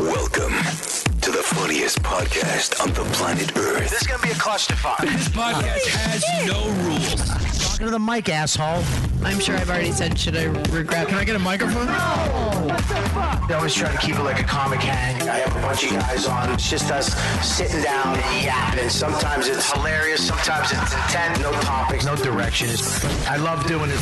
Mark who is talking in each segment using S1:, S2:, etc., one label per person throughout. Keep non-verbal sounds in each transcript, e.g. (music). S1: Welcome to the funniest podcast on the planet Earth.
S2: This is gonna be a clusterfuck.
S3: This podcast has no rules.
S4: Talking to the mic, asshole.
S5: I'm sure I've already said, should I regret?
S3: Can I get a microphone?
S2: I always try to keep it like a comic hang. I have a bunch of guys on. It's just us sitting down and yapping. Sometimes it's hilarious. Sometimes it's intent. No topics. No directions. I love doing it.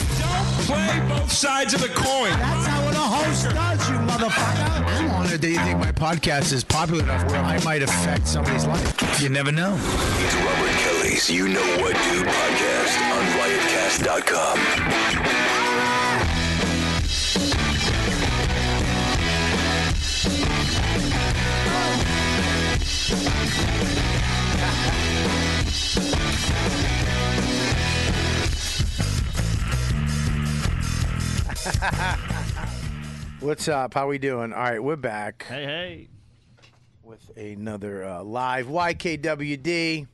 S3: Play both sides of the coin.
S4: That's how a host does, you motherfucker.
S6: I'm honored that you think my podcast is popular enough where I might affect somebody's life.
S3: You never know.
S1: It's Robert Kelly's You Know What Do podcast on riotcast.com.
S7: What's up? How we doing? All right, we're back
S8: Hey, hey.
S7: with another uh, live YKWd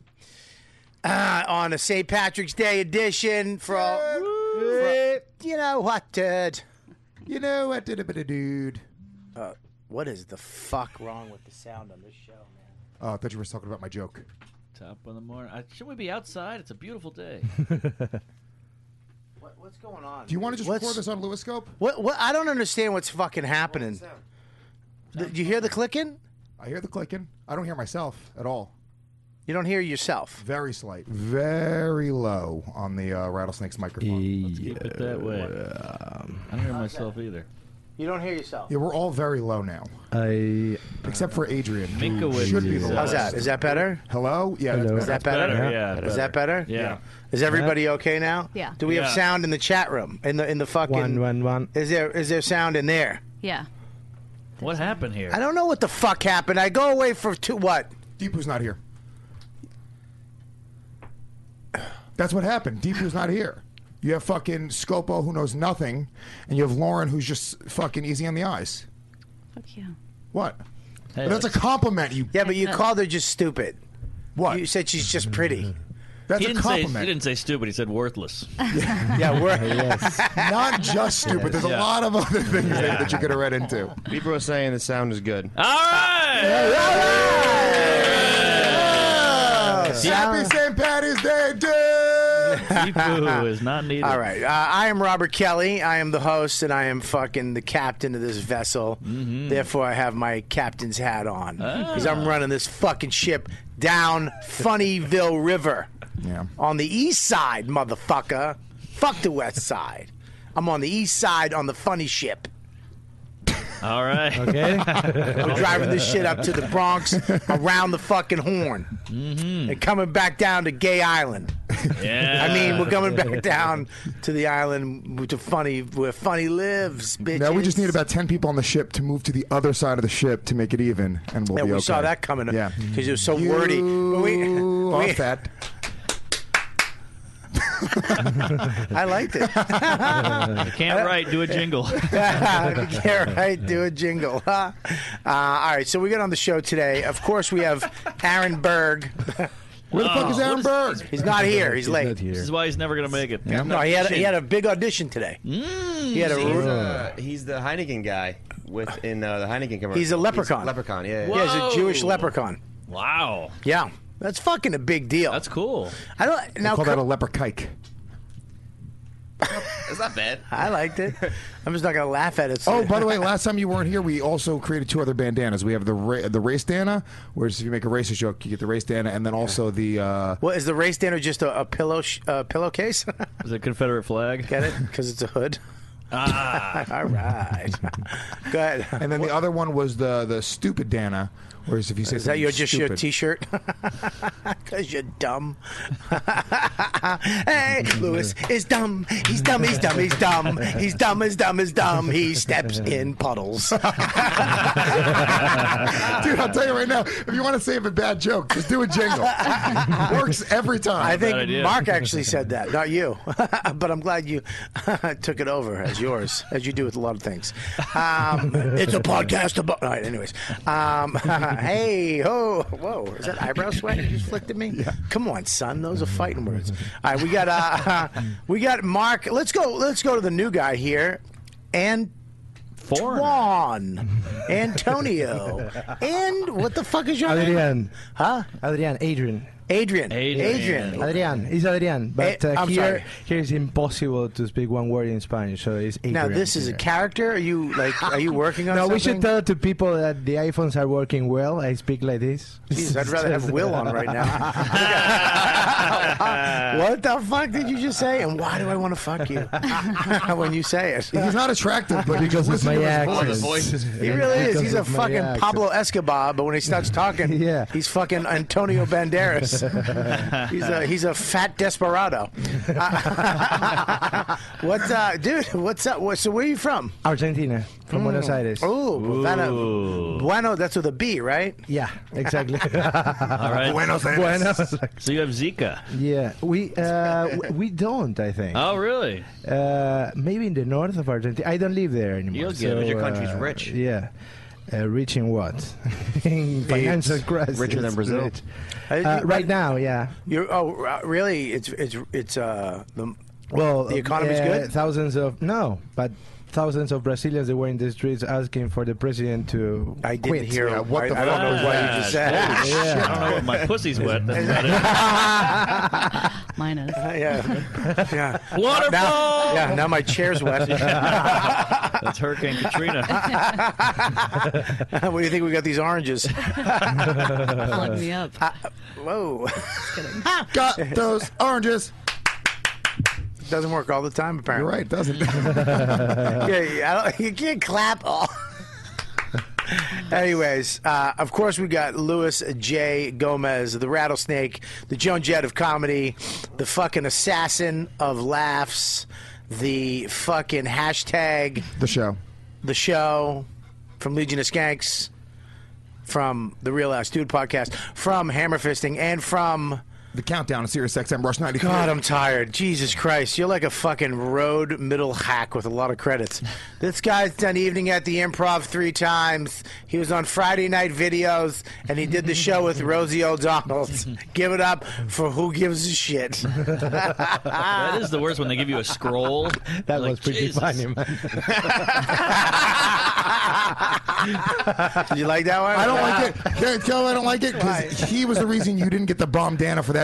S7: uh, (clears throat) on a St. Patrick's Day edition for all. for- you know what, dude?
S6: You know what, did a bit of dude.
S7: What is the fuck wrong with the sound on this show, man?
S6: Oh, I thought you were talking about my joke.
S8: Top of the morning. Uh, should we be outside? It's a beautiful day.
S7: What, what's going on?
S6: Do you want to just
S7: What's-
S6: record this on Lewiscope?
S7: What, what? I don't understand what's fucking happening. Th- Do you hear the clicking?
S6: I hear the clicking. I don't hear myself at all.
S7: You don't hear yourself.
S6: Very slight, very low on the uh, rattlesnake's microphone.
S9: E
S8: Let's keep it that way. I don't hear myself either.
S7: You don't hear yourself.
S6: Yeah, we're all very low now,
S9: I
S6: except for Adrian. who
S8: Minkowitz
S6: should be
S8: is,
S6: the
S8: uh,
S6: last.
S7: How's that? Is that better?
S6: Hello? Yeah, that's
S9: Hello.
S7: Is
S6: better.
S7: that better?
S8: better, yeah,
S7: Is that better?
S8: Yeah.
S7: Is everybody okay now?
S5: Yeah.
S7: Do we have
S8: Yeah.
S7: sound in the chat room? In the in the fucking
S9: one one one.
S7: Is there is there sound in there?
S5: Yeah.
S8: What happened here?
S7: I don't know what the fuck happened. I go away for two what?
S6: Deepu's not here. That's what happened. Deepu's not here. You have fucking Scopo who knows nothing, and you have Lauren who's just fucking easy on the eyes.
S5: Fuck you.
S6: What?
S8: Hey,
S6: That's a compliment. You.
S7: Yeah, but you
S5: know.
S7: called her just stupid.
S6: What?
S7: You said she's just pretty.
S6: That's
S8: he
S6: a
S8: didn't say he
S6: compliment.
S8: didn't say stupid. He said worthless. (laughs)
S7: yeah, we're
S6: (laughs) Not just stupid. There's a
S8: Yeah.
S6: lot of other things there that you could have read into.
S9: People are saying the sound is good.
S8: All
S7: (laughs)
S8: right.
S6: Happy St. Patty's Day, dude.
S8: Deepu is not needed.
S7: all right. Uh, I am Robert Kelly. I am the host, and I am fucking the captain of this vessel. Therefore, I have my captain's hat on because I'm running this fucking ship down Funnyville River.
S6: yeah.
S7: on the east side, motherfucker. Fuck the west side. I'm on the east side on the funny ship.
S8: All right.
S9: Okay.
S7: I'm driving this shit up to the Bronx, around the fucking horn, and coming back down to Gay Island.
S8: (laughs) Yeah.
S7: I mean, we're coming
S6: (laughs)
S7: back down to the island to funny where funny lives, bitch.
S6: Now we just need about ten people on the ship to move to the other side of the ship to make it even, and we'll
S7: Yeah,
S6: be
S7: we
S6: okay.
S7: saw that coming up
S6: Yeah.
S7: because it was so
S6: You
S7: wordy. We-
S6: are
S7: we-
S6: fat.
S7: I liked
S6: (laughs)
S7: it. (laughs) uh,
S8: can't write. Do a jingle. (laughs)
S7: yeah, right. Do a jingle. Huh? Uh, all right. So we got on the show today. Of course, we have Aaron Berg.
S6: Where the fuck is Aaron Berg?
S7: He's not here. He's late.
S8: this is why he's never going to make it. He's
S7: No,
S8: not
S7: he had he
S8: shit.
S7: had a big audition today. he had
S9: He's,
S7: a.
S9: uh, he's the Heineken guy with in uh, the Heineken commercial.
S7: He's a leprechaun.
S9: leprechaun. Yeah.
S7: Yeah, he's a Jewish
S8: Whoa.
S7: leprechaun.
S8: (laughs) Wow.
S7: Yeah, that's fucking a big deal.
S8: That's cool.
S7: I don't now.
S6: Call that a
S7: co-
S6: leper kike.
S9: It's not bad.
S7: I liked it. I'm just not gonna laugh at it.
S6: Oh, by the way, last time you weren't here, we also created two other bandanas. We have the ra- the race dana, whereas if you make a racist joke, you get the race dana, and then also the uh,
S7: what is the race dinner? Just a, a pillow sh- uh, pillowcase? (laughs)
S8: Is it a Confederate flag?
S7: Get it? Because it's a hood.
S8: Ah.
S7: (laughs) All right. Go ahead.
S6: and then the other one was the the stupid dana, whereas if you say
S7: Is that your
S6: something
S7: just your
S6: stupid-
S7: T-shirt? (laughs) Because you're dumb. (laughs) hey, Lewis is dumb. He's dumb. He's dumb. He's dumb. He's dumb. He's dumb. He's dumb. He steps in puddles. (laughs)
S6: (laughs) Dude, I'll tell you right now, if you want to save a bad joke, just do a
S7: (laughs)
S6: jingle. Works every time.
S7: I think
S8: idea.
S7: Mark actually said that, not you. (laughs) but I'm glad you (laughs) took it over as yours, as you do with a lot of things. Um, (laughs) it's a podcast about. All right, anyways. Um, Yeah. Hey, ho. Whoa. Is that eyebrow sweat you just flicked at me? Come on, son. Those are fighting words. All right, we got uh, (laughs) we got Mark. Let's go. Let's go to the new guy here, and Juan Antonio, and what the fuck is your name?
S10: Adrian. Huh? Adrian. Adrian.
S7: Adrian. Adrian.
S10: Adrian. He's Adrian. But
S7: Eh,
S10: uh,
S7: I'm
S10: here,
S7: sorry.
S10: here it's impossible to speak one word in Spanish, so it's Adrian.
S7: Now this is a
S10: here.
S7: character. Are you like? Are you working on?
S10: (laughs) No,
S7: something?
S10: we should tell to people that the iPhones are working well. I speak like this.
S7: Jeez, I'd rather have Will on
S10: (laughs)
S7: right now. what the fuck did you just say? And why do I want to fuck you (laughs) when you say it?
S6: He's not attractive, but
S10: Because
S6: just
S10: of my
S6: listen to his
S10: accent.
S6: voice.
S7: He really is. He's a
S10: Because of my
S7: fucking
S10: accent.
S7: Pablo Escobar, but when he starts
S10: (laughs)
S7: talking, he's fucking Antonio Banderas. he's a he's a fat desperado. (laughs) Uh, what's uh, dude? What's up? What, so where are you from?
S10: Argentina, from Buenos Aires.
S7: Oh, Bueno, Bueno, that's with a B, right?
S10: Yeah,
S7: (laughs)
S10: exactly.
S8: All right.
S10: Buenos Aires.
S8: So you have Zika.
S10: Yeah, we uh, w- we don't. I think.
S8: Oh, really?
S10: Uh, maybe in the north of Argentina. I don't live there anymore.
S8: You'll get it. Your country's
S10: uh,
S8: rich.
S10: Yeah. Uh, rich in what? (laughs) in financial
S7: It's
S10: crisis.
S7: richer than Brazil.
S10: rich.
S7: Uh,
S10: Uh,
S7: you-
S10: right now, yeah.
S7: You're oh r- really? It's it's it's uh the
S10: Well,
S7: the economy's
S10: uh,
S7: good.
S10: Thousands of no, but thousands of Brazilians they were in the streets asking for the president to. I
S7: didn't hear Yeah, what I- the I don't fuck know was what you that? just said. Holy Ah, shit. I don't know if my pussy's wet, that's about
S5: Mine is.
S7: yeah. (laughs) Yeah.
S5: Waterfall!
S7: (laughs) Now, yeah. Now my chair's (laughs) wet.
S8: That's Hurricane Katrina.
S7: what do you think we got these oranges?
S5: Plug me up.
S7: whoa. (laughs)
S6: Got those oranges.
S7: Doesn't work all the time, apparently.
S6: You're right, doesn't.
S7: (laughs) yeah, yeah, I don't- (laughs) you can't clap all. Anyways, uh, of course, we got Louis J. Gomez, the rattlesnake, the Joan Jett of comedy, the fucking assassin of laughs, the fucking hashtag,
S6: the show,
S7: the show from Legion of Skanks, from the Real Ass Dude podcast, from Hammer Fisting, and from.
S6: The countdown of Sirius XM Rush 93.
S7: God, I'm tired. Jesus Christ, you're like a fucking road middle hack with a lot of credits. this guy's done Evening at the Improv three times. He was on Friday Night Videos, and he did the show with Rosie O'Donnell. Give it up for who gives a shit.
S8: that is the worst when they give you a
S7: (laughs)
S8: scroll.
S10: That was pretty
S8: Jesus.
S10: funny. Man.
S7: Did you like that one?
S6: I don't like it. Can I tell I don't like it? Because he was the reason you didn't get the bomb Dana for that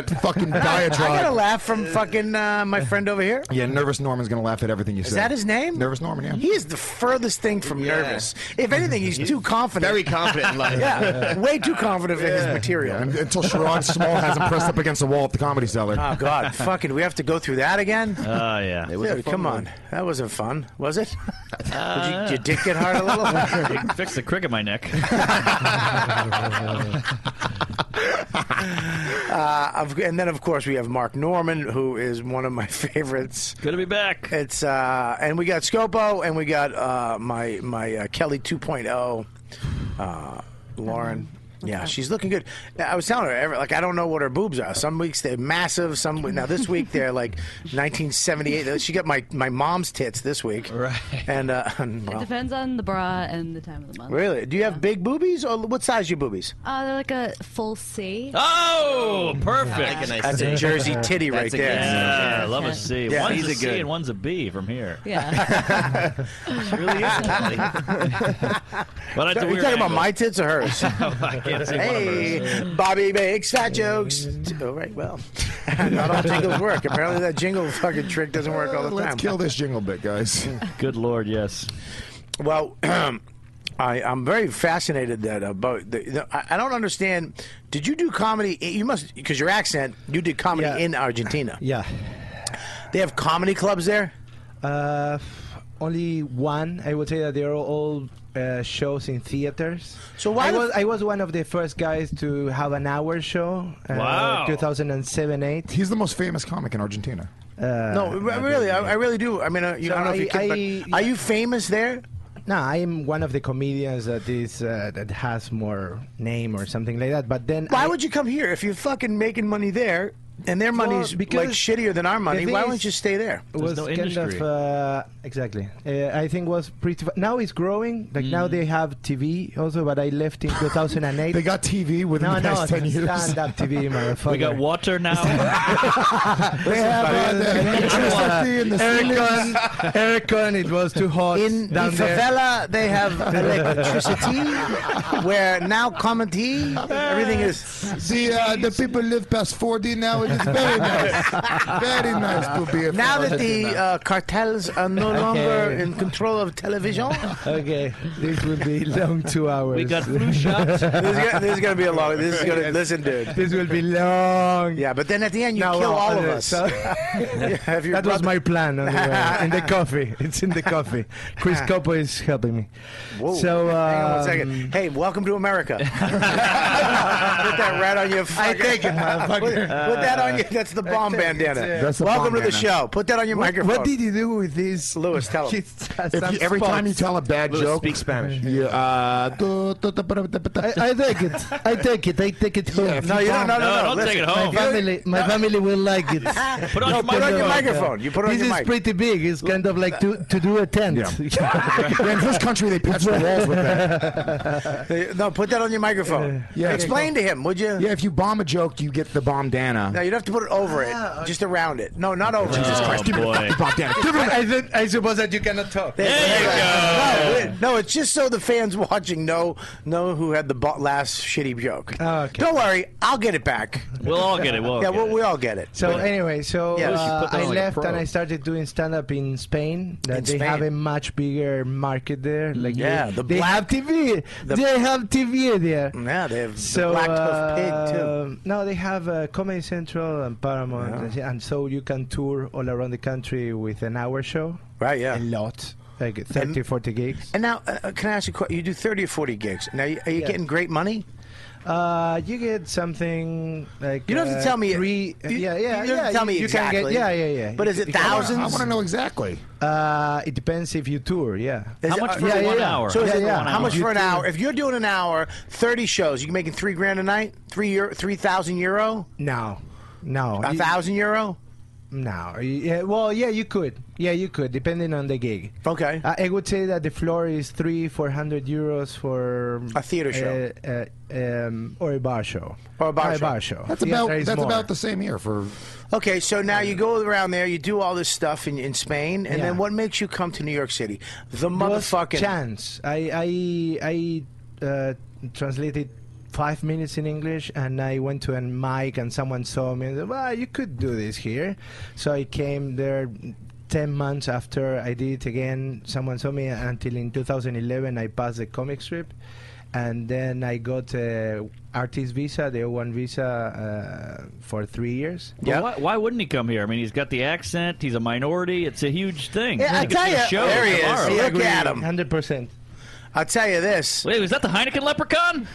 S7: (laughs) I
S6: fucking
S7: got a
S6: diatribe.
S7: laugh from fucking uh, my friend over here.
S6: Yeah, Nervous Norman's going to laugh at everything you
S7: Is
S6: said.
S7: that his name?
S6: Nervous Norman, yeah.
S7: He is the furthest thing from
S6: Yeah.
S7: nervous. If anything, he's, too confident.
S9: very confident in life.
S7: (laughs) yeah, way too confident in his material.
S6: Yeah, and- until Sharon Small has him pressed up against the wall at the comedy cellar.
S7: Oh God, fucking! We have to go through that again.
S8: Oh,
S11: Ah,
S8: yeah.
S7: Dude, come on, that wasn't fun, was it? Did you, your dick get hard a little?
S8: You (laughs) can fix the crick in my
S11: (laughs)
S8: neck.
S7: (laughs) uh, of- and then, of course, we have Mark Norman, who is one of my (laughs) favorites.
S8: Good to be back.
S7: It's uh, and we got Scopo, and we got uh, my my uh, Kelly 2.0, uh,
S12: Mm-hmm.
S7: Lauren. Yeah, she's looking good. I was telling her, every- like, I don't know what her boobs are. Some weeks they're massive. Some now this week they're like 1978. She got my, my mom's tits this week. Right. And uh, (laughs)
S12: It
S7: well,
S12: depends on the bra and the time of the month.
S7: Really? Do you have big boobies, or what size your boobies?
S12: Uh, they're like a full C.
S8: Oh, perfect.
S12: I like a nice
S7: That's a Jersey titty right there.
S8: Yeah, I love
S12: Yeah.
S8: a C.
S7: Yeah.
S8: One's
S7: These
S8: a
S7: are
S8: C
S7: good.
S8: and one's a B from here.
S12: Yeah.
S8: really is
S13: (laughs)
S8: But
S7: Are we talking about my tits or
S12: (laughs)
S7: hers?
S11: (laughs)
S8: I can't see one of hers.
S7: hey, Bobby makes fat jokes. All right, well, (laughs) not all jingles work. Apparently, that jingle fucking trick doesn't work all the
S6: Let's
S7: time.
S6: kill this jingle bit, guys.
S7: (laughs)
S8: Good lord, yes.
S7: Well, (clears throat) I, I'm very fascinated that about. The, the, I I don't understand. Did you do comedy? You must because your accent. You did comedy in Argentina.
S10: (laughs) Yeah.
S7: They have comedy clubs there.
S10: Uh, f- only one. I would say that they are all uh, shows in theaters.
S7: So why
S10: I
S7: the
S10: was
S7: f-
S10: I was one of the first guys to have an hour show. Uh,
S6: Wow.
S10: 2007 8.
S6: He's the most famous comic in Argentina.
S10: Uh,
S7: No, re- really, I, I really do. I mean, uh, you,
S10: So
S7: I don't know if
S10: I-
S7: you can,
S10: I-
S7: but are you famous there?
S10: No, I'm one of the comedians that is uh, that has more name or something like that. But then
S7: Why
S10: I-
S7: would you come here if you're fucking making money there? And their
S10: Well,
S7: money's like
S10: because
S7: shittier than our
S10: the
S7: money.
S10: thing
S7: Why
S10: is,
S7: don't you stay there?
S10: it was kind of uh, exactly. Uh, I think was pretty. F- now it's growing. Like
S6: Mm.
S10: now they have TV also, but I left in
S6: (laughs)
S10: 2008. they
S6: got TV within
S10: no,
S6: the past
S10: no,
S6: 10 years. (laughs)
S10: Stand-up TV, motherfucker.
S11: We got water
S7: (laughs)
S11: now.
S10: They have
S6: (laughs)
S10: uh, electricity in the aircon. Aircon. It was too hot
S7: In
S10: down
S7: the
S10: there.
S7: favela, they have electricity, where now common tea, everything is.
S6: The uh, the people live past 40 now. It is
S10: (laughs)
S6: very nice. very nice to be a
S7: Now that
S6: Florentine.
S7: the uh, cartels are no
S10: Okay.
S7: longer in control of television,
S10: Okay, this will be long two hours. We got
S7: (laughs)
S10: flu
S7: this, is gonna, this is gonna be a long. This is gonna listen, dude.
S10: This will be long.
S7: Yeah, but then at the end you
S10: No,
S7: kill
S10: no,
S7: all of
S10: uh,
S7: us.
S10: so-
S7: (laughs) Have your
S10: that was
S7: brother-
S10: my
S7: (laughs)
S10: plan anyway. in the coffee. It's in the coffee. Chris Coppo is helping me.
S7: Whoa.
S10: So
S7: Hang on one
S10: um,
S7: second. Hey, welcome to America. (laughs) Put that rat on your.
S10: I
S7: fucking-
S10: take it, motherfucker.
S7: Put, put that on your. That's the
S10: I
S7: bomb
S10: take it,
S7: bandana.
S10: yeah. That's the
S7: welcome
S10: bomb
S7: to the
S10: bandana.
S7: show. Put that on your
S10: What-
S7: microphone.
S10: What did you do with this?
S7: Lewis, tell him.
S6: If you, every time you tell a bad
S10: Lewis,
S6: joke,
S10: speak Spanish.
S6: Yeah,
S10: (laughs)
S6: uh, do- do- do- do- do- do-
S10: I, I take it. I take it. I take it home.
S6: Yeah, if No, you you don't-
S7: don't- no, no, no, no, don't listen. take it home.
S10: My family, my family will like it.
S7: Put on your mic- put on your microphone. You put it on
S10: this
S7: your
S10: is
S7: mic.
S10: pretty big. It's kind of like to, to do a tent. (laughs)
S6: Yeah, in this country, they patch the walls with that.
S7: Uh, No, put that on your microphone.
S6: Yeah.
S7: Explain to him, would you?
S6: Yeah, if you bomb a joke, you get the bomb dana.
S7: No, you'd have to put it over it, just around it. No, not over
S6: Jesus
S7: it.
S10: Oh,
S6: Christ, give me the fucking bomb dana. Give me
S10: (laughs) I, th- I suppose that you cannot talk.
S7: No, it- no, it's just so the fans (laughs) watching know know who had the bo- last shitty joke.
S10: Ah,
S7: Don't worry, I'll get it back.
S11: We'll all get it. We'll all
S7: yeah,
S11: get
S7: we'll,
S11: it.
S7: we all get it.
S10: So anyway, so
S7: Yeah,
S10: uh,
S7: you put that
S10: I
S7: on like a
S10: left
S7: pro.
S10: and I started doing stand up in Spain. That
S7: In
S10: they
S7: Spain. Mm,
S10: have a much bigger market there. Like
S7: Yeah,
S10: they,
S7: the
S10: they
S7: black-
S10: have TV.
S7: the-
S10: they have TV there.
S7: Yeah, they have
S10: So
S7: the black hoof pig too.
S10: um, no, they have uh, Comedy Central and Paramount, and, and so you can tour all around the country with an hour show.
S7: Right? Yeah.
S10: A lot, like 30, 40 gigs.
S7: And now, uh, uh, can I ask you? a que- You do thirty or forty gigs. Now, you- are you
S10: Yeah.
S7: getting great money?
S10: Uh, you get something like
S7: You don't have
S10: uh,
S7: to tell me.
S10: Three,
S7: you,
S10: yeah, yeah,
S7: You don't have
S10: yeah.
S7: to tell me
S10: you, you can
S7: exactly.
S10: get- yeah, yeah, yeah.
S7: But
S10: You
S7: is
S10: ca-
S7: it
S10: you can-
S7: thousands?
S6: I want to know exactly.
S10: Uh, it depends if you tour. Yeah.
S7: Is it- uh,
S10: yeah, yeah, yeah.
S7: So is
S10: yeah,
S7: it-
S10: yeah.
S7: how much
S10: You
S7: for an
S10: tour-
S7: hour? If you're doing an hour, thirty shows, you making three grand a night, three euro, three thousand euro,
S10: No, no.
S7: a
S10: You-
S7: thousand euro.
S10: No. Yeah, well, yeah, you could. Yeah, you could, depending on the gig. Uh,
S7: Okay.
S10: I I would say that the floor is three, four hundred euros for
S7: A theater show.
S10: uh, uh, um, or a bar show,
S7: Or a bar show.
S10: show.
S6: That's
S10: Theater
S6: about
S10: is
S6: that's
S10: more.
S6: about the same here for.
S7: Okay, so now you go around there, you do all this stuff in, in Spain, and
S10: Yeah.
S7: then what makes you come to New York City? The
S10: was
S7: motherfucking
S10: chance. I I I uh, translated five minutes in English, and I went to a mic, and someone saw me. and said, Well, you could do this here, so I came there. Ten months after I did it again, someone saw me. Until in 2011, I passed the comic strip, and then I got a artist visa, the O1 visa, uh, for three years.
S11: But Why, why wouldn't he come here? I mean, he's got the accent. He's a minority. It's a huge thing.
S10: Yeah, I
S11: He could
S10: tell
S11: do a
S10: ya,
S11: show
S7: there he is.
S11: tomorrow.
S7: Look Agree. at him.
S10: Hundred percent.
S7: I'll tell you this.
S11: Wait, was that the Heineken leprechaun?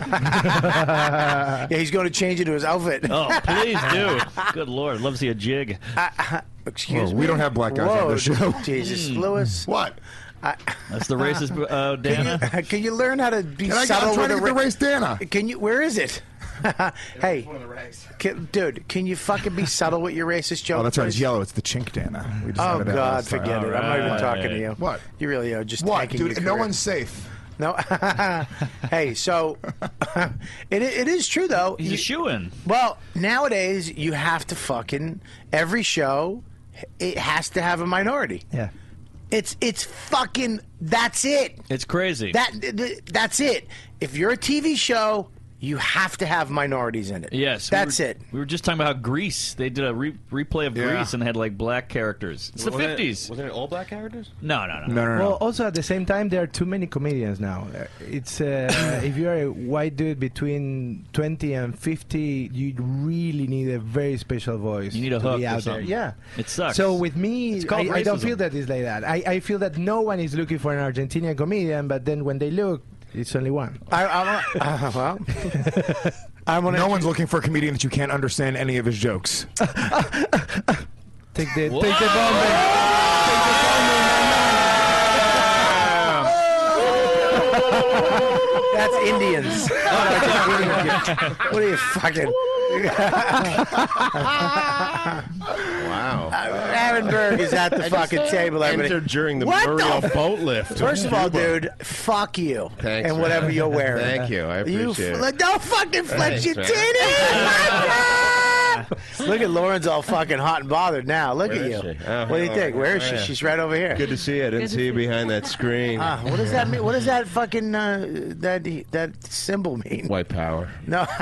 S7: Yeah, he's going to change into his outfit.
S11: (laughs) Oh, please do. Good lord, love to see a jig.
S7: Excuse
S6: Whoa,
S7: me.
S6: Oh, we don't have black guys on
S7: Whoa,
S6: this show.
S7: (laughs)
S6: (laughs)
S7: Jesus,
S11: Mm.
S7: Lewis.
S6: What?
S11: That's the racist, uh, Dana.
S7: (laughs) Can you learn how to be
S6: And I,
S7: subtle
S6: I'm trying
S7: with
S6: to
S7: a
S6: get the
S7: ra-
S6: race dana.
S7: Can you? Where is it? (laughs) hey, can, dude, can you fucking be subtle with your racist joke?
S6: Oh, that's right. It's
S7: please?
S6: yellow. It's the chink dana. We
S7: Oh
S6: decided that
S7: God,
S6: last time.
S7: forget it. I'm not even talking to you.
S6: What?
S7: You really are just
S6: What,
S7: tanking
S6: dude?
S7: your
S6: No
S7: career.
S6: one's safe.
S7: No. (laughs) hey, so (laughs) it, it is true though.
S11: He's
S7: You-
S11: a shoe in.
S7: well, nowadays you have to fucking every show. It has to have a minority.
S10: Yeah.
S7: It's it's fucking that's it.
S11: It's crazy.
S7: That th- that's it. If you're a TV show, you have to have minorities in it.
S11: Yes, we
S7: that's
S11: were-
S7: it.
S11: We were just talking about how Greece. They did a re- replay of
S6: Yeah.
S11: Greece and had like black characters. It's the
S9: Wasn't it-
S11: fifties.
S9: Wasn't it all black characters?
S11: No, no, no.
S6: No, no, no.
S10: Well, also at the same time, there are too many comedians now. Uh, It's uh,
S11: (coughs)
S10: if you're a white dude between twenty and fifty, you really need a very special voice.
S11: You need a
S10: to
S11: hook
S10: be
S11: or
S10: out
S11: something.
S10: there. Yeah,
S11: It sucks.
S10: So with me,
S11: It's called
S10: I, I don't
S11: racism.
S10: feel that it's like that. I, I feel that no one is looking for an Argentinian comedian, but then when they look, it's only one.
S7: I, I, I, (laughs) well, I want
S6: No one's looking for a comedian that you can't understand any of
S7: (laughs)
S6: his jokes.
S10: Take the
S11: Whoa!
S10: take the bomb.
S7: That's Indians. what are you fucking?
S13: Wow.
S7: Ehrenberg is at the
S13: I just
S7: fucking table. everybody.
S13: Entered during the
S7: What
S13: Muriel
S7: f-
S13: boat lift.
S7: First of all,
S13: Cuba.
S7: dude, fuck you
S13: Thanks,
S7: and
S13: man.
S7: whatever you're wearing.
S13: Thank you. I appreciate
S7: f-
S13: it.
S7: like, Don't fucking flex
S13: Thanks,
S7: your
S13: man. (laughs)
S7: titties. Look at Lauren's all fucking hot and bothered now. Look
S13: Where
S7: at
S13: is
S7: you.
S13: she? Oh,
S7: what do you
S13: oh,
S7: think? Where is
S13: oh,
S7: she?
S13: yeah.
S7: She's right over here.
S13: Good to see you. I didn't see you behind that screen.
S7: Ah, what does that mean? What does that fucking uh, that that symbol mean?
S13: White power. (laughs)
S7: No.
S13: uh,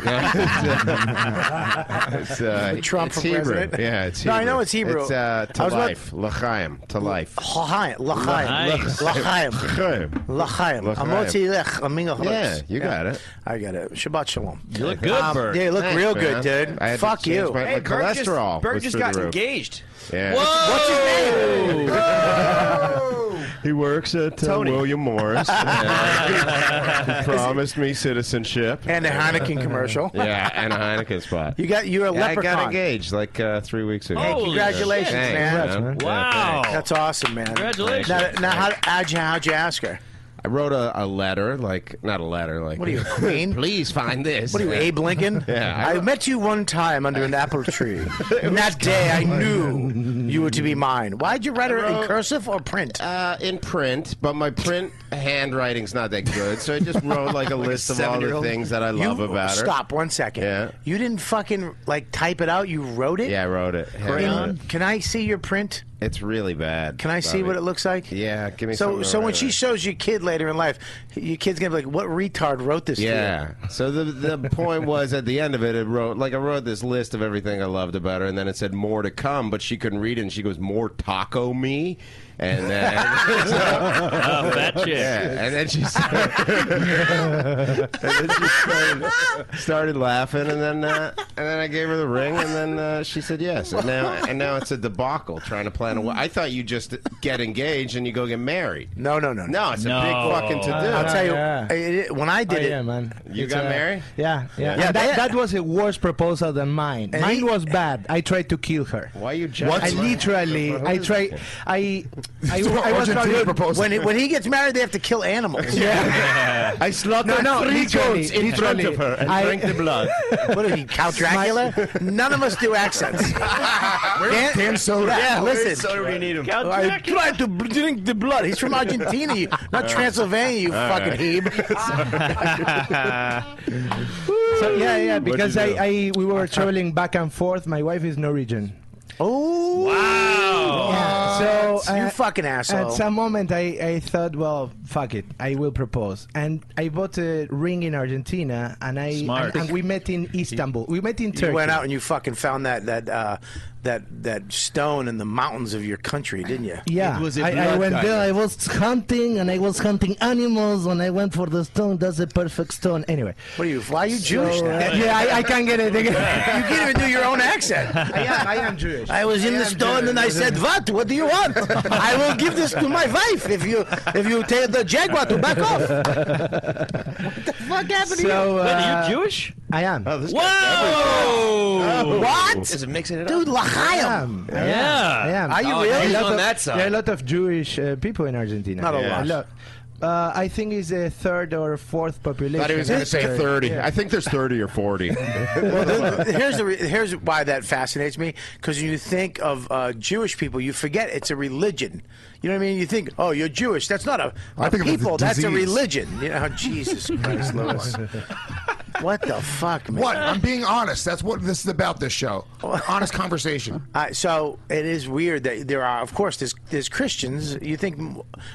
S13: It's, uh,
S7: With Trump
S13: it's
S7: for
S13: Hebrew.
S7: president?
S13: Yeah, it's
S7: No,
S13: Hebrew.
S7: I know it's Hebrew.
S13: It's uh, to
S7: I was about-
S13: life. L'chaim. To life.
S7: L'chaim. L'chaim.
S13: Nice.
S7: L'chaim.
S13: L'chaim.
S7: L'chaim.
S13: L'chaim.
S7: Amotzi lech. aminga chutz.
S13: Yeah, you got it.
S7: I got it. Shabbat shalom.
S13: You look good, Bert.
S7: Yeah, you look
S13: Thanks,
S7: real
S13: man.
S7: good, dude.
S13: I had to
S7: Fuck
S13: change
S7: you.
S13: my- my Hey, Bert just- cholesterol Bert was just through got the roof. engaged. Yeah. (laughs) Whoa!
S7: What's his name?
S13: He works at uh, William (laughs) Morris. And he promised me citizenship
S7: And a Heineken commercial.
S13: Yeah, and a Heineken spot.
S7: You got- you're a
S13: Yeah, I
S7: leprechaun.
S13: got engaged like uh, three weeks ago.
S7: Hey, congratulations,
S13: Thanks,
S7: man.
S13: Yeah, thanks.
S7: That's awesome, man.
S13: Congratulations.
S7: Now, now how, how'd, you, how'd you ask her?
S13: I wrote a, a letter, like not a letter, like
S7: What
S13: (laughs)
S7: are you, Queen?
S13: Please find this.
S7: What are you,
S13: Yeah.
S7: Abe Lincoln?
S13: (laughs) Yeah, I
S7: I, met you one time under an apple
S13: (laughs)
S7: tree. And that day, I knew you were to be mine. Why'd you write her in
S13: wrote-
S7: cursive or print?
S13: Uh, in print, but my print handwriting's not that good, so
S7: (laughs)
S13: I just wrote like a
S7: Like a
S13: list of all the
S7: seven-year-old.
S13: things that I
S7: You-
S13: love about her.
S7: Stop one second.
S13: Yeah.
S7: You didn't fucking like type it out. You wrote it.
S13: Yeah, I wrote it. Yeah, I wrote
S7: Can,
S13: it.
S7: can I see your print?
S13: It's really bad.
S7: Can I see what it looks like?
S13: Yeah, give me
S7: So,
S13: something to
S7: so when
S13: write
S7: she
S13: with.
S7: shows your kid later in life, your kid's gonna be like, "What retard wrote this?" to you?"
S13: Yeah. So the the point was at the end of it, it wrote like I wrote this list of everything I loved about her, and then it said more to come, but she couldn't read it, and she goes more taco me, and then
S7: (laughs)
S11: Oh, fat chick.
S13: Yeah, and then (laughs) she started, and then she started, started laughing, and then uh, and then I gave her the ring, and then uh, she said yes, and now and now it's a debacle trying to plan a we- I thought you just get engaged and you go get married.
S7: No, no, no,
S13: no. It's a big fucking to do.
S7: I'll tell you,
S10: Yeah.
S7: it- it- when I did
S10: Oh,
S7: it,
S10: yeah, man.
S13: You
S10: It's
S13: got
S10: a-
S13: married?
S10: Yeah, yeah.
S7: Yeah,
S10: And that, that was a worse proposal than mine.
S7: And
S10: mine
S7: he-
S10: was bad. I tried to kill her.
S13: Why you
S10: I literally, I tried, I, I, I was not good.
S7: When, it- when he gets married, they have to kill animals.
S10: Yeah.
S13: I slaughtered three
S10: literally,
S13: goats in front
S10: literally.
S13: of her and
S10: I-
S13: drank the (laughs) blood.
S7: What are you, Count Dracula? None of us do accents. Dan,
S13: Soder?
S7: Yeah,
S13: Where's
S7: listen.
S13: Soder when you need him? Count
S7: I tried to bl- drink the blood. He's from Argentina,
S10: (laughs)
S7: you- not Transylvania, you
S13: All
S7: fucking
S13: right.
S7: hebe.
S13: uh,
S10: So, yeah, yeah,
S13: What'd you
S10: because I,
S13: do?
S10: I, we
S7: (laughs)
S10: were traveling back and forth. My wife is Norwegian.
S7: Oh
S10: wow! So uh,
S7: You fucking asshole.
S10: At some moment, I, I thought, well, fuck it, I will propose, and I bought a ring in Argentina, and I
S7: Smart.
S10: and, and we met in Istanbul. We met in Turkey.
S7: You went out and you fucking found that that uh, that that stone in the mountains of your country, didn't you?
S10: Yeah, I, I went there. I was hunting, and I was hunting animals. When I went for the stone, that's a perfect stone. Anyway,
S7: What are you? Why are you
S10: So,
S7: Jewish?
S10: uh,
S7: now?
S10: yeah, I- I can't get it. (laughs)
S7: you can't even do your own accent.
S10: I am, I am Jewish.
S7: I was in the stone and I said, "What? What do you
S10: (laughs)
S7: want? I will give this to my wife if you if you tell the jaguar to back off." What the fuck happened to you?
S10: So, uh,
S11: Jewish?
S10: I am.
S13: Oh, this
S11: Whoa! Oh.
S7: What?
S9: Is it mixing it
S7: Dude,
S9: up?
S7: L'chaim.
S10: I am. I am.
S7: Are you
S9: Oh,
S7: really?
S9: he's
S10: lot
S9: on
S10: of-
S9: that side.
S10: There are a lot of Jewish uh, people in Argentina.
S7: Not a
S10: yeah.
S7: lot.
S10: Uh, I think it's a third or fourth population.
S13: Thought he was going to say
S10: Third,
S13: 30.
S10: (laughs) yeah.
S13: I think there's 30 or (laughs) 40.
S7: Well, th- (laughs) here's the re- here's why that fascinates me because you think of uh, Jewish people, you forget it's a religion. You know what I mean? You think, oh, you're Jewish. That's not a,
S6: I
S7: a
S6: think of it as a
S7: people. That's a
S6: disease.
S7: religion. You
S6: (laughs)
S7: know, Jesus Christ, Louis. what the fuck, man?
S6: What? I'm being honest. That's what this is about.
S7: (laughs)
S6: This show, honest conversation.
S7: Uh, so it is weird that there are, of course, there's, there's Christians. You think,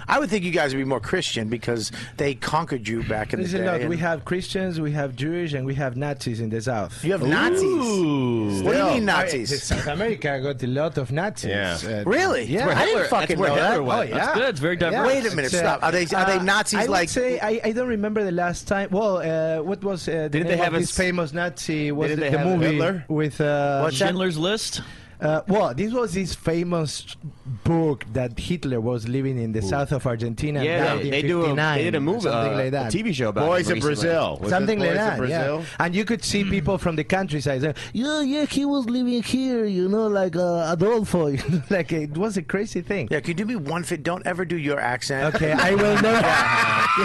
S7: I would think you guys would be more Christian because they conquered you back in
S10: There's
S7: the
S10: a
S7: day.
S10: lot.
S7: and-
S10: We have Christians, we have Jewish, and we have Nazis in the South.
S7: You have Nazis?
S10: Ooh.
S7: What do you mean Nazis?
S10: South America got a lot of Nazis. Uh,
S13: Yeah.
S7: Really?
S10: Yeah.
S7: I didn't fucking know that.
S10: Oh, yeah. Yeah.
S7: Wait a minute,
S10: It's, uh,
S7: stop. Are they are
S10: uh,
S7: they Nazis
S10: I would
S7: like
S10: say I, I don't remember the last time. Well, uh, what was uh, the
S11: Didn't
S10: name
S11: they have
S10: of
S11: a
S10: this
S11: s-
S10: famous Nazi? Was
S11: didn't
S10: the,
S11: they
S10: the
S11: have a
S10: movie
S11: Hitler?
S10: with uh,
S11: Schindler's List?
S10: Uh, well, this was this famous book that Hitler was living in the south of Argentina. in
S9: Yeah, they- they do a-
S10: 1959,
S9: they did a movie,
S10: something
S9: uh,
S10: like that,
S9: a TV show about Boys it of recently. Brazil. Was it
S10: something like
S9: Boys of
S10: that.
S9: Brazil?
S10: Yeah, and you could see people from the countryside. Saying, yeah, yeah, he was living here, you know, like uh, Adolfo. (laughs) like it was a crazy thing.
S7: Yeah, could you do me one fit? Don't ever do your accent.
S10: Okay, I will never.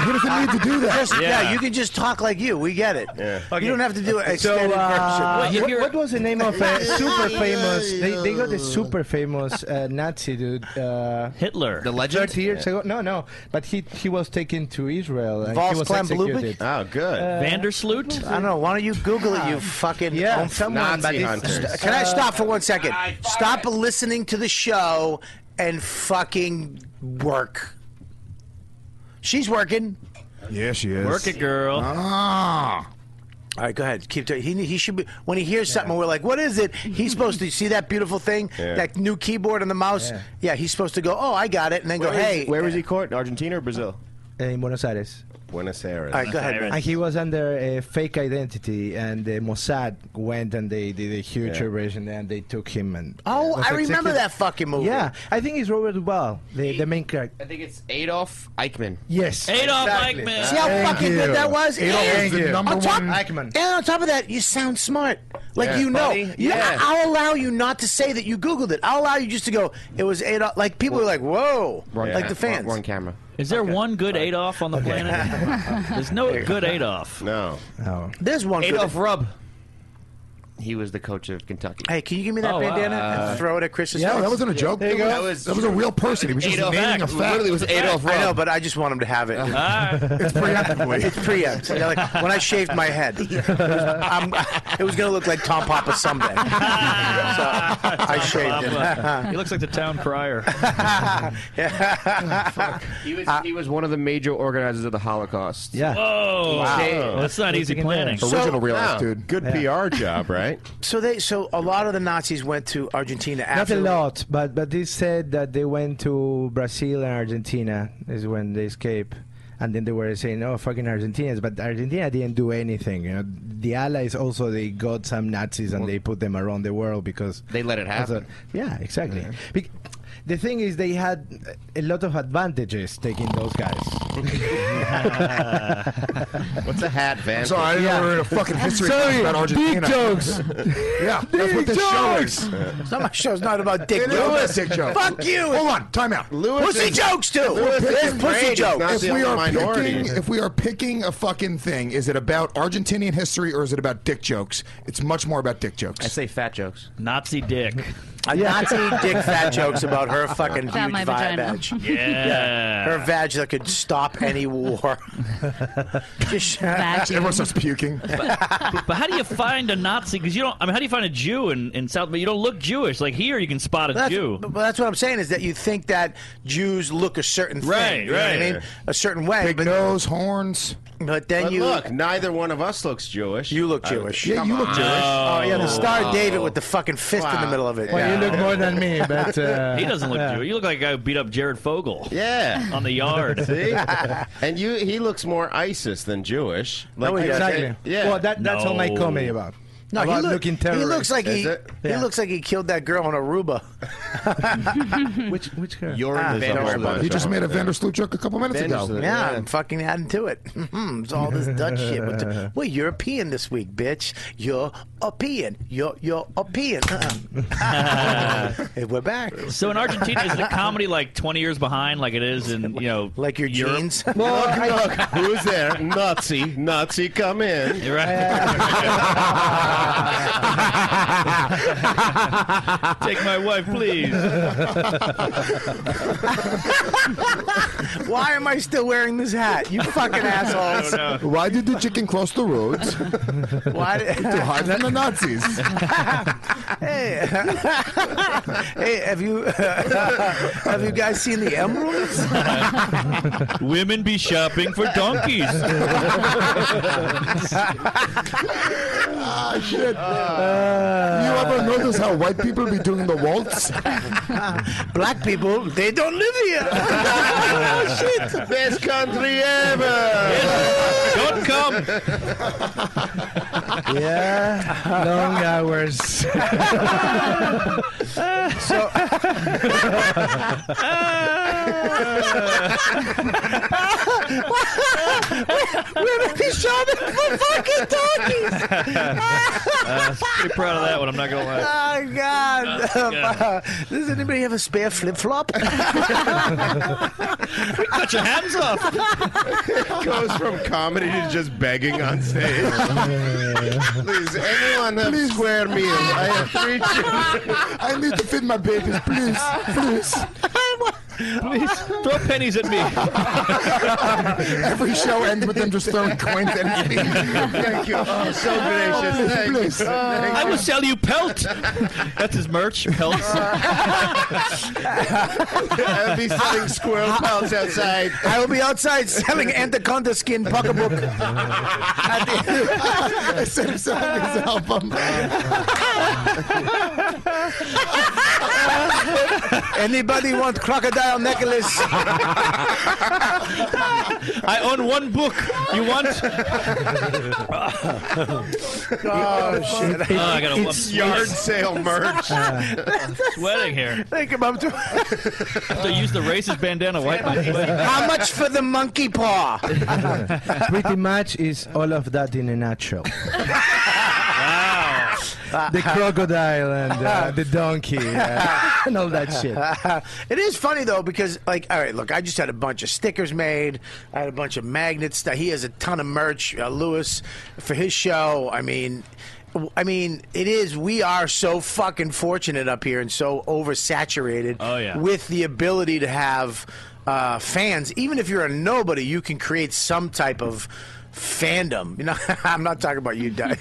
S7: Who doesn't need to do that? yeah.
S10: Yeah.
S7: you can (laughs) just talk like you. We get it.
S10: Okay.
S7: You don't have to do an
S10: So,
S7: extended
S10: uh,
S7: version.
S10: what, what was the name of a super famous? They, they got a super famous uh, Nazi dude. Uh,
S11: Hitler.
S10: The legend. Thirty years ago. No, no. But he he was taken to Israel. And he
S7: Voss
S10: was
S7: Klein Blubick?
S10: executed.
S7: Oh, good.
S11: Uh, Vandersloot? Ah,
S7: I don't know. Why don't you Google it, you fucking
S10: Yeah,
S7: oaf?
S10: someone, Nazi but it's- hunters.
S7: Can I
S10: Uh,
S7: stop for one second? Stop listening to the show and fucking work. She's working.
S6: Yeah, she is.
S7: Work it,
S11: girl.
S7: Ah. All right, go ahead. Keep. T- he he should be when he hears something. We're like, what is it? He's supposed to see that beautiful thing,
S9: Yeah.
S7: that new keyboard and the mouse.
S9: Yeah.
S7: Yeah. he's supposed to go. Oh, I got it, and then
S9: Where
S7: go,
S9: was-
S7: hey.
S9: where was he caught? Argentina or Brazil?
S10: In Buenos Aires.
S9: Buenos Aires.
S7: All right, go ahead, man.
S10: And he was under a fake identity, and the Mossad went and they did a huge
S7: Yeah.
S10: operation, and they took him. And
S7: Oh,
S10: was
S7: I remember
S10: executed.
S7: that fucking movie.
S10: Yeah, I think it's Robert Duvall, the, the main character.
S9: I think it's Adolf Eichmann.
S10: Yes.
S9: Adolf
S7: Exactly.
S9: Eichmann.
S7: See how
S9: Thank
S7: fucking
S9: you.
S7: good that was?
S9: Adolf
S7: And
S9: Eichmann, the number
S7: on top,
S9: one-
S7: And on top of that, you sound smart. Like
S9: Yeah.
S7: you know,
S9: Buddy,
S7: You-
S9: yeah.
S7: I'll allow you not to say that you Googled it. I'll allow you just to go. It was Adolf. Like people are like, "Whoa!" Like the fans.
S9: camera.
S11: Is there one good Adolf on the planet? There's no good Adolf.
S9: No.
S10: No.
S7: There's one good-
S9: Adolf Rubb. He was the coach of Kentucky.
S7: Hey, can you give me that
S9: Oh,
S7: bandana
S9: uh,
S7: and throw it at Chris's?
S9: yeah,
S7: face?
S9: that wasn't a joke. There you go.
S6: That was- that was a real person. He was just Adolf naming a Eck. fact. Literally, it was Adolf
S7: I know,
S6: Rupp.
S7: but I just want him to have
S9: (laughs)
S7: it.
S6: It's preemptively.
S7: it's preempt. Yeah, like, when I shaved
S9: (laughs)
S7: my head, it was, I'm- (laughs) it was going to look like Tom Papa
S9: (laughs)
S7: someday. So I shaved it.
S11: he looks like the town crier.
S9: He was, he was one of the major organizers of the Holocaust.
S10: Yeah.
S11: Whoa.
S9: Wow.
S11: That's not easy planning.
S9: Original real
S7: realist,
S9: dude.
S13: Good
S9: Yeah.
S13: PR job, right?
S7: (laughs) So they, so a lot of the Nazis went to Argentina after.
S10: Not a lot, but but they said that they went to Brazil and Argentina is when they escaped. And then they were saying, "Oh, fucking Argentinians!" But Argentina didn't do anything. You know, the Allies also they got some Nazis and they put them around the world because
S9: They let it happen.
S10: yeah, exactly. Bec- the thing is, they had a lot of advantages taking those guys.
S9: What's a hat, Van?
S10: I'm sorry, I didn't know we were in
S7: (laughs)
S10: a fucking history class Sorry, about Argentina. dick jokes.
S6: (laughs) yeah, that's what
S7: Dick
S6: this show
S7: jokes!
S6: is.
S7: It's not my show. It's not about dick
S6: It is
S7: jokes.
S6: about dick jokes.
S7: Fuck you.
S6: (laughs) Hold on, time out.
S7: Lewis Pussy is- jokes, too.
S6: If we're
S7: Lewis is
S6: picking-
S7: great, he's not
S6: If
S7: the
S6: we are
S7: minority.
S6: picking, if we are picking a fucking thing, is it about Argentinian history or is it about dick jokes? It's much more about dick jokes. I
S9: say fat jokes.
S11: Nazi dick.
S7: A
S10: (laughs)
S7: Nazi dick fat jokes about her fucking
S12: About
S7: huge
S12: my
S7: vi-
S12: vagina.
S7: vag.
S12: Yeah.
S7: Her vag that could stop any war. Just,
S6: (laughs)
S12: Vag.
S6: Everyone starts puking.
S11: But how do you find a Nazi? Because you don't. I mean, how do you find a Jew in, in South? But you don't look Jewish. Like here, you can spot a
S7: That's,
S11: Jew.
S7: but that's what I'm saying is that you think that Jews look a certain
S11: Right,
S7: thing, you know what
S11: right.
S7: I mean, a certain way.
S6: Big
S7: but
S6: nose, horns.
S7: But then
S13: But
S7: you
S13: look, neither one of us looks Jewish.
S7: You
S9: (laughs)
S7: look Jewish.
S13: Come on.
S7: Oh yeah, the star David with the fucking fist in the middle of it.
S13: Well,
S7: yeah.
S13: you look
S10: more than me, but
S7: (laughs)
S10: uh,
S11: he doesn't look
S10: yeah.
S11: Jewish. You look like a guy who beat up Jared Fogle.
S13: Yeah.
S11: (laughs) on the yard.
S13: See? and you he looks more ISIS than Jewish.
S11: No, he doesn't.
S10: exactly.
S13: Yeah.
S10: Well, that that's all my comedy about.
S7: No,
S10: about
S7: he, look-
S10: looking
S7: he
S10: terrorist.
S7: looks like he, he looks like he killed that girl in Aruba.
S10: (laughs) which which girl?
S13: You're in the
S6: You just made a Vandersloot joke a couple minutes ago.
S7: Yeah, I'm fucking adding to it. (laughs) Mhm, it's all this Dutch shit. With (laughs) the, well, you're a peon this week, bitch. You're a peon. You're you're a (laughs) peon. Uh-uh. Hey, We're back.
S11: So in Argentina, is the comedy like 20 years behind, like it is in you know,
S7: (laughs) like your
S11: Europe?
S7: jeans?
S13: Look, look, who's there? Nazi, Nazi, come in.
S11: You're right.
S7: (laughs)
S11: Take my
S7: (laughs)
S11: wife, please.
S7: (laughs) Why am I still wearing this hat? You (laughs) fucking assholes.
S6: Why did the chicken cross the road? (laughs)
S7: Why did-
S6: to hide from the Nazis?
S7: (laughs) Hey, (laughs) hey, have you (laughs) have you guys seen the emeralds?
S11: Women be shopping for donkeys.
S6: ah, shit. you ever notice how white people be doing the waltz?
S7: (laughs) Black people, they don't live here. (laughs) oh, (laughs) shit.
S13: Best country ever.
S11: Don't come.
S7: (laughs)
S10: yeah, long hours. (laughs)
S4: so,
S11: Women be shopping for fucking donkeys.
S4: uh,
S11: pretty proud of that one. I'm not gonna lie.
S7: Oh God!
S11: Oh,
S10: (laughs)
S11: God.
S7: Does (laughs) anybody have a spare flip flop?
S11: Cut your hands off.
S13: Goes from comedy to just begging on stage. Please, anyone have square meal? I have three children.
S6: (laughs) I need to feed my babies, please, please.
S11: Please throw pennies
S7: (laughs)
S11: at me.
S6: Every show ends with them just throwing coins at me.
S13: Thank you. (laughs) Oh, so gracious. Thank you.
S6: (laughs) Please.
S13: Thank
S11: I will sell you pelt. That's his merch, pelts.
S7: (laughs)
S13: I'll be selling squirrel pelts outside.
S7: I will be outside selling anaconda skin
S6: (laughs)
S7: pocketbook. (laughs) I
S6: said him selling his album.
S7: (laughs) Anybody want crocodile necklace?
S11: I own one book. You want?
S7: oh
S11: (laughs)
S7: shit!
S11: Oh, I got a
S13: It's yard sale merch.
S11: I'm sweating here.
S7: Think about
S11: I have to use the racist bandana
S7: (laughs)
S11: wipe my
S7: how much for the monkey paw?
S10: Pretty much is all of that in a
S7: (laughs)
S10: nutshell. The crocodile and uh, the donkey uh, (laughs) and all that shit.
S7: (laughs) it is funny though because like all right look i just had a bunch of stickers made i had a bunch of magnets that he has a ton of merch uh, lewis for his show i mean w- I mean, it is. We are so fucking fortunate up here and so oversaturated
S11: Oh, yeah.
S7: with the ability to have uh, fans. Even if you're a nobody, you can create some type of fandom. You know, (laughs) I'm not talking about you,
S11: (laughs)
S7: Doug.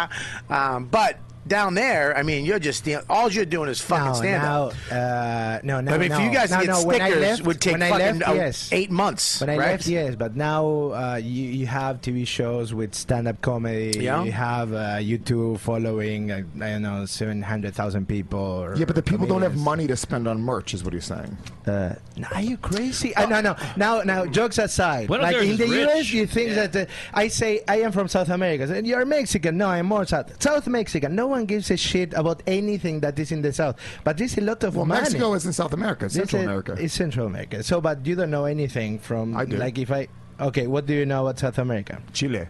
S7: (laughs) um, but down there, I mean, you're just all you're doing is fucking
S10: No,
S7: stand up.
S10: now, uh, no, no,
S7: I mean,
S10: no.
S7: for you guys to
S10: no,
S7: get
S10: no, when I
S7: stickers
S10: left-
S7: would take
S10: when I
S7: fucking,
S10: left,
S7: uh,
S10: yes.
S7: eight months,
S10: When I
S7: right?
S10: left, yes, but now uh, you, you have TV shows with stand-up comedy.
S7: Yeah.
S10: You have uh, YouTube following, uh, I don't know, 700,000 people. Or
S6: (laughs) Yeah, but the people don't have
S10: comedians.
S6: money to spend on merch, is what he's saying.
S10: Uh, are you crazy? Uh, no, no. Now, now, jokes aside,
S6: Buenos
S10: like
S6: Aires
S10: in
S6: is
S10: the
S6: rich.
S10: U.S., you think that uh, I say I am from South America, and you're Mexican. No, I'm more South South Mexican. No one gives a shit about anything that is in the South, but there's a lot of
S6: Well,
S10: money.
S6: Mexico is in South America, it's Central
S10: This is-
S6: America.
S10: It's Central America. So, but you don't know anything from
S6: I do.
S10: like if I. Okay, what do you know about South America?
S6: Chile.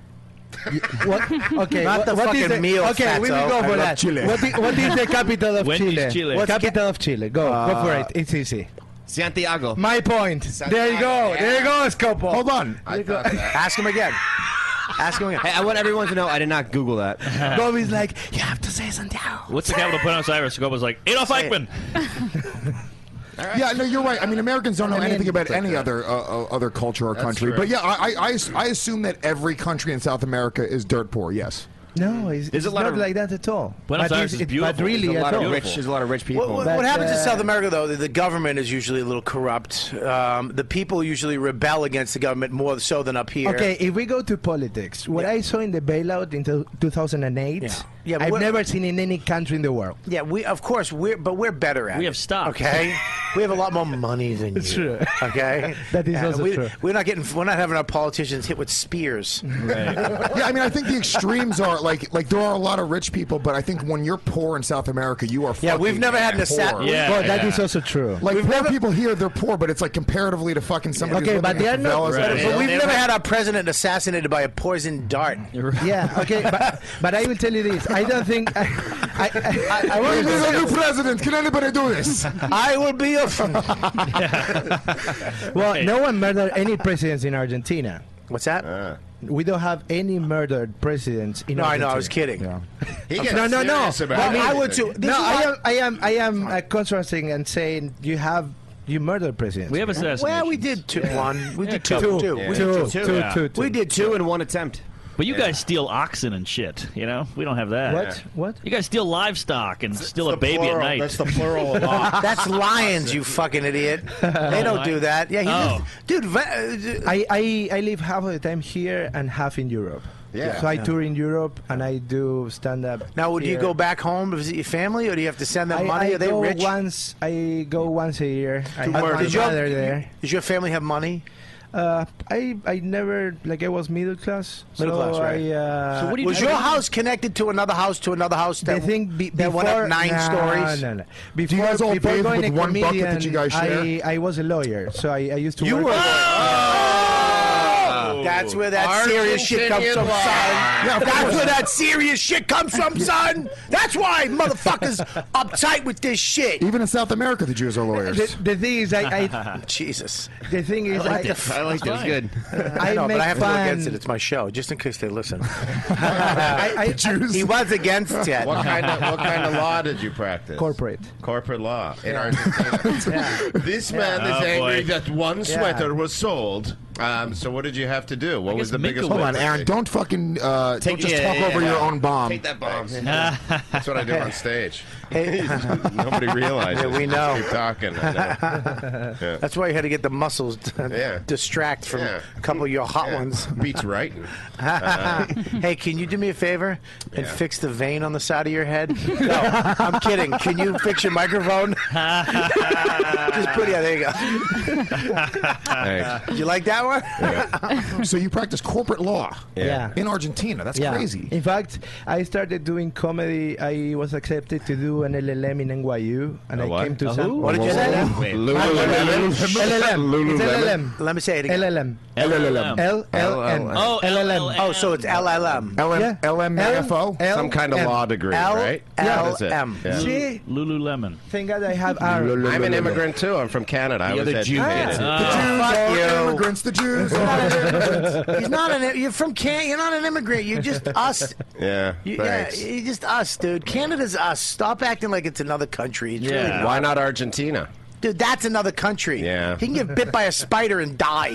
S10: (laughs) What? Okay,
S7: Not
S10: what,
S7: the
S10: what is
S7: fucking
S10: the,
S7: meal,
S10: Okay, we will
S7: fatso.
S10: go
S7: I
S10: for
S7: love
S10: that.
S7: Chile.
S10: What, i- what is the capital of
S11: When is
S10: Chile?
S11: Chile?
S10: What's
S11: What's
S10: capital of Chile? Go, go for it. It's easy.
S9: Santiago.
S10: My point. There you go. There you go, Scopo.
S6: Hold on.
S7: Ask him again. Ask him again.
S9: Hey, I want everyone to know I did not Google that.
S10: Bobby's like, you have to say Santiago.
S11: What's the capital of Buenos Aires? Scope was like Adolf
S6: Say it.
S11: Eichmann.
S6: Yeah, no, you're right. I mean, Americans don't know
S10: I mean,
S6: anything about
S10: it's like
S6: any
S10: that.
S6: other uh, uh, other culture or
S10: That's
S6: country.
S10: true.
S6: But yeah, I, I- I ass- I assume that every country in South America is dirt poor. Yes.
S10: No, it's,
S9: There's
S10: it's
S9: a lot
S10: not
S9: of-
S10: like that at all.
S11: Buenos
S10: but
S11: Aires
S10: it's-
S11: is
S10: it- But
S11: beautiful.
S10: really,
S9: There's a
S10: at
S9: lot of
S10: all.
S9: rich. There's a lot of rich people.
S7: What, what-
S10: But,
S7: what happens in
S10: uh,
S7: South America, though, that the government is usually a little corrupt. Um, the people usually rebel against the government more so than up here.
S10: Okay, if we go to politics, what I saw in the bailout in two- 2008,
S7: Yeah. Yeah, but
S10: I've
S7: what-
S10: never seen in any country in the world.
S7: Yeah, we of course we're but we're better at.
S11: We
S7: it,
S11: have stopped.
S7: Okay, we have a lot more money than you.
S10: true.
S7: (laughs) Okay,
S10: That is
S7: And
S10: also
S7: we,
S10: true.
S7: We're not getting. We're not having our politicians hit with (laughs) spears.
S6: yeah, I mean, I think the extremes are like like there are a lot of rich people, but I think when you're poor in South America, you are.
S7: Yeah, we've
S6: fucking
S7: never had an
S6: poor.
S7: assa-
S11: Yeah,
S10: well, that
S11: yeah.
S10: is also true.
S6: Like poor people here, they're poor, but it's like comparatively to fucking somebody.
S10: Okay,
S6: who's
S10: but
S6: living in
S10: they are not-
S6: favelas.
S11: Right.
S7: But we've never had our president assassinated by a poison
S11: (laughs)
S7: dart.
S10: yeah, (laughs) okay, but, but I will tell you this. I don't think. I, I, I, I,
S6: We
S10: want
S6: need a
S10: to
S6: new president. Can anybody do
S7: (laughs)
S6: this?
S7: I will be a. (laughs)
S10: well, no one murdered any presidents in Argentina.
S7: What's that?
S10: We don't have any murdered presidents in
S7: no, I
S10: Argentina.
S7: know. I was kidding. (laughs)
S13: He
S10: No, no, no.
S7: Well,
S10: mean-
S7: I would too. This
S10: no,
S7: is
S10: I
S7: why-
S10: am, I am, I am uh, contrasting and saying you have you murdered presidents.
S11: We have assassinations.
S7: Well, we did two, one. We
S11: Yeah,
S7: did
S11: a
S7: two.
S11: couple.
S7: Two.
S11: Yeah.
S7: We
S10: Two,
S7: did
S10: two,
S11: Yeah.
S10: two, two.
S7: We did two.
S9: Two in one attempt.
S11: But you guys steal oxen and shit. You know, we don't have that.
S10: What? What?
S11: You guys steal livestock and steal a baby at night.
S13: That's the plural
S11: (laughs)
S13: of ox.
S7: That's lions, you fucking idiot. They don't do that. Yeah, he
S11: Oh.
S7: lives- dude. va- uh,
S10: I, I, I live half of the time here and half in Europe.
S13: Yeah.
S10: So I tour in Europe and I do stand up.
S7: Now, would you
S10: here.
S7: go back home to visit your family, or do you have to send them
S10: I,
S7: money?
S10: I
S7: Are they
S10: go
S7: rich?
S10: once. I go once a year. I
S7: Uh,
S10: have my
S7: did your-
S10: mother there.
S7: Does your family have money?
S10: Uh, I I never like I was middle class.
S7: Middle
S10: so
S7: class, right?
S10: I, uh,
S7: was your house connected to another house to another house that,
S10: I think be,
S7: that
S10: before
S7: went up nine
S10: no,
S7: stories?
S10: No, no. Before, before
S7: bathe
S10: going a comedian, I, I was a lawyer, so I, I used to.
S7: You
S10: work
S7: were-
S10: Oh!
S7: That's where that serious shit comes from, son.
S10: (laughs)
S7: That's where that serious shit comes from, son. That's why motherfuckers uptight with this
S13: (laughs)
S7: shit.
S6: Even in South America, the Jews are lawyers.
S10: The, the thing is, I, I
S7: Jesus. (laughs)
S10: The thing is,
S7: I like this. I like this. Good. I,
S10: I
S7: know, but
S10: make
S7: I have to go
S10: fun-
S7: against it. It's my show, just in case they
S13: (laughs)
S7: listen.
S10: I,
S7: Jews. He was against it.
S13: What kind of what kind of law did you practice?
S10: Corporate.
S13: Corporate law in Argentina. This man is
S10: Yeah. Oh,
S13: angry
S10: boy.
S13: that one
S10: Yeah.
S13: sweater was sold. Um, so what did you have to do? What was the biggest?
S6: Hold on,
S13: win?
S6: Aaron. Don't fucking uh,
S13: Take-
S6: don't just
S13: yeah,
S6: talk
S13: yeah,
S6: over
S13: yeah.
S6: your own bomb.
S13: Take that bomb.
S6: Thanks.
S13: That's what I do on stage. Nobody realizes.
S7: Yeah, we
S13: Just
S7: know.
S13: keep talking. uh, I know. Yeah.
S7: That's why you had to get the muscles
S13: (laughs)
S7: to distract from a couple of your hot ones.
S13: Beats writing.
S7: Uh, hey, can you do me a favor and
S13: Yeah.
S7: fix the vein on the side of your
S13: (laughs)
S7: head? No, I'm kidding. Can you fix your microphone? Just put it. Yeah, there you go. (laughs)
S13: Thanks.
S7: You like that one?
S6: so you practice corporate law
S10: Yeah. Yeah.
S6: in Argentina. That's
S10: Yeah.
S6: crazy.
S10: In fact, I started doing comedy. I was accepted to do an LLM in NYU, and
S13: A
S10: I
S13: what?
S10: came to
S13: A
S10: San.
S13: who? What did you say? Wait. Lululemon?
S10: LLM. It's
S13: Lululemon?
S10: LLM.
S7: Let me say it again.
S10: LLM.
S13: LLM.
S10: LLM.
S7: Oh,
S10: LLM.
S7: Oh, so it's LLM.
S10: Yeah. L-
S13: Some kind of
S10: LM.
S13: law degree, right? That's it.
S7: LLM.
S13: Yeah.
S10: See?
S11: Lululemon.
S10: Thank God I have Aaron.
S13: I'm an immigrant too. I'm from Canada. I
S11: You're
S13: was
S11: the Jew.
S13: educated.
S11: Ah. The
S7: Fuck you.
S6: Immigrants, the (laughs) Jews.
S7: He's not an. You're from Can. You're not an immigrant. You're just us.
S13: Yeah.
S7: You, yeah,
S13: thanks.
S7: you're just us, dude. Canada's us. Stop acting like it's another country. It's really not.
S13: Why not Argentina?
S7: Dude, that's another country.
S13: Yeah.
S7: He can get bit by a spider and
S13: (laughs)
S7: die.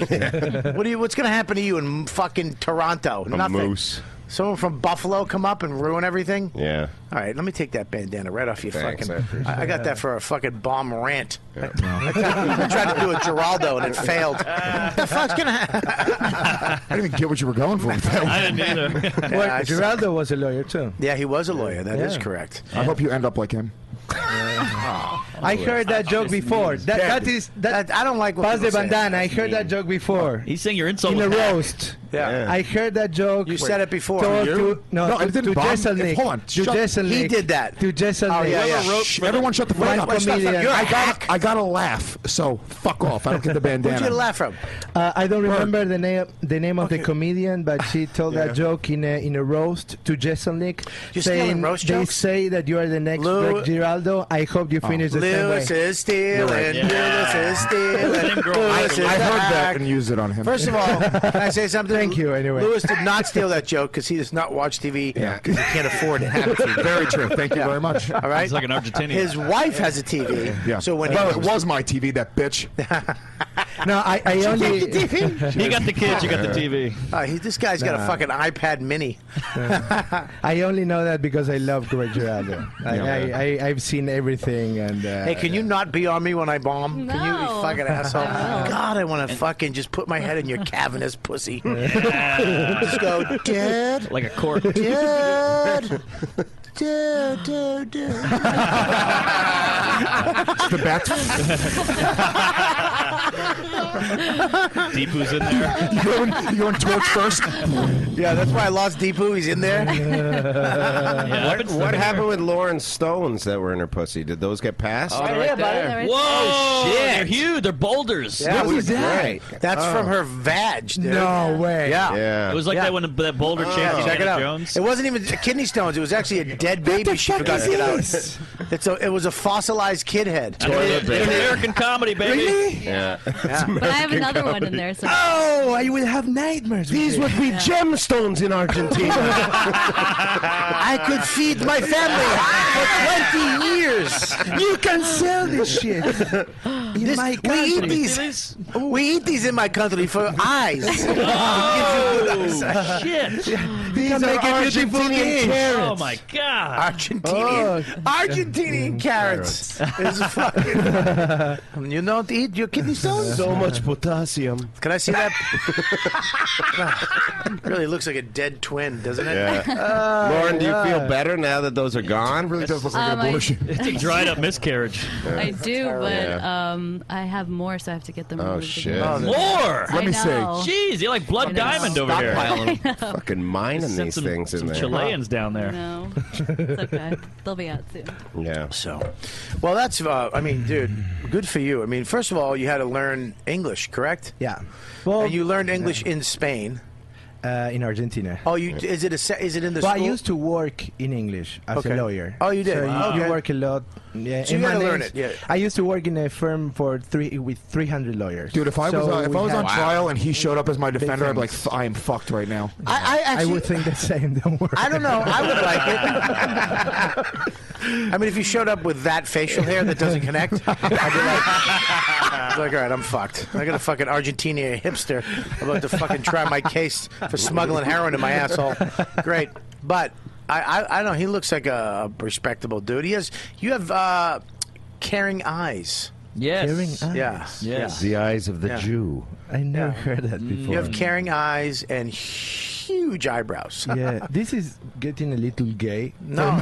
S7: what do you? What's gonna happen to you in fucking Toronto?
S13: A
S7: Nothing.
S13: moose.
S7: Someone from Buffalo come up and ruin everything.
S13: Yeah.
S7: All right, let me take that bandana right off your
S13: Thanks, I
S7: fucking.
S13: appreciate
S7: I, I got
S13: it.
S7: that for a fucking bomb rant. I, tried, (laughs) I tried to do a Geraldo and it failed. the fuck's gonna happen?
S6: I didn't even get what you were going for. with that
S7: (laughs)
S6: one.
S10: Well,
S7: I-
S10: Geraldo was a lawyer too.
S7: Yeah, he was a lawyer. That is
S10: Yeah.
S7: correct.
S6: I hope you end up like him.
S7: Oh,
S10: I heard that joke before. That, that is that,
S7: I don't like.
S10: Pass the
S11: people say.
S10: bandana. I heard that joke before.
S7: Oh.
S11: (laughs) He's saying your insult
S10: in a
S11: was back.
S10: roast.
S11: Yeah.
S10: I heard that joke. You
S7: said it before.
S10: To,
S7: You?
S10: to, no,
S7: No,
S10: to,
S7: it didn't
S10: to
S7: bomb.
S10: Jason
S7: If-
S10: Nick.
S7: hold on.
S10: To
S7: Shut-
S10: Jason
S7: he
S10: Nick.
S7: did that.
S10: To Jason
S7: Oh,
S10: Nick.
S7: yeah, yeah.
S6: Shh, everyone shut the fuck
S10: One
S6: up.
S10: comedian.
S6: I got, I got to laugh, so fuck off. I
S7: (laughs)
S6: don't get the bandana.
S7: Where'd you laugh from?
S10: Uh, I don't remember the name the name of the comedian, but
S7: (sighs)
S10: she told that joke in a in a roast to Jason Nick,
S7: You're stealing
S10: saying
S7: roast
S10: they
S7: jokes?
S10: say that you are the next
S7: Lou- Oh.
S10: Greg Giraldo. I hope you finish the same way.
S7: Lewis is stealing. Lewis is stealing.
S6: I, I
S7: Lewis is
S6: heard that
S7: back.
S6: and used it on him.
S7: First of all, can I say something? Thank you.
S10: Anyway,
S7: Lewis did not steal that joke because he does not watch TV because he can't afford it.
S6: (laughs) Very true. Thank
S7: (laughs)
S6: you
S7: Yeah.
S6: very much.
S7: All
S11: (laughs)
S7: right. His wife has a TV.
S6: Yeah.
S7: So when
S6: well,
S7: he
S6: it was my TV, that bitch.
S10: no, I,
S7: (laughs)
S10: I
S7: Did you
S10: only
S7: take the TV?
S11: You got the kids. You got the TV.
S7: Uh, he, this guy's got a
S10: Nah.
S7: fucking iPad Mini.
S10: I only know that because I love Greg
S7: (laughs)
S10: Giraldo. I,
S7: Yeah.
S10: I, I, I've seen everything, and uh,
S7: Hey, can you not be on me when I bomb? Can you, you
S12: No.
S7: fucking asshole?
S12: I will.
S7: God, I want to fucking just put my head in your cavernous pussy.
S11: Yeah.
S7: just go, Dad,
S11: Like
S7: (laughs)
S11: a cork.
S7: Dad, Dad, Dad, Dad.
S6: the
S7: (laughs)
S6: bat.
S11: Deepu's in
S7: (laughs)
S11: there.
S6: you going, you going torch first?
S7: Yeah, that's why I lost Deepu. He's in there.
S13: what what happened with Lauren Stones that were in her pussy? Did those get passed?
S7: Oh, they're right there.
S11: Whoa!
S7: Oh, shit.
S11: They're huge. They're boulders.
S7: Yeah, we-
S13: Right.
S7: That's
S13: Oh.
S7: from her vag, dude.
S13: No
S10: way.
S7: Yeah.
S13: Yeah.
S11: It was like
S7: Yeah.
S11: that when the, that boulder
S7: Yeah,
S11: champion
S7: Oh. check it out.
S11: Jones.
S7: It wasn't even kidney stones. It was actually a dead baby she forgot to get out. It's a, it was a fossilized kid head.
S11: I mean, it's American comedy, baby.
S13: Yeah.
S12: But I have another one in there. So
S10: Oh, I will have nightmares. These would be gemstones in Argentina.
S7: I could feed my family for 20 years.
S10: you can sell
S7: (laughs)
S10: this shit in
S7: This-
S10: my
S7: we
S10: country.
S7: eat these. We eat these in my country for
S14: (laughs)
S7: eyes. It gives you good eyes.
S11: Shit. (laughs)
S10: These are
S7: make a beautiful dish.
S10: Argentinian carrots.
S11: Oh my god.
S7: (laughs)
S14: Oh.
S7: Argentinian,
S14: Mm,
S7: Argentinian carrots (laughs) is fucking. (laughs) you don't eat your kidney stones.
S14: So much potassium.
S7: Can I see that? (laughs) really looks like a dead twin, doesn't it?
S13: (laughs)
S10: (laughs)
S13: Yeah.
S10: Oh,
S13: Lauren, do you feel better now that those are gone?
S6: really does look
S13: (laughs)
S12: like an Um, I- abortion.
S11: It's a dried up miscarriage.
S12: I do, but
S13: Yeah.
S12: um, um, I have more, so I have to get them.
S13: Oh
S12: removed
S13: shit!
S12: again.
S11: More.
S12: I know.
S11: Jeez, you're like Blood
S12: I know.
S11: Diamond over here.
S12: Stockpiling. I know.
S13: Fucking mining
S11: Sent
S13: these
S11: some-
S13: things in
S11: some
S13: there.
S11: Chileans down there.
S12: No, it's okay. They'll be out soon.
S13: Yeah.
S7: So, well, that's. Uh, I mean, dude, good for you. I mean, first of all, you had to learn English, correct?
S10: Yeah.
S7: Well, and you learned English in Spain.
S10: Uh, in Argentina.
S7: Oh, you is it a se- is it in the
S10: Well, I
S7: school?
S10: used to work in English as
S7: Okay.
S10: a lawyer.
S7: Oh, you did?
S10: So
S7: Wow.
S10: you, you
S7: Okay.
S10: work a lot. Yeah,
S7: So
S10: in
S7: you gotta
S10: Mondays,
S7: learn it, yeah.
S10: I used to work in a firm for three with 300 lawyers.
S6: Dude, if I was
S10: So
S6: uh, if
S10: we
S6: I was
S10: had-
S6: on trial and he showed up as my defender, I'd be like,
S10: things.
S6: "F- I am fucked right now.
S7: I, actually-
S10: would think the same. (laughs) Don't worry.
S7: I don't know. I would like it. I mean, if you showed up with that facial hair that doesn't connect, I'd be like, I'd be like, all right, I'm fucked. I got a fucking Argentina hipster about to fucking try my case for smuggling heroin in my asshole. Great, but I, I, I don't know. He looks like a respectable dude. He has, you have uh, caring eyes.
S11: Yes.
S7: Yeah.
S13: The eyes of the
S7: Yeah.
S13: Jew.
S10: I never heard that before.
S7: Mm, You have caring eyes and huge eyebrows.
S10: (laughs) yeah, this is getting a little gay.
S7: No.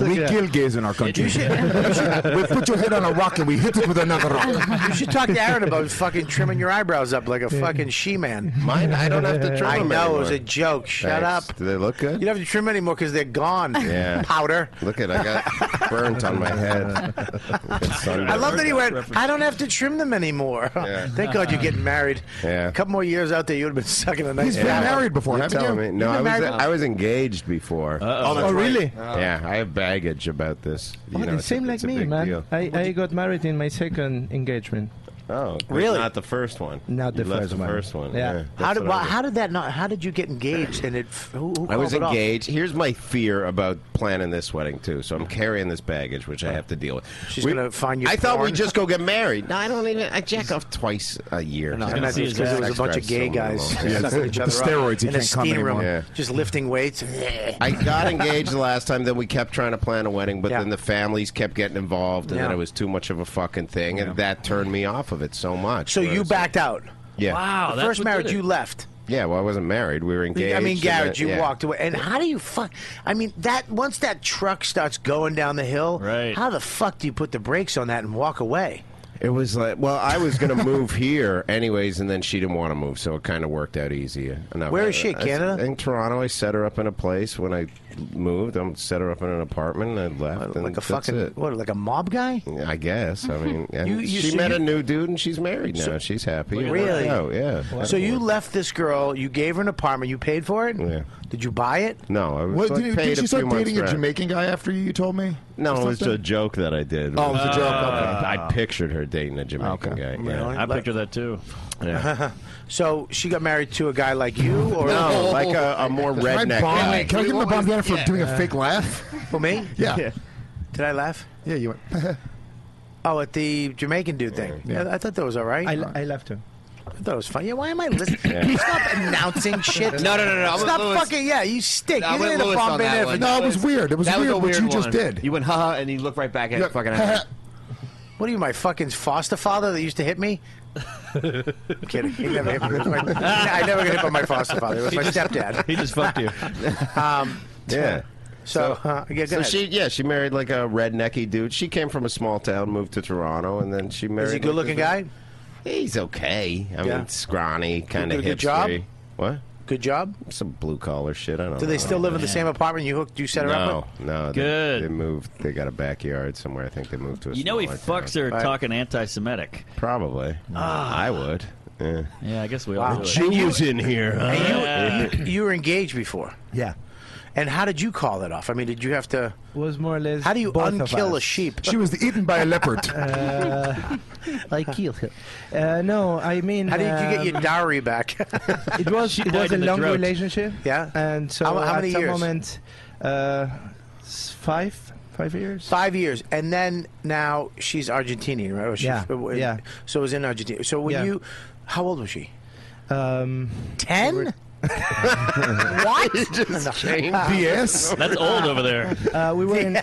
S6: we kill gays in our country. (laughs) we put your head on a rock and we hit it with another rock.
S7: You should talk to Aaron about fucking trimming your eyebrows up like a fucking she-man.
S13: Mine, I don't have to trim
S7: I
S13: them
S7: know it
S13: anymore.
S7: was a joke. Shut
S13: Thanks.
S7: up.
S13: Do they look good?
S7: You don't have to trim anymore because they're gone.
S13: Yeah.
S7: Powder.
S13: Look at I
S7: (laughs)
S13: got burnt on my head.
S7: I love that he went. I don't have to trim them anymore. (laughs) Thank God you're getting married.
S13: Yeah.
S7: A couple more years out there, you would have been sucking a nice. fat one.
S13: You're telling Me. No, I
S7: You've
S13: was
S7: been married-
S13: I was engaged before.
S10: Uh-oh. Oh, that's Oh, right. really?
S13: Yeah, I have baggage about this. You
S10: Oh,
S13: know,
S10: it
S13: it's a-
S10: seemed like
S13: it's a
S10: me,
S13: big
S10: man.
S13: deal.
S10: I, I got married in my second engagement.
S13: Oh, but Not the first one.
S10: Not the
S13: You left
S10: first
S13: the
S10: one.
S13: first one.
S10: Yeah.
S13: Yeah.
S7: How
S13: That's
S7: did
S13: what I
S7: why,
S13: did.
S7: how did that not? How did you get engaged? And it who, who
S13: I was
S7: called it off?
S13: engaged. Here's my fear about planning this wedding too. So I'm carrying this baggage, which I have to deal with.
S7: Mm-hmm. She's gonna find you
S13: I thought
S7: porn.
S13: we'd just go get married. No, I don't even. I jack off twice a year.
S7: No, and that's because it was a bunch of gay (laughs) guys sucking each other up in a steam room, just lifting weights.
S13: I got engaged the last time. Then we kept trying to plan a wedding, but
S7: Yeah.
S13: then the families kept getting involved, and then
S7: Yeah.
S13: it was too much of a fucking thing, and that turned me off of it so much.
S7: So you backed out.
S13: Yeah.
S11: Oh,
S7: The first marriage you left.
S13: Yeah, well, I wasn't married. We were engaged.
S7: I mean,
S13: and
S7: Garrett,
S13: then-
S7: you
S13: yeah.
S7: walked away. And how do you fuck? I mean, that once that truck starts going down the hill, right. how the fuck do you put the brakes on that and walk away?
S13: It was like, well, I was going to move here anyways, and then she didn't want to move, so it kind of worked out easier. And I-
S7: Where is she,
S13: I-
S7: Canada?
S13: in Toronto, I set her up in a place when I moved. I set her up in an apartment, and I left. and
S7: Like a
S13: that's
S7: fucking
S13: it.
S7: what? Like a mob guy?
S13: I guess. I mean, and
S7: (laughs) You- you-
S13: she
S7: so
S13: met
S7: you-
S13: a new dude, and she's married now.
S7: So-
S13: she's happy. It worked
S7: Really?
S13: out, yeah.
S7: So you left this girl. You gave her an apartment. You paid for it. Yeah. Did you buy it?
S13: No, I
S6: What,
S13: was like,
S6: did,
S13: paid
S6: did she
S13: a few
S6: start dating
S13: months
S6: a
S13: rent.
S6: Jamaican guy after you? You told me.
S13: No, it
S6: Or
S13: was
S6: something?
S13: a joke that I did. (laughs)
S6: Oh, it was a joke, okay.
S13: I pictured her dating a Jamaican guy. Yeah.
S7: Really? I picture
S11: that too.
S13: Yeah.
S7: so she got married to a guy like you, or
S13: No, like a-
S6: (laughs)
S13: a more
S7: Can
S13: redneck
S7: I
S13: guy.
S7: bomb-
S13: Wait,
S6: Can I give him a bomb Jennifer for
S7: Yeah.
S6: doing a fake laugh?
S7: For me?
S6: Yeah.
S7: Did I laugh?
S6: Yeah, you went.
S7: oh, at the Jamaican dude thing. Yeah. I, I thought that was all right.
S10: I, I left her.
S7: I thought it was funny. Yeah, why am I listening? Stop announcing shit.
S6: No, no, no, no. I'm
S7: Stop
S6: with Louis.
S7: fucking. Yeah, you stink.
S6: I'm
S7: you
S6: with
S7: didn't
S6: Louis
S7: bomb
S6: on
S7: in
S6: that
S7: there
S6: one.
S7: for-
S6: (laughs) No, it was weird. It was
S14: that was
S6: weird
S14: a
S6: what
S14: weird
S6: you just
S14: one.
S6: did.
S14: You went haha, and you look right back at
S7: Yeah.
S14: it. Fucking haha.
S7: What are you, my fucking foster father that used to hit (laughs) me? I'm kidding. He never hit me. It was my- I never got hit by my foster father. It was
S13: He
S7: my
S13: just-
S7: (laughs) stepdad.
S13: he just fucked you.
S7: um,
S13: Yeah.
S7: So, uh, yeah, go
S13: So
S7: ahead.
S13: she, yeah, she married like a rednecky dude. She came from a small town, moved to Toronto, and then she married.
S7: Is he a good-looking guy?
S13: He's okay. I
S7: Yeah.
S13: mean, scrawny, kind
S7: do
S13: of
S7: a good job?
S13: What?
S7: Good job.
S13: Some blue collar shit. I don't.
S7: Do
S13: know.
S7: they still live in the same apartment you hooked? You set her
S13: no,
S7: up
S13: no. they-
S11: Good.
S13: They, moved. They got a backyard somewhere. I think they moved to. A
S11: You know he
S13: smaller
S11: fucks
S13: town.
S11: her talking anti-Semitic.
S13: Probably. I would. Yeah.
S11: Yeah, I guess we
S7: Wow.
S11: all.
S13: The
S11: do it.
S13: Jew was in here. huh?
S7: with? And you, you were engaged before.
S10: Yeah.
S7: And how did you call that off? I mean, did you have to?
S10: Was more or less.
S7: How do you
S10: both of
S7: unkill
S10: us.
S7: a sheep?
S6: (laughs) She was eaten by
S14: (laughs)
S6: a leopard.
S10: Uh, (laughs) I killed her. Uh, no, I mean.
S7: How did you get your
S10: um,
S7: dowry back? (laughs)
S10: It was it was a long relationship.
S7: Yeah.
S10: And so
S7: How- how many
S10: at some
S7: years?
S10: moment, uh, s- five, five years.
S7: Five years, and then now she's Argentinian, right? Or she-
S10: Yeah,
S7: uh,
S10: yeah.
S7: So it was in Argentina. So when
S10: Yeah.
S7: you, how old was she?
S10: Um,
S7: Ten. what?
S13: BS.
S11: That's old over there.
S10: Uh, we were in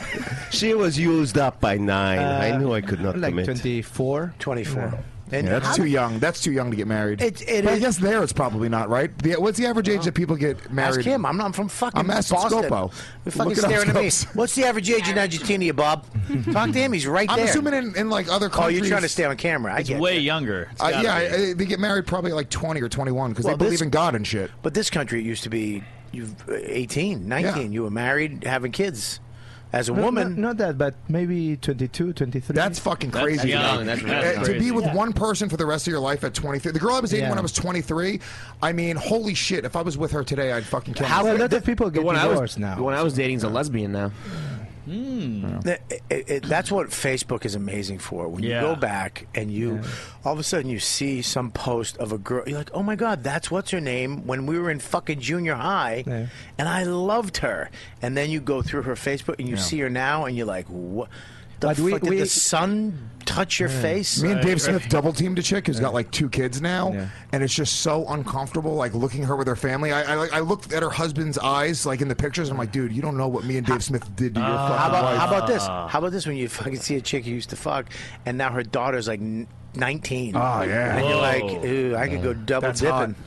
S13: She was used up by nine.
S10: Uh,
S13: I knew I could not
S10: like
S13: commit.
S10: twenty-four.
S7: Twenty-four.
S6: And yeah, that's too young. That's too young to get married.
S7: It- it
S6: but I
S7: is-
S6: guess there it's probably not right. The, what's the average age that people get married?
S7: Ask him. I'm not I'm from fucking
S6: I'm asking
S7: Boston.
S6: Scopo.
S7: You're fucking
S6: Look it up,
S7: staring at me. (laughs)
S6: Scopes.
S7: What's the average age in Argentina, Bob? Talk to him. He's right
S6: I'm
S7: there.
S6: assuming in, in like other
S7: Oh,
S6: countries.
S7: you're trying to stay on camera. I
S11: It's
S7: get
S11: way
S7: that.
S11: younger. It's
S6: Uh,
S11: gotta
S6: yeah,
S11: be.
S6: I- I- they get married probably at like 20 or 21 because
S7: Well,
S6: they
S7: this-
S6: believe in God and shit.
S7: But this country it used to be you 18, 19. You were married, having kids. As a
S10: No,
S7: woman,
S10: Not, not that, but maybe 22, 23.
S6: That's fucking crazy.
S10: though.
S6: Uh, To be with one person for the rest of your life at 23. The girl I was dating
S10: Yeah.
S6: when I was 23, I mean, holy shit, if I was with her today, I'd fucking kill
S9: How-
S6: myself.
S9: Well, a lot of
S10: people
S9: The one I was The one I was dating is a lesbian now.
S6: Hmm.
S7: That- it- it- that's what Facebook is amazing for. When
S9: Yeah.
S7: you go back and you, all of a sudden, you see some post of a girl. You're like, oh my god, that's what's her name when we were in fucking junior high, and I loved her. And then you go through her Facebook and you see her now, and you're like, what? The
S6: But we-
S7: fuck, did
S6: we-
S7: the sun touch your face?
S6: Me and Dave Smith double teamed a chick who's got like two kids now, and it's just so uncomfortable. Like looking at her with her family, I, I like I looked at her husband's eyes, like in the pictures. and I'm like, dude, you don't know what me and Dave Smith did to your fucking
S7: how about
S6: wife.
S7: how about this?
S11: uh-uh.
S7: How about this? When you (laughs) fucking see a chick you used to fuck, and now her daughter's like n- nineteen.
S6: Oh, yeah.
S7: and you're
S6: Whoa.
S7: like, ooh, I could go double
S6: That's hot.
S7: dipping.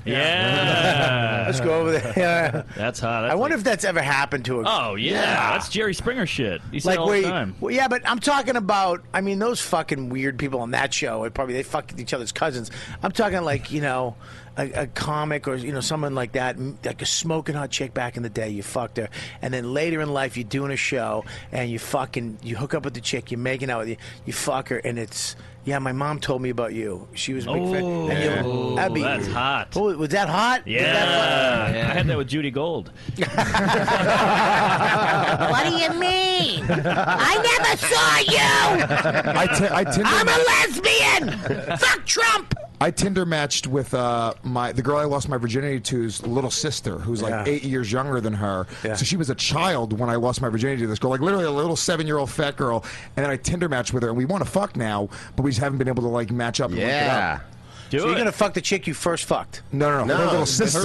S11: Yeah.
S7: let's go over there. (laughs) Yeah.
S11: (laughs) That's hot.
S7: I wonder if that's ever happened to a.
S11: Oh yeah, that's Jerry Springer shit. He said
S7: like
S11: all
S7: where
S11: the
S7: you-
S11: time.
S7: well, yeah, but I'm talking about. I mean, those fucking weird people on that show. It probably they fucked each other's cousins. I'm talking like you know, a, a comic or you know someone like that, m- like a smoking hot chick back in the day. You fucked her, and then later in life you're doing a show and you fucking you hook up with the chick, you're making out with you, you fuck her, and it's. Yeah, my mom told me about you. She was a big fan.
S11: Oh,
S7: And you're- that'd be-
S11: that's hot.
S7: Oh, was that hot? Was
S11: Yeah.
S7: that fucking-
S11: I had that with Judy Gold.
S7: (laughs)
S14: What do you mean? I never saw you.
S6: I ti- (laughs) I Tinder-
S14: I'm a
S7: (laughs)
S14: lesbian. Fuck Trump.
S6: I Tinder matched with uh, my the girl I lost my virginity to's little sister, who's like
S7: Yeah.
S6: eight years younger than her. So she was a child when I lost my virginity to this girl, like literally a little seven year old fat girl. And then I Tinder matched with her, and we want to fuck now, but we just haven't been able to like match up. And link it up.
S7: so you're gonna fuck the chick you first fucked?
S6: No, no, no. Oh, her little sister.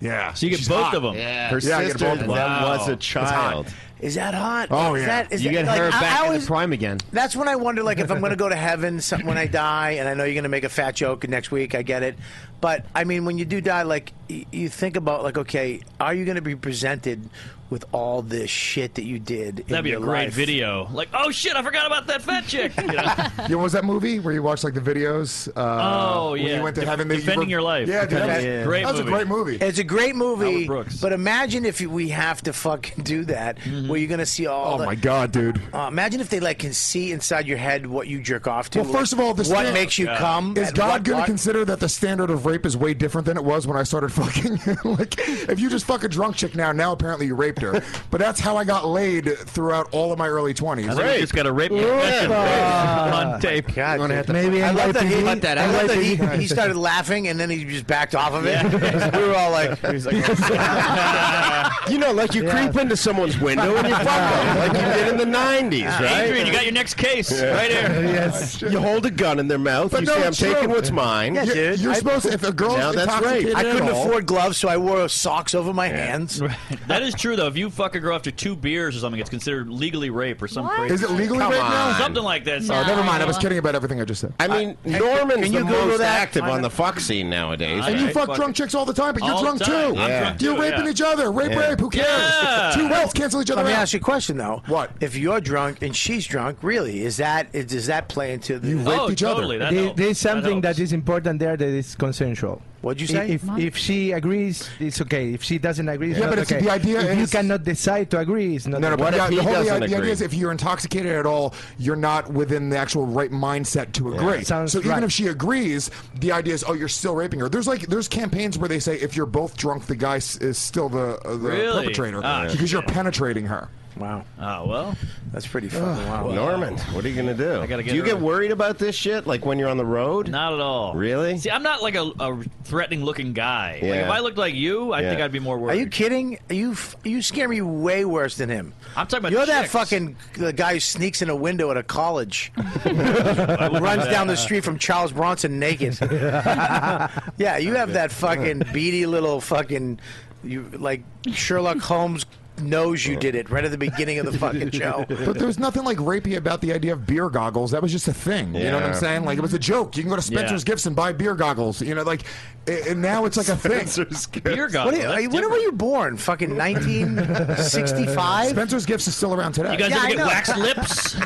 S7: Yeah.
S11: So you get
S7: She's
S11: both
S7: hot.
S11: of them.
S7: Yeah.
S13: Her
S7: Yeah, I get
S13: sister
S7: both of them.
S13: that was a
S7: It's hot.
S13: child.
S7: Is that hot?
S13: Oh,
S7: Is
S13: yeah.
S7: that, is
S13: You
S7: that,
S13: get
S7: like,
S13: her
S7: I-
S13: back
S7: I
S13: in the
S7: always-
S13: prime (laughs) again.
S7: That's when I wonder, like, if I'm going to go
S13: (laughs)
S7: to heaven some, when I die, and I know you're going to make a fat joke next week. I get it, but I mean, when you do die, like, y- you think about, like, okay, are you going to be presented with all this shit that you did? in
S11: That'd be a
S7: your
S11: great
S7: life?
S11: video. Like, oh shit, I forgot about that fat chick. You know?
S6: You know, what was that movie where you watched like the videos? Uh,
S11: Oh,
S6: when
S11: yeah.
S6: you went to
S11: Def-
S6: heaven. that you
S11: Defending
S6: were-
S11: Your Life.
S6: Yeah, dude, that was,
S11: Defending- Great
S6: that was a
S11: movie.
S6: great movie.
S7: It's a great movie,
S6: Howard Brooks.
S7: but imagine if we have to fucking do that,
S11: Mm-hmm.
S7: where you're going to see all.
S6: Oh
S7: the,
S6: my god, dude.
S7: Uh, imagine if they like can see inside your head what you jerk off to.
S6: Well, first of all, this
S7: what makes you come?
S6: Is
S7: and
S6: God
S7: what-
S6: going to
S7: what-
S6: consider that the standard of rape is way different than it was when I started (laughs) fucking? like, if you just fuck a drunk chick now, now apparently you raped (laughs) her. but that's how I got laid throughout all of my early twenties.
S11: I think we just got a rape
S6: Rape.
S11: confession
S6: Ah.
S11: on tape.
S7: God,
S11: Gonna have to-
S7: I love that he,
S11: Cut that
S7: I
S11: out.
S7: love that he, he started laughing and then he just backed off of it. (laughs) we were all like,
S10: (laughs)
S13: you know, like you creep into someone's window and you fuck them, like you did in the '90s, right?
S11: Adrian, you got your next case right here.
S13: yes. You hold a gun in their mouth.
S11: But
S13: you
S11: no,
S13: say, "I'm
S11: it's true.
S13: taking what's mine."
S11: Yeah,
S13: You-
S11: dude.
S13: you're
S11: I-
S13: supposed to- if a girl's
S11: Now that's
S13: intoxicated
S11: right.
S7: I
S13: at
S7: couldn't
S13: all-
S7: afford gloves, so I wore socks over my hands.
S11: That is true though. If you fuck a girl after two beers or something, it's considered legally rape or some
S6: What?
S11: crazy.
S6: Is it legally Come rape now? on.
S11: Something like that.
S6: Oh, never mind. I was kidding about everything I just said.
S13: I mean, Norman's
S6: Can you
S13: the
S6: Google
S13: most
S6: that?
S13: active
S6: Find
S13: on
S6: out.
S13: the fuck scene nowadays.
S6: and you
S13: right?
S6: fuck drunk chicks all the time, but you're
S13: All
S6: drunk
S13: the
S6: too.
S13: time. I'm Yeah. drunk
S6: You're
S13: too,
S6: raping
S13: yeah.
S6: each other. Rape,
S13: Yeah.
S6: rape. Who cares?
S13: Yeah.
S6: Two rapes cancel each other
S7: Let me
S6: out.
S7: ask you a question though. What if you're drunk and she's drunk? Really, is that is, does that play into the? You
S11: Oh,
S10: There- There's something that is important there that is consensual.
S7: What'd you
S10: I-
S7: say?
S10: If, if she agrees, it's okay. If she doesn't agree, it's
S6: Yeah,
S10: not
S6: but it's-
S10: okay.
S6: the idea
S10: if you
S6: is-
S10: cannot decide to agree, it's not.
S6: No, no,
S10: okay.
S6: but the, the whole idea, the idea is if you're intoxicated at all, you're not within the actual right mindset to agree.
S10: Sounds
S6: so
S10: right.
S6: even if she agrees, the idea is, oh, you're still raping her. There's like there's campaigns where they say if you're both drunk, the guy s- is still the, uh, the
S11: Really?
S6: perpetrator
S11: Ah,
S6: because you're penetrating her.
S7: Wow.
S11: Oh well,
S7: that's pretty
S13: Ugh. Norman, what are you gonna do?
S11: gotta get
S13: do you
S11: rid
S13: get
S11: of-
S13: worried about this shit? Like when you're on the road?
S11: Not at all.
S13: Really?
S11: See, I'm not like a, a threatening-looking guy. Like,
S13: Yeah.
S11: if I looked like you, I
S13: Yeah.
S11: think I'd be more
S7: Are
S11: worried.
S7: you kidding? Are you f- you scare me way worse than him.
S11: I'm talking about
S7: You're that
S11: chicks.
S7: fucking the guy who sneaks in a window at a college,
S11: wouldn't
S7: runs
S11: do
S7: down the
S11: that.
S7: street from Charles Bronson naked. yeah, you have that fucking beady little fucking you like Sherlock Holmes knows you did it right at the beginning of the fucking show.
S6: But there was nothing like rapey about the idea of beer goggles. That was just a thing. You know what I'm
S7: Yeah.
S6: saying? Like it was a joke. You can go to Spencer's
S7: Yeah.
S6: Gifts and buy beer goggles. You know, like a- and now it's like a thing.
S7: Spencer's Gifts. Beer goggles, What are you- that's when were you born? Fucking 1965?
S6: Spencer's Gifts is still around today.
S7: You guys Yeah, ever I get know. waxed (laughs)
S11: lips?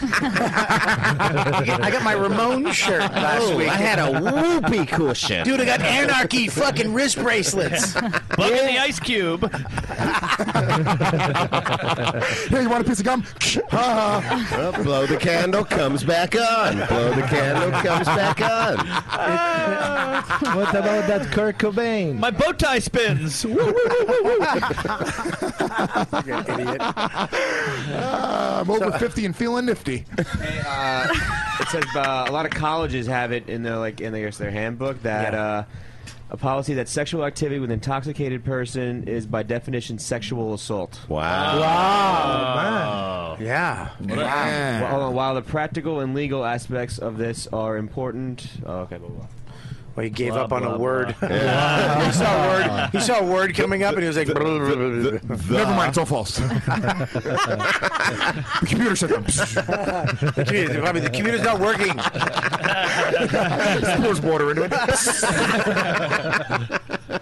S7: I got my Ramon shirt last
S15: Oh,
S7: week.
S15: I had a whoopee cushion.
S7: Dude, I got anarchy fucking wrist bracelets.
S11: Bug in the ice cube.
S6: Here, you want a piece of gum?
S13: Well, blow the candle comes back on. Blow the candle comes back on.
S10: what about that Kurt Cobain?
S11: My bow tie spins.
S6: Uh, I'm over
S13: So-
S6: 50 and feeling nifty.
S9: uh, it says uh, a lot of colleges have it in their like in their, their handbook that uh, a policy that sexual activity with an intoxicated person is by definition sexual assault.
S13: Wow.
S7: Oh,
S11: Uh,
S7: Wow. Yeah.
S9: Wow. Well, hold on, while the practical and legal aspects of this are important, oh, okay, blah, blah, blah.
S7: Well, he gave
S9: Blah,
S7: up on
S9: blah,
S7: a word. (laughs)
S9: blah.
S7: he saw a word. He saw a word coming up, and he was like,
S10: (laughs)
S6: Never mind, it's all false. the computer said
S7: The computer- probably the computer's not working.
S6: Pours water into
S11: it.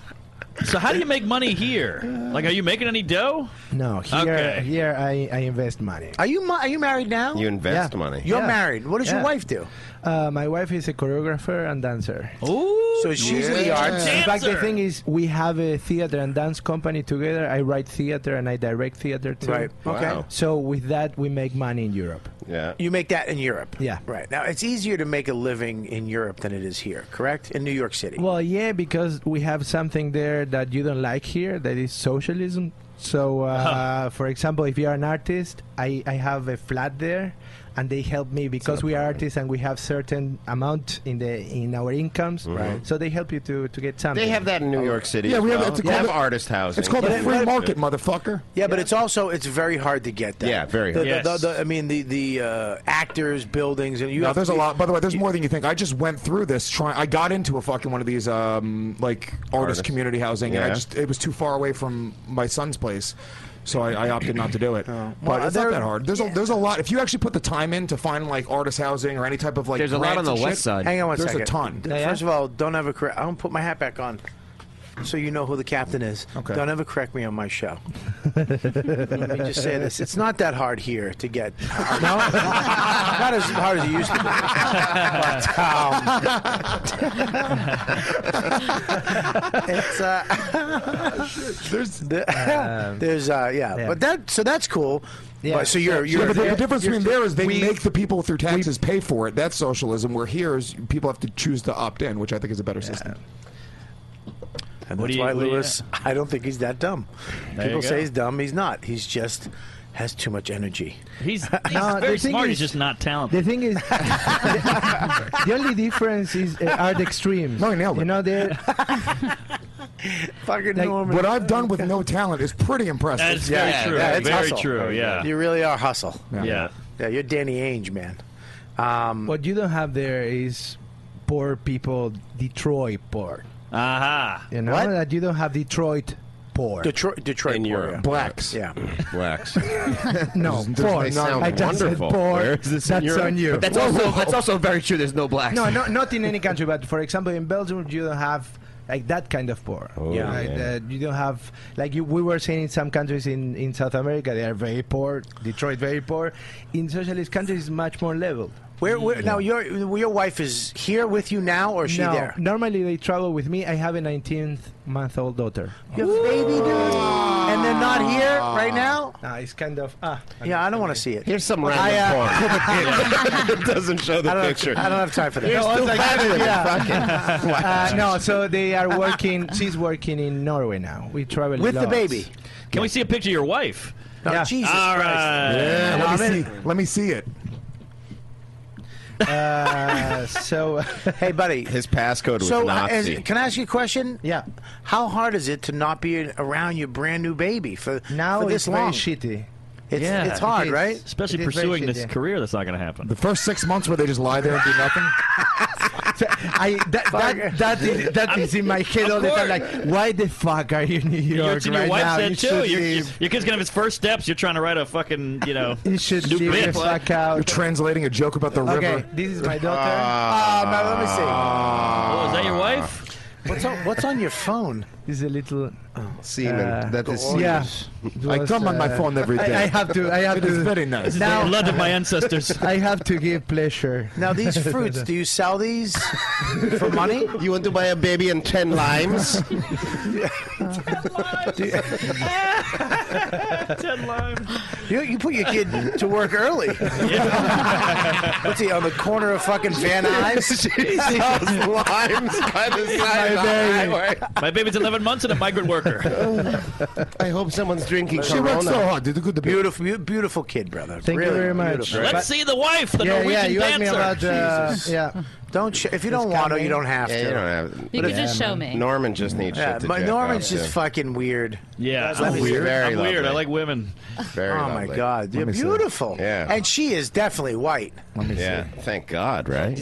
S11: so how do you make money here? Like, are you making any dough?
S10: No, here,
S11: Okay.
S10: here I, I invest money.
S7: (laughs) Are you ma- are you married now?
S13: You invest
S10: Yeah.
S13: money.
S7: You're married. What does your wife do?
S10: Uh, my wife is a choreographer and dancer.
S11: Oh,
S7: So she's in the arts.
S10: In fact, the thing is, we have a theater and dance company together. I write theater and I direct theater too.
S7: Right. Okay. Wow.
S10: So with that, we make money in Europe.
S13: Yeah.
S7: You make that in Europe.
S10: Yeah.
S7: Right. Now, it's easier to make a living in Europe than it is here, correct? In New York City.
S10: Well, yeah, because we have something there that you don't like here, that is socialism. So, uh, for example, if you are an artist, I, I have a flat there, and they help me because we are artists and we have certain amount in the in our incomes.
S13: Right.
S10: So they help you to, to get something.
S13: They have that in New York City.
S10: Yeah,
S13: as
S10: we have-
S13: well.
S10: it's
S13: They
S10: called
S13: have
S10: a-
S13: artist housing.
S10: it's called a free market,
S6: motherfucker.
S7: Yeah, but it's also it's very hard to get that.
S13: Yeah, very
S7: The-
S13: hard.
S7: the-
S13: Yes.
S7: the- I mean, the the uh, actors, buildings, and you.
S6: No,
S7: have
S6: there's
S7: to
S6: a
S7: be-
S6: lot. By the way, there's more than you think. I just went through this. Trying, I got into a fucking one of these um, like artist,
S13: Artists.
S6: community housing, and I
S13: Yeah.
S6: just it was too far away from my son's place, so I, I opted not to do it. But it's
S13: Well,
S6: not
S13: there-
S6: that hard. There's a there's a lot. If you actually put the time in to find like artist housing or any type of like
S9: There's a lot
S6: grants
S9: on the
S6: and
S9: west
S6: shit,
S9: side.
S7: Hang on one
S6: there's
S7: second.
S6: a ton.
S7: First of all, don't ever correct. I don't put my hat back on, so you know who the captain is. Okay. Don't ever correct me on my (laughs) show. Let me just say this: it's not that hard here to get. (laughs) No, not as hard as it used to be. But, um, (laughs) it's uh, (laughs)
S6: there's
S7: there's uh, yeah. but that so that's cool.
S6: Yeah.
S7: But, so you're you're
S6: Yeah, but the, the difference
S7: you're-
S6: between there is they make the people through taxes pay for it. That's socialism. Where here is people have to choose to opt in, which I think is a better system.
S7: And that's
S6: What do you-
S7: why
S6: what do you-
S7: Lewis, I don't think he's that dumb.
S6: There
S7: People
S6: you
S7: say
S6: go.
S7: he's dumb. He's not. He's just has too much energy. (laughs)
S11: He's, he's
S10: No, the
S11: very
S10: thing
S11: smart. he's
S10: is-
S11: just not talented.
S10: The thing is, (laughs) the only difference is uh, are the extremes. No, nailed it. You know, they're
S7: Fucking
S10: Like,
S7: Norman.
S6: What I've done with no talent is pretty impressive.
S11: That's very true.
S7: it's
S11: Very
S7: hustle.
S11: true, yeah.
S7: You really are hustle.
S11: Yeah.
S7: Yeah.
S11: Yeah.
S7: you're Danny Ainge, man. Um,
S10: what you don't have there is poor people, Detroit poor.
S11: Aha.
S10: You know
S11: What?
S10: that you don't have Detroit poor.
S7: Detroit, Detroit,
S13: in Europe.
S10: Blacks.
S7: Yeah.
S13: (laughs)
S10: (laughs)
S13: Blacks.
S10: no,
S13: Does- does
S10: poor.
S13: they sound
S10: I just said
S13: wonderful.
S10: poor.
S13: Where is this in
S10: that's
S13: Europe?
S10: on you.
S13: But that's Whoa, also- whoa. that's also very true. There's no blacks.
S10: No, no, not in any country. But for example, in Belgium, you don't have like that kind of poor.
S13: Oh,
S10: yeah.
S13: Yeah. yeah.
S10: uh, you don't have like you, we were saying in some countries in, in South America they are very poor. Detroit very poor. In socialist countries, it's much more leveled.
S7: Where, where now your your wife is here with you now, or is she
S10: no,
S7: there?
S10: Normally they travel with me. I have a 19 month old daughter.
S7: You have a baby, dude, and they're not here right now.
S10: No, it's kind of ah.
S7: Yeah, I don't want to see it.
S13: Here's some
S7: I,
S13: random
S7: uh,
S10: uh, (laughs)
S13: porn. (laughs) it doesn't show the
S7: I don't have-
S13: picture.
S7: I don't have time for that.
S13: You're
S7: No, I
S13: still
S7: was like,
S13: happy with it.
S7: yeah.
S13: Fuck it. Wow.
S10: Uh, no, so they are working. she's working in Norway now. We travel
S11: With the
S10: lots.
S11: baby? Can we see a picture of your wife?
S10: No, Yeah. Jesus
S11: All
S10: Christ.
S11: right.
S10: Yeah,
S6: Let me
S10: Robin?
S6: see. Let me see it.
S10: Uh, so,
S7: hey, buddy.
S13: His passcode was
S7: So, uh,
S13: Nazi.
S7: as- can I ask you a question?
S10: (laughs) Yeah.
S7: How hard is it to not be around your brand new baby for
S10: now
S7: for this
S10: it's very
S7: long?
S10: shitty.
S7: It's,
S11: yeah.
S7: it's hard, right?
S11: Especially
S7: It is very
S11: pursuing
S7: shit,
S11: this
S7: yeah.
S11: career that's not going to happen.
S6: The first six months where they just lie there and do nothing.
S10: (laughs) I that that, that is that is in my head all the time. Like, why the fuck are you in New
S11: Your,
S10: York
S11: your
S10: right
S11: wife
S10: now?
S11: said
S10: You
S11: too.
S10: should
S11: Your, your,
S10: leave.
S11: your kid's gonna have his first steps. You're trying to write a fucking, you
S10: (laughs)
S11: know,
S10: you should
S11: new
S10: leave
S11: bit.
S10: the fuck out. You're
S6: translating a joke about the
S10: okay,
S6: river.
S10: this is my daughter.
S9: Ah.
S6: Ah,
S7: Uh, but let me see.
S11: oh, is that your
S10: Ah.
S11: wife?
S7: What's on, what's on your phone?
S10: Is a little
S13: Semen.
S10: Uh,
S13: that is
S10: oh,
S13: semen.
S10: yeah.
S13: I
S10: Was,
S13: come on my
S10: uh,
S13: phone every day.
S10: I, I have to. I have
S13: It
S10: to.
S13: is very nice.
S7: The blood of my
S10: (laughs)
S7: ancestors.
S10: I have to give pleasure.
S7: Now
S13: (laughs)
S7: these fruits, do you sell these for money?
S13: You want to buy a baby and ten (laughs) limes?
S7: Do you, you, you put your kid to work early. What's he on the corner of fucking Van
S13: (laughs)
S7: Nuys?
S13: She sells (laughs) limes by the side of the highway.
S11: My baby's 11 months and a migrant
S10: (laughs)
S11: worker.
S13: I hope someone's drinking
S7: She worked so hard.
S6: Did the good,
S7: (laughs) beautiful, beau- beautiful kid, brother.
S10: Thank you
S7: Really
S10: very much.
S7: beautiful.
S10: Let's
S11: Let's see the wife, the
S7: yeah,
S11: Norwegian
S7: yeah, you asked
S11: dancer.
S7: me about uh,
S13: Jesus.
S10: yeah.
S7: Don't sh- if you don't want to, you don't have
S13: Yeah,
S7: to.
S13: you don't have.
S12: You
S7: But
S12: can
S7: if-
S12: just show me.
S13: Norman just needs
S7: Yeah,
S13: shit to
S7: but
S13: jack
S7: Norman's
S13: off
S7: just
S13: to.
S7: fucking weird.
S11: Yeah,
S7: Let
S13: I'm
S7: me
S13: weird.
S7: see.
S13: Very
S11: I'm weird.
S13: lovely.
S11: I like women.
S13: Very
S7: oh
S13: lovely.
S7: my god, you're
S13: Let me see.
S7: beautiful.
S13: Yeah.
S7: and she is definitely
S13: (laughs)
S7: white.
S13: yeah. Thank God, right?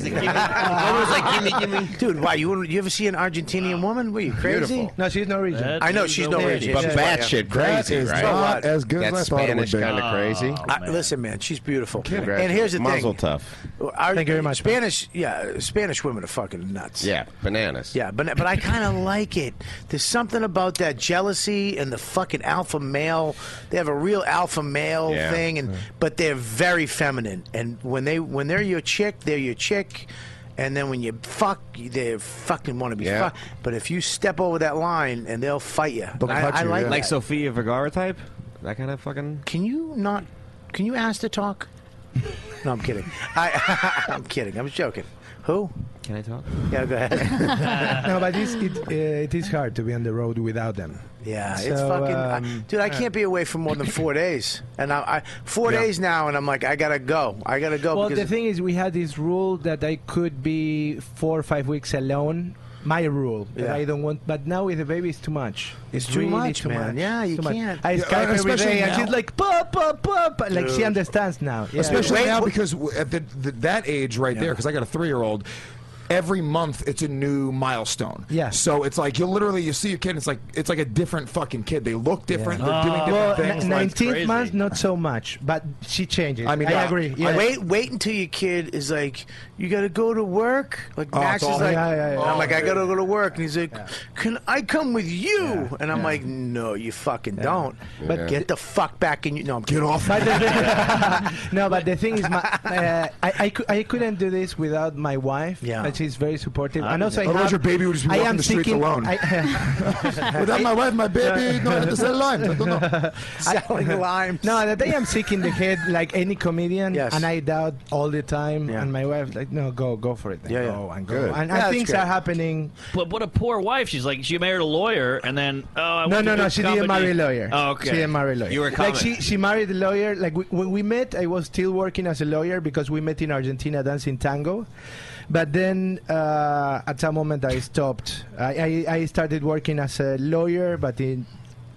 S7: Dude, why you wouldn't- you ever see an Argentinian woman? Were you crazy?
S13: Beautiful.
S10: No, she's Norwegian.
S7: I know she's Norwegian,
S13: But
S7: bad
S13: batshit crazy, right?
S6: as good
S13: That
S6: as I thought it would
S13: Spanish
S6: be.
S13: kind of crazy.
S7: listen, man, she's beautiful.
S13: Congratulations.
S7: And here's the
S13: Muzzle
S7: thing:
S13: tough.
S7: Our, Thank you very much. Spanish, yeah, Spanish women are fucking nuts.
S13: Yeah, bananas.
S7: Yeah, but but I kind of like it. There's something about that jealousy and the fucking alpha male. They have a real alpha male
S13: Yeah.
S7: thing, and but they're very feminine. And when they when they're your chick, they're your chick. And then when you fuck, they fucking want to be
S9: Yeah.
S7: fucked. But if you step over that line, and they'll fight you. And I, I like
S9: like
S7: that.
S9: Sofia Vergara type. That kind of fucking.
S7: Can you not? Can you ask to (laughs) talk? No, I'm kidding. (laughs) I, I'm kidding. I'm joking. Who?
S9: Can I talk?
S7: Yeah, go ahead.
S10: no, but it's, it, uh, it is hard to be on the road without them.
S7: Yeah,
S10: So,
S7: it's fucking, I-
S10: um,
S7: dude. I
S10: yeah.
S7: can't be away for more than four days, and I, I four
S10: Yeah.
S7: days now, and I'm like, I gotta go. I gotta go
S10: Well, the
S7: because
S10: thing is, we had this rule that I could be four or five weeks alone. My rule that
S7: Yeah.
S10: I don't want, but now with the baby, it's too much.
S7: It's too
S10: really
S7: much,
S10: too
S7: man.
S10: Much.
S7: Yeah, you
S10: Too much.
S7: can't.
S10: I
S7: Yeah,
S10: Skype every
S6: especially
S10: day, and
S6: now.
S10: she's like, "Pop, pop, pop!" Like she
S6: Dude.
S10: understands now. Yeah.
S6: Especially now because w- at the, the, that age right there, because I got a three-year-old. Every month, it's a new milestone. Yeah. So it's like you literally you see your kid. And it's like it's like a different fucking kid. They look different. They're doing different
S10: well,
S6: things.
S10: n- (laughs)
S6: like-
S10: 19th month, not so much, but she changes.
S6: I mean,
S10: I
S6: yeah.
S10: agree. Yeah.
S7: wait, wait until your kid is like, you gotta go to work. Like
S10: Oh,
S7: Max
S10: it's
S7: is
S10: all-
S7: like,
S10: Yeah, yeah, yeah.
S7: and I'm like, I
S10: Oh,
S7: gotta go to work, and he's like, can I come with you? And I'm like, no, you fucking don't. But
S10: Yeah.
S7: get the fuck back in. You no, I'm get
S6: off.
S10: no, but the thing is, my, uh, I, I, cou- I couldn't do this without my wife.
S6: Yeah.
S10: And she's very supportive.
S6: Ah,
S10: and also, I
S6: Otherwise
S10: have,
S6: your baby would just be
S10: I
S6: walking
S10: am
S6: the streets
S10: thinking-
S6: alone.
S10: I-
S6: Without my wife, my baby, no, I sell lime. I don't know.
S7: Selling limes.
S10: No, that I am sick in the head like any comedian,
S7: Yes.
S10: and I doubt all the time. And my wife like, no, go, go for it. Then.
S11: Yeah, yeah.
S10: go and go.
S11: Good.
S10: And,
S11: Yeah,
S10: and
S11: that's
S10: things
S11: great.
S10: are happening.
S11: But what a poor wife. She's like, she married a lawyer, and then oh, I
S10: no,
S11: want
S10: no,
S11: to
S10: no.
S11: do
S10: She
S11: comedy.
S10: didn't marry a lawyer.
S11: Oh, okay.
S10: She didn't marry a lawyer. like she, she married a lawyer. Like we, when we met, I was still working as a lawyer because we met in Argentina dancing tango. But then uh, at some moment I stopped. I, I, I started working as a lawyer, but in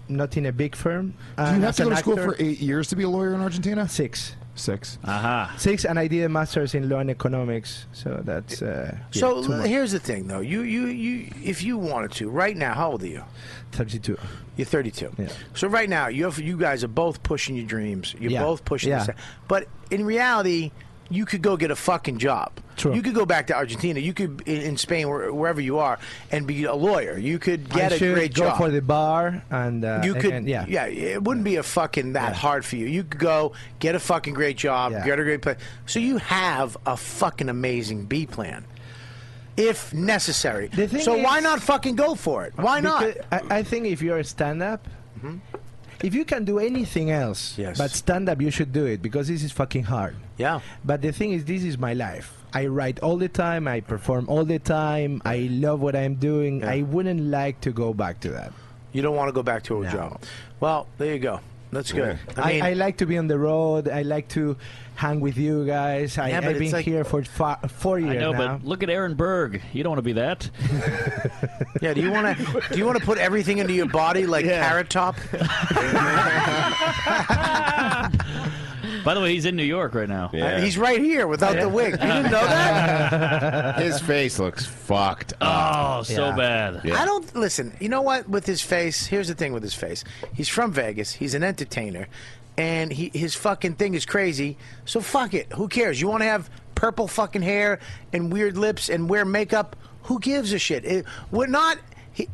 S10: not in a big firm.
S7: Uh,
S6: Do you have to go to school for eight years to be a lawyer in Argentina?
S10: Six.
S6: Six.
S11: Aha.
S10: Six, and I did a master's in law and economics. So that's uh,
S7: So
S10: yeah, too much.
S7: here's the thing, though. You, you, you. If you wanted to, right now, how old are you?
S10: Thirty-two.
S7: You're 32. So right now, you have, you guys are both pushing your dreams. You're
S10: Yeah.
S7: both pushing.
S10: Yeah.
S7: This, but in reality, you could go get a fucking job. True. You could go back to Argentina. You could in, in Spain, where, wherever you are, and be a lawyer. You could
S10: I
S7: get a
S10: should
S7: great
S10: go
S7: job
S10: for the bar, and uh,
S7: you
S10: and-
S7: could,
S10: and-
S7: yeah.
S10: yeah,
S7: it wouldn't be a fucking that hard for you. You could go get a fucking great job, get a great place. So you have a fucking amazing B plan, if necessary.
S10: thing
S7: So why
S10: is-
S7: not fucking go for it? Why not?
S10: Because I, I think if you're a stand-up, if you can do anything else, but stand-up, you should do it because this is fucking hard.
S7: Yeah.
S10: But the thing is, this is my life. I write all the time. I perform all the time. I love what I'm doing. I wouldn't like to go back to that.
S7: You don't want to go back to a job. Well, there you go. That's good.
S10: I, I, like to be on the road. I like to hang with you guys. I,
S11: Yeah, but
S10: I've
S11: it's
S10: been
S11: like-
S10: here for fa- four
S11: I
S10: years
S11: know,
S10: now.
S11: but look at Aaron Berg. You don't want to be that.
S7: yeah. Do you want to? Do you want
S10: (laughs)
S7: to put everything into your body like Carrot Top?
S11: By the way, he's in New York right now.
S7: Uh, he's right here without the wig. You didn't know
S10: (laughs)
S7: that?
S13: His face looks fucked up.
S11: Oh, so Yeah. bad.
S13: Yeah.
S7: I don't listen. You know what? With his face, here's the thing with his face. He's from Vegas. He's an entertainer, and he his fucking thing is crazy. So fuck it. Who cares? You want to have purple fucking hair and weird lips and wear makeup? Who gives a shit? It- we're not. He,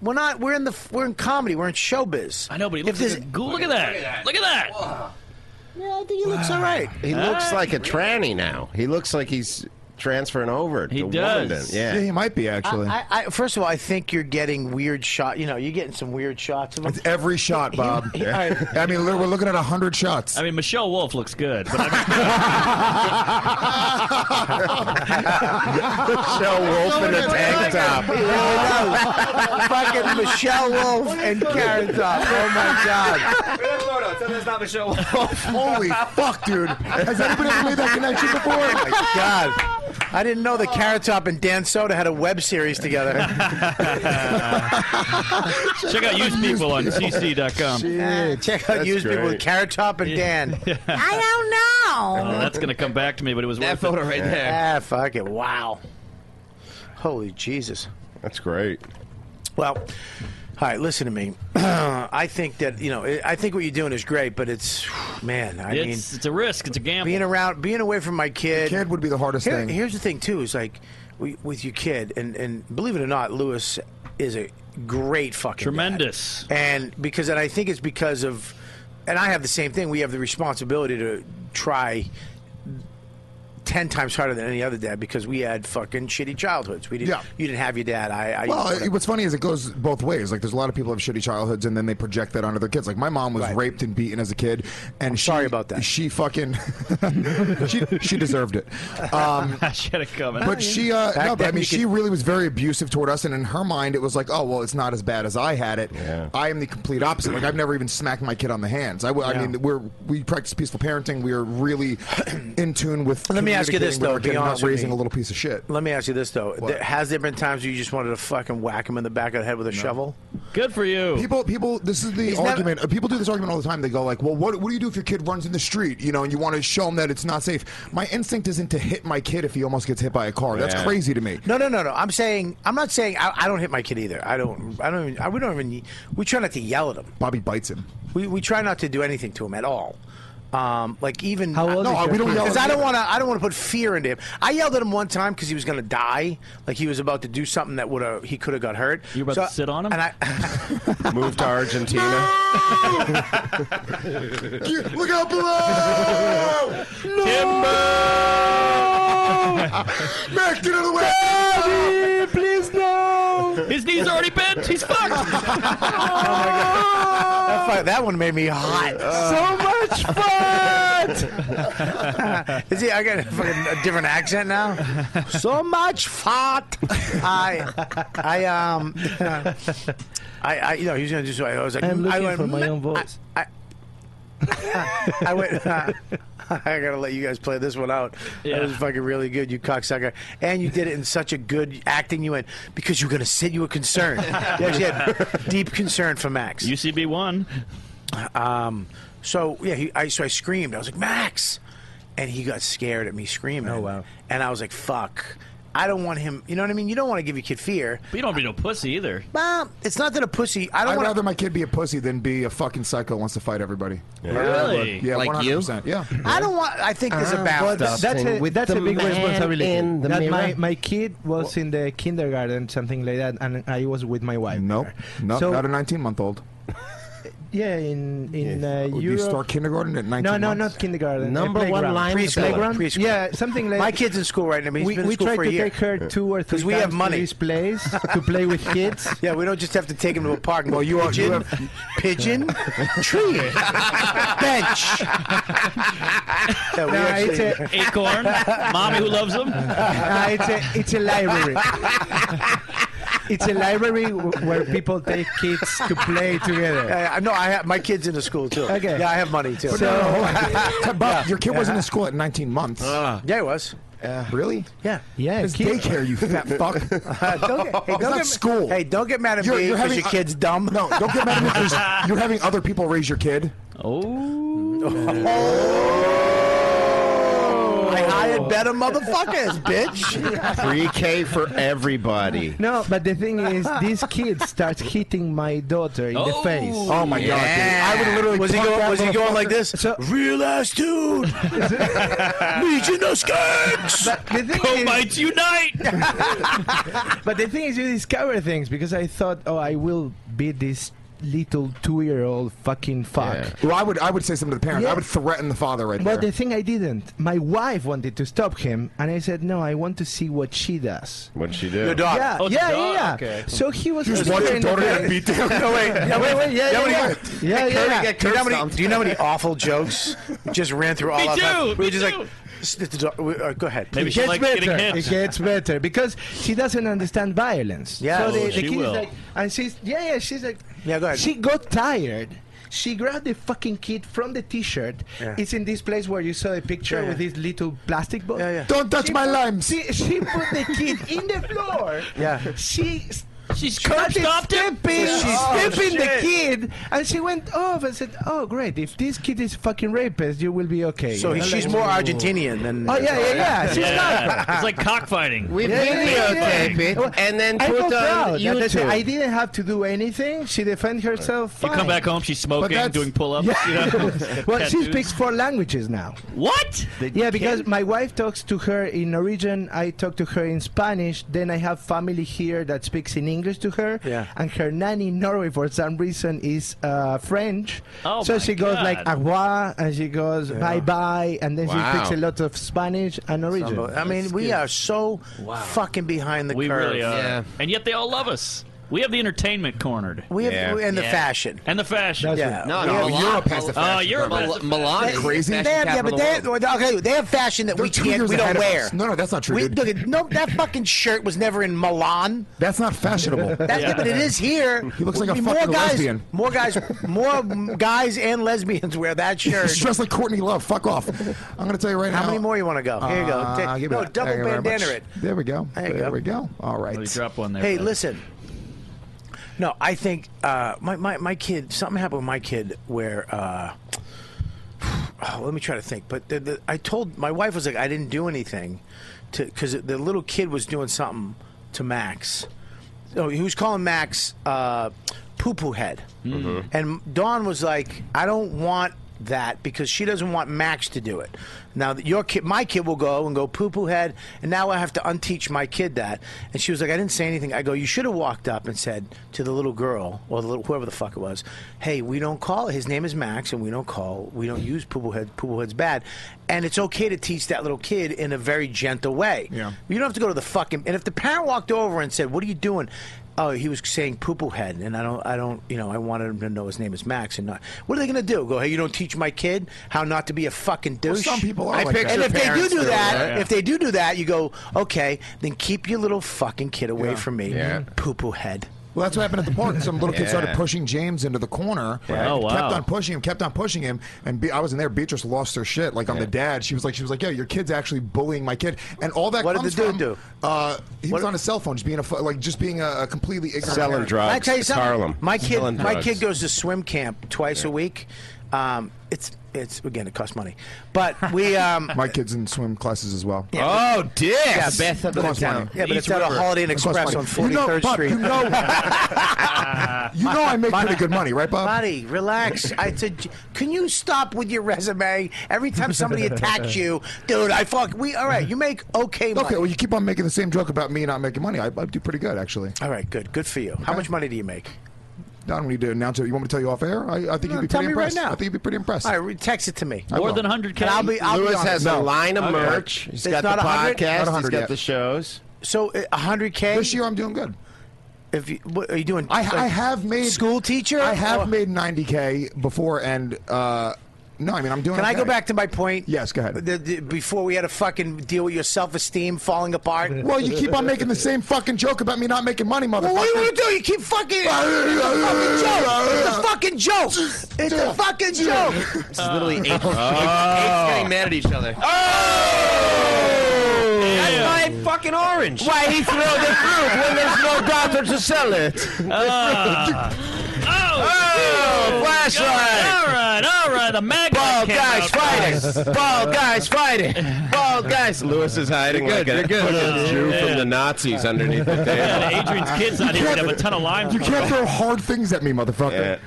S7: we're not. We're in the. We're in comedy. We're in showbiz. I
S11: know, but he looks like a ghoul. Look at that. Look at that.
S7: Yeah, I think he looks all right.
S13: Uh, He looks like a tranny now. He looks like he's transferring over. He to
S7: does.
S13: Womanton. Yeah.
S7: Yeah,
S6: he might be
S7: I, I, I, first of all, I think you're getting weird shot. You know, you're getting some weird shots of him.
S6: It's every shot, Bob.
S7: he- all right.
S6: I mean, li- we're looking at hundred shots.
S11: I mean, Michelle Wolf looks good, but I
S6: (laughs)
S13: Michelle Wolf in a tank top.
S11: (laughs)
S7: Fucking Michelle Wolf and Karen Top. Oh my god.
S6: Holy fuck, dude! Has anybody ever made that connection before?
S7: Oh my (laughs) god. I didn't know that Carrot Top and Dan Soda had a web series together. (laughs)
S11: check out used people on cc.com.
S7: (laughs) Yeah, check out
S11: That's
S7: used people with
S11: great.
S7: Carrot Top and Dan.
S11: (laughs)
S14: I don't know.
S11: Oh, that's gonna come back to me, but it was
S7: That
S11: worth
S7: photo
S11: it.
S7: right there. Ah, fuck it. Wow. Holy Jesus.
S13: That's great.
S7: Well, all right, listen to me. (clears throat) I think that, you know, I think what you're doing is great, but it's, (sighs) man, I mean.
S11: it's, it's a risk. It's a gamble.
S7: being around, being away from my kid.
S6: kid would be the hardest
S7: Here-
S6: thing.
S7: Here's the thing too: is like we, with your kid, and and believe it or not, Lewis is a great fucking
S11: Tremendous.
S7: dad. And because, and I think it's because of, and I have the same thing. We have the responsibility to try. 10 times harder than any other dad because we had fucking shitty childhoods. We didn't
S6: Yeah.
S7: you didn't have your dad. I, I
S6: well,
S7: whatever.
S6: it- what's funny is it goes both ways. Like, there's a lot of people have shitty childhoods, and then they project that onto their kids. Like, my mom was raped and beaten as a kid, and she, sorry about that. She fucking (laughs) she she
S7: (laughs)
S6: deserved it.
S11: (laughs)
S6: Um,
S11: she had it coming.
S7: Oh,
S6: but she uh,
S11: Back
S6: no, but I
S11: then
S6: mean,
S11: you
S6: she
S11: could-
S6: really was very abusive toward us, and in her mind, it was like, oh well, it's not as bad as I had it. I am the complete opposite. Like, I've never even smacked my kid on the hands. I, w- I
S7: Yeah.
S6: mean, we're we practice peaceful parenting. We are really in tune with.
S7: Let me ask you this,
S6: communicating with
S7: though,
S6: our
S7: be
S6: kid and not
S7: honest with
S6: raising
S7: me.
S6: a little piece of shit.
S7: Let me ask you this though. There- has there been times you just wanted to fucking whack him in the back of the head with a shovel?
S11: Good for you.
S6: People, people. This is the argument. uh, people do this argument all the time. They go like, "Well, what, what do you do if your kid runs in the street? You know, and you want to show him that it's not safe." My instinct isn't to hit my kid if he almost gets hit by a car. That's
S7: Yeah.
S6: crazy to me.
S7: No, no, no, no. I'm saying I'm not saying I, I don't hit my kid either. I don't. I don't. Even, I, we don't even. We try not to yell at him.
S6: Bobby
S11: (laughs)
S6: bites him.
S7: We we try not to do anything to him at all. Um, like even
S6: How old No, is your we don't kid? yell at
S7: Because I don't
S6: him.
S7: want to. I don't want to put fear into him. I yelled at him one time because he was going to die. Like he was about to do something that would have he could have got hurt. You
S11: about to sit on him?
S7: And I,
S13: Moved to Argentina.
S6: Look
S11: (laughs)
S6: out below! No! Timber! Mac, get out of the way! Daddy,
S11: please no! His knee's already bent. He's fucked.
S7: that, fu- that one made me hot. so much fun. (laughs) Is he? I got a, fucking, a different accent now. So much fat. I, I um, I, I, you know, he was gonna do so. I was like,
S10: I'm looking
S7: I went,
S10: for my
S7: "Meh."
S10: own voice.
S7: I (laughs) went. uh, I gotta let you guys play this one out. That was fucking really good, you cocksucker. And you did it in such a good acting. You went because you were gonna sit. You were
S10: (laughs)
S7: concerned. you actually had deep concern for Max.
S11: UCB won.
S7: Um. So yeah, he, I so I screamed. I was like Max, and he got scared at me screaming. Oh wow! And I was like, fuck. I don't want him. You know what I mean? You don't want to give your kid fear.
S11: But you don't be no pussy either.
S7: Mom, it's not that a pussy. I
S6: I'd
S7: don't want.
S6: rather my kid be a pussy than be a fucking psycho who wants to fight everybody.
S7: Yeah. Really?
S6: Yeah,
S7: Like
S6: 100%.
S7: (laughs)
S6: Yeah.
S7: I don't want. I think there's a balance.
S10: Well, Uh, Ah, that's a, that's a big responsibility. That my, my kid was in the kindergarten, something like that, and I was with my wife.
S6: Nope. No,
S10: So-
S6: not a 19 month old.
S10: Yeah, in in uh,
S6: Would
S10: Europe.
S6: you start kindergarten at 19
S10: no, no,
S7: (laughs)
S6: months? (laughs)
S10: not kindergarten.
S6: Number
S10: uh,
S6: one
S10: playground.
S6: line is
S10: playground.
S6: preschool.
S10: Yeah, something like
S7: My kid's in school right now. He's
S10: we
S7: been in
S10: we
S7: school
S10: tried
S7: for a
S10: to
S7: year.
S10: take her two or three
S7: we
S10: times
S7: have money.
S10: to this place to play
S7: (laughs)
S10: with kids.
S7: Yeah, we don't just have to take him to a park. Well,
S6: you are-
S7: pigeon,
S6: you
S7: pigeon, (laughs) tree, bench. Yeah, we
S10: No,
S7: actually-
S10: it's
S7: (laughs)
S10: a-
S11: Acorn, mommy who loves him.
S10: Uh, it's a it's
S7: (laughs)
S10: a library. it's a library w- where people take kids to play together.
S7: Yeah, yeah, no, I have my kids in the school too.
S10: Okay.
S7: Yeah, I have money too.
S6: But no, no,
S7: (laughs)
S6: hold on. Bob, your kid wasn't in school at 19 months.
S7: yeah, it was.
S6: really?
S7: Ah. Yeah.
S10: Yeah.
S6: It's
S10: kid-
S6: daycare, you
S7: (laughs)
S6: fat fuck.
S7: Uh, don't get, hey,
S6: It's
S7: don't
S6: not
S7: get,
S6: school.
S7: Hey, don't get mad at me because your kid's dumb. (laughs)
S6: No, don't get mad at me because you're having other people raise your kid.
S11: Oh.
S7: I hired better (laughs) motherfuckers, bitch.
S13: Pre-K for everybody.
S10: No, but the thing is, this kid starts hitting my daughter in the face.
S13: Oh, my God, dude.
S7: Yeah.
S13: I would literally
S7: Was he
S13: punk
S7: going?
S13: that
S7: Was he going
S13: motherfucker.
S7: like this? Real ass
S10: (laughs)
S7: dude. Legion of Skanks.
S10: Mites
S11: unite!
S10: but the thing is, you discover things because I thought, oh, I will be this little two-year-old fucking fuck.
S6: Well, I would I would say something to the parent.
S10: Yeah.
S6: I would threaten the father right
S10: But
S6: there.
S10: the thing I didn't. My wife wanted to stop him, and I said, "No, I want to see what she does."
S13: What'd she do?
S10: Your
S7: Ah.
S10: daughter. Yeah, yeah, yeah, yeah. So he was
S6: Just
S10: a
S6: watch your
S10: student
S6: daughter
S10: guy.
S6: get beat
S7: (laughs)
S6: down.
S7: No wait,
S10: (laughs) Yeah,
S7: no
S10: wait, wait, yeah,
S7: You know
S10: yeah,
S7: how many-
S10: yeah. Yeah,
S7: Hey, Kirby,
S10: yeah.
S7: get Do you know how many? Do you know how many awful jokes just ran through all
S10: Me
S7: of
S10: too,
S7: us? We
S10: me
S7: were just
S10: too.
S7: like, "Sit the dog- we- uh, go ahead.
S10: it
S7: please."
S10: gets better. It gets better because she doesn't understand violence.
S7: Yeah.
S10: so the,
S7: Oh,
S10: the
S7: she
S10: kid is
S7: will.
S10: like, and she's yeah, yeah. She's like,
S7: yeah, go ahead.
S10: She got tired. She grabbed the fucking kid from the T-shirt.
S6: Yeah.
S10: It's in this place where you saw a picture
S6: Yeah, yeah.
S10: with this little plastic ball.
S6: Don't touch
S10: She
S6: my
S10: put-
S6: limes.
S10: She, she put the kid in the floor.
S6: Yeah.
S10: She.
S11: She's
S10: curb stopped him. She's
S6: Oh,
S10: stepping the
S6: shit.
S10: kid, and she went off and said, "Oh, great! If this kid is fucking rapist, you will be okay."
S7: So
S10: You know,
S7: she's
S10: like-
S7: more Argentinian than.
S10: Oh yeah, yeah, yeah. She's not.
S11: It's like cockfighting.
S10: We
S11: Yeah, yeah, yeah.
S10: Well,
S13: and then
S10: I
S13: put
S10: felt
S13: on
S10: proud. That's the thing.
S13: YouTube.
S10: I didn't have to do anything. She defended herself.
S11: You
S10: Fine.
S11: come back home, she's smoking,
S10: that's-
S11: doing pull-ups.
S10: Yeah.
S11: You know?
S10: well, she
S11: Tattoos.
S10: speaks four languages now.
S11: What?
S10: yeah, because my wife talks to her in Norwegian. I talk to her in Spanish. Then I have family here that speaks in English to her.
S7: Yeah.
S10: And her nanny in Norway, for some reason, is uh, French.
S7: Oh,
S10: so
S7: my
S10: she goes like
S7: God.
S10: agua, and she goes bye bye, and then
S7: Wow.
S10: she speaks a lot of Spanish and Norwegian.
S7: I mean, we are so fucking behind the
S11: We
S7: curve.
S11: really are. And yet they all love us. We have the entertainment cornered.
S7: We have- Yeah. and the fashion.
S11: And the fashion.
S7: That's
S11: yeah.
S7: what- No, no, Europe has the
S11: Oh,
S7: fashion
S11: Europe
S7: program.
S11: has the
S7: They-
S11: fashion.
S7: They have, yeah, but they have, okay, they have fashion that we
S6: two
S7: can't,
S6: years
S7: we don't
S6: ahead of
S7: wear.
S6: us. No, no, that's not true,
S7: We,
S6: dude.
S7: look at- no, that fucking shirt was never in Milan.
S6: That's not
S7: (laughs)
S6: fashionable. (laughs)
S7: That's yeah. but it is here.
S6: He looks like a
S7: I mean,
S6: fucking
S7: more guys,
S6: lesbian.
S7: More guys, more guys and lesbians wear that
S6: (laughs)
S7: shirt.
S6: She's dressed like Courtney Love.
S7: (laughs)
S6: Fuck off. I'm going to tell you right now.
S7: How many more you want to go? Here you go.
S6: Uh,
S7: Ta-
S6: give me
S7: no,
S6: that.
S7: double
S6: Thank you very
S7: bandana
S6: much.
S7: it.
S6: There we go.
S7: There you go.
S6: we go. All right.
S11: drop one
S7: Hey, listen. No, I think uh, my, my my kid. Something happened with my kid where. Uh, oh, let me try to think. But the, the, I told my wife was like I didn't do anything, to because the little kid was doing something to Max. Oh, he was calling Max uh, poo poo head, and Dawn was like, I don't want that because she doesn't want Max to do it. Now that your kid, my kid will go and go poo poo head, and now I have to unteach my kid that. And she was like, I didn't say anything. I go, you should have walked up and said to the little girl or the little whoever the fuck it was, hey, we don't call. His name is Max, and we don't call. We don't use poo poo head. Poo poo head's bad, and it's okay to teach that little kid in a very gentle way. Yeah, you don't have to go to the fucking. And if the parent walked over and said, what are you doing? Oh, he was saying poo poo head, and I don't, I don't, you know, I wanted him to know his name is Max, and not. What are they going to do? Go, hey, you don't teach my kid how not to be a fucking douche.
S6: some people are
S7: I
S6: like
S7: picture
S6: that.
S7: And if they do
S6: parents
S7: do
S6: do
S7: that,
S6: that.
S7: if they do do that, you go, okay, then keep your little fucking kid away from me, poo poo head.
S6: Well, that's what happened at the park. Some little kid started
S7: Yeah.
S6: pushing James into the corner.
S7: Yeah. Oh, wow.
S6: Kept on pushing him, kept on pushing him, and Be- I was in there. Beatrice lost her shit. Like on the dad, she was like, she was like, "Yo, your kid's actually bullying my kid." And all that.
S7: What did
S6: comes
S7: the dude
S6: from,
S7: do?
S6: Uh, he was on his cell phone, just being a fu- like just being a, a completely ignorant.
S13: Selling
S6: parent.
S13: drugs.
S7: I tell you
S13: It's
S7: something.
S13: Harlem.
S7: My kid,
S13: Selling
S7: my
S13: drugs.
S7: kid goes to swim camp twice a week. Um, it's it's again, it costs money, but we
S6: (laughs)
S7: um,
S6: My kid's in swim classes as well.
S7: Yeah, but- Yeah,
S6: Yes.
S7: Beth up in the
S6: Cost money.
S7: town. Yeah, but it's at a Holiday Inn
S6: It costs
S7: Express
S6: money.
S7: on
S6: You know,
S7: 43rd
S6: Bob,
S7: Street.
S6: You know, you know (laughs) I make pretty good money, right, Bob?
S7: Buddy, relax. I said, can you stop with your resume? Every time somebody attacks you, dude, I fuck. We all right. You make
S6: (laughs)
S7: okay money.
S6: Okay, well, you keep on making the same joke about me not making money. I, I do pretty good, actually.
S7: All right, good. Good for you. How much money do you make?
S6: Don, we need to announce it. You want me to tell you off air? I, I think
S7: No,
S6: you'd be
S7: tell me
S6: pretty
S7: right
S6: impressed.
S7: now.
S6: I think you'd be pretty impressed.
S7: All right, re- text it to me.
S6: I More will. than
S7: 100k. I'll be. I'll
S13: Lewis
S7: be honest.
S13: has a line of
S7: Okay.
S13: merch. He's
S7: It's
S13: got the
S7: not 100?
S13: podcast.
S7: Not
S13: He's
S7: 100
S13: got
S7: yet.
S13: the shows.
S7: So uh, 100k
S6: This year I'm doing good.
S7: If you, what are you doing?
S6: I,
S7: Like,
S6: I have made
S7: school teacher. Oh,
S6: I have
S7: Or-
S6: made 90k before, and uh, no, I mean I'm doing.
S7: Can I go
S6: okay.
S7: back to my point?
S6: Yes, go ahead.
S7: The, the, before we had to fucking deal with your self-esteem falling
S6: (laughs)
S7: apart.
S6: Well, you keep on making the same fucking joke about me not making money, motherfucker.
S7: Well, what do you want to do? You keep
S6: (laughs)
S7: fucking. It's a fucking joke. It's a fucking joke. It's a fucking joke.
S11: Uh,
S9: This is literally
S11: (laughs)
S9: apes,
S13: (laughs)
S9: apes
S13: Oh.
S9: getting mad at each other.
S13: That's my fucking orange. Why he throw the fruit when there's no daughter to sell it?
S11: Ah.
S13: oh.
S11: All right, oh, all
S15: flashlight.
S11: right, all right. The mag
S15: Bald
S11: came
S15: guys
S11: out.
S15: fighting. Bald guys fighting. Bald guys.
S13: Oh, Lewis is hiding
S15: You're
S13: like
S15: good,
S13: a
S15: you're good.
S13: fucking Jew
S15: Yeah.
S13: from the Nazis underneath the table.
S11: Yeah, Adrian's kids out here. They have a ton of limes.
S6: You can't throw hard things at me,
S13: Uh,
S6: motherfucker.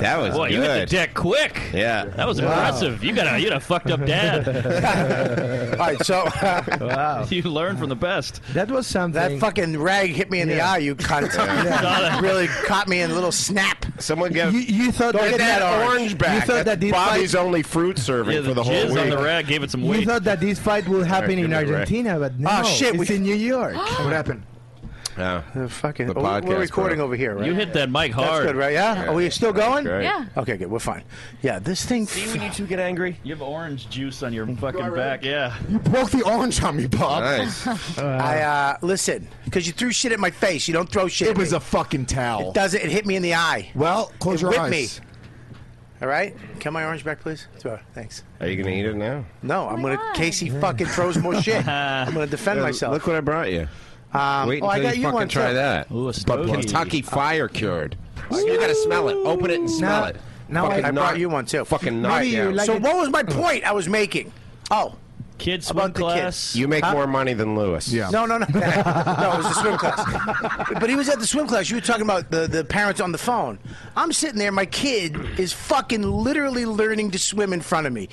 S13: That was
S11: Boy,
S13: good.
S11: you hit the deck quick.
S13: Yeah.
S11: That was
S13: Wow.
S11: impressive. You got a you got a fucked up dad.
S7: All right, so
S11: (laughs) you learn from the best.
S10: That was something.
S7: That fucking rag hit me in the
S11: Yeah.
S7: eye, you
S6: (laughs)
S7: cunt.
S11: Yeah.
S7: really caught me in a little snap.
S13: Someone get
S10: you, you thought
S7: Don't
S10: that,
S7: get that orange.
S13: orange back.
S10: You thought
S13: That's
S10: that this
S13: Bobby's
S10: fight,
S13: only fruit serving
S11: Yeah,
S13: for the
S11: the
S13: whole
S11: jizz
S13: week.
S11: on the rag gave it some
S10: you
S11: weight.
S10: thought that this fight would happen
S13: give
S10: in
S13: me the rag.
S10: Argentina, but no.
S11: shit,
S10: It's
S11: we-
S10: in New York.
S7: Oh,
S6: what happened?
S7: fucking.
S13: The
S7: oh,
S13: podcast,
S7: we're recording
S13: bro.
S7: over here, right?
S11: You hit that mic hard.
S7: That's good, right? Yeah.
S11: Yeah.
S7: Are we still going?
S11: Great. Yeah.
S7: Okay, good. We're fine. Yeah, this thing.
S11: See when you two get angry? You have orange juice on your fucking
S7: Alright.
S11: back. Yeah.
S6: You broke the orange on me, Bob.
S7: I uh, listen because you threw shit at my face. You don't throw shit.
S6: It was a fucking towel.
S7: It doesn't. It hit me in the eye.
S6: Well, close
S7: it
S6: your
S7: whipped
S6: eyes.
S7: me. All right. Can my orange back, please? Throw it. Thanks.
S13: Are you gonna eat it now?
S7: No, I'm gonna. Casey fucking throws more shit. I'm gonna defend
S13: Yeah,
S7: myself.
S13: Look what I brought you.
S7: Um,
S13: Wait
S7: oh,
S13: until
S7: I got
S13: you
S7: you
S13: fucking
S7: one
S13: try
S7: too.
S13: that.
S11: Ooh, a
S13: but
S11: stogie.
S13: Kentucky fire cured. You gotta smell it. Open it and smell
S7: Now-
S13: it.
S7: now
S13: fucking
S7: I- I
S13: knock-
S7: brought you one too.
S13: Fucking knock down.
S7: so what was my point I was making? Oh,
S11: kids
S7: swim about The kids.
S13: you make
S7: Huh?
S13: more money than Lewis. Yeah.
S7: No, no, no. (laughs) no, it was the swim class. (laughs) But he was at the swim class. You were talking about the, the parents on the phone. I'm sitting there. My kid is fucking literally learning to swim in front of me,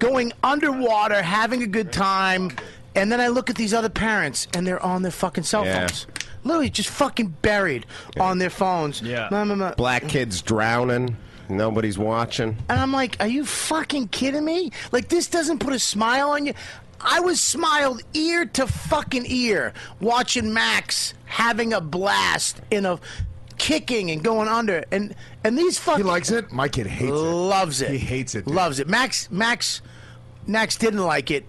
S7: going underwater, having a good time. And then I look at these other parents, and they're on their fucking cell
S13: Yeah.
S7: phones. Literally just fucking buried on their phones. Yeah.
S13: Black kids drowning. Nobody's watching.
S7: And I'm like, are you fucking kidding me? Like, this doesn't put a smile on you. I was smiled ear to fucking ear watching Max having a blast in a kicking and going under and and these fucking He likes
S6: it. My kid hates
S7: it. Loves it. He hates
S6: it.
S7: Loves it. Max Max Max didn't like it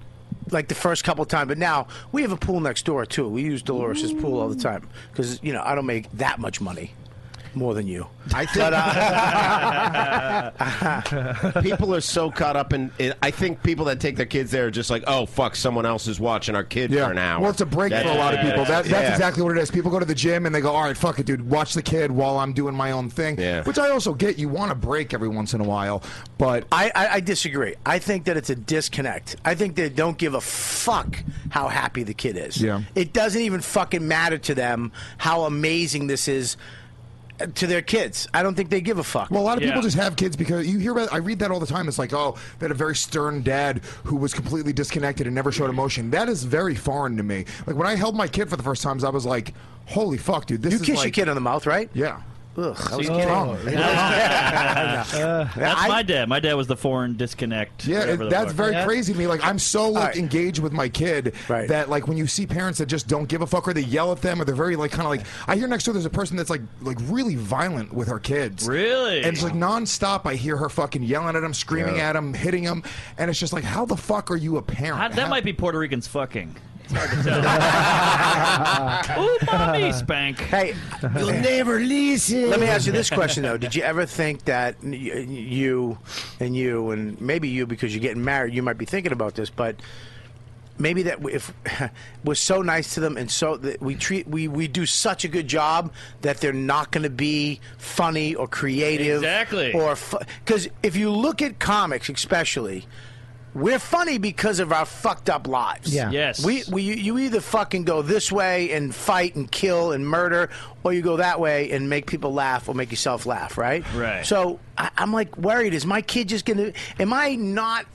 S7: like the first couple times, but now we have a pool next door too. We use Dolores's pool all the time cuz you know, I don't make that much money more than you.
S13: I think (laughs) people are so caught up in, in. I think people that take their kids there are just like, oh fuck, someone else is watching our kid for an hour.
S6: Well, it's a break
S13: That-
S6: for a lot of people. That, that's
S13: Yeah.
S6: exactly what it is. People go to the gym and they go, all right, fuck it, dude. Watch the kid while I'm doing my own thing.
S7: Yeah.
S6: Which I also get. You want a break every once in a while, but
S7: I, I, I disagree. I think that it's a disconnect. I think they don't give a fuck how happy the kid is.
S6: Yeah.
S7: It doesn't even fucking matter to them how amazing this is uh, to their kids. I don't think they give a fuck.
S6: Well, a lot of people just have kids because you hear about. I read that all the time. It's like, oh, they had a very stern dad who was completely disconnected and never showed emotion. That is very foreign to me. Like when I held my kid for the first times, I was like, holy fuck, dude. This
S7: You
S6: is
S7: kiss your
S6: like-
S7: kid on the mouth, right?
S6: Yeah.
S7: Ugh, I was
S6: Oh,
S7: kidding.
S6: wrong.
S11: That's
S6: I-
S11: my dad. My dad was the foreign disconnect.
S6: Yeah,
S11: whatever
S6: it,
S11: the
S6: that's
S11: fuck.
S6: very crazy to me. Like I'm so like engaged with my kid that like when you see parents that just don't give a fuck or they yell at them or they're very like kind of like I hear next door there's a person that's like like really violent with her kids.
S11: Really?
S6: And it's like nonstop. I hear her fucking yelling at them, screaming
S11: Yeah.
S6: at them, hitting them, and it's just like how the fuck are you a parent?
S11: How- that might be Puerto Ricans fucking. Ooh, mommy, spank.
S6: (laughs)
S7: Hey, you'll never listen. Let me ask you this question though: Did you ever think that y- you and you and maybe you, because you're getting married, you might be thinking about this, but maybe that if (laughs) we're so nice to them and so that we treat we we do such a good job that they're not going to be funny or creative,
S11: Exactly.
S7: or because if you look at comics, especially. We're funny because of our fucked up lives.
S11: Yeah. Yes.
S7: We we you- you either fucking go this way and fight and kill and murder, or you go that way and make people laugh or make yourself laugh, right?
S11: Right.
S7: So I, I'm like worried: is my kid just gonna? Am I not?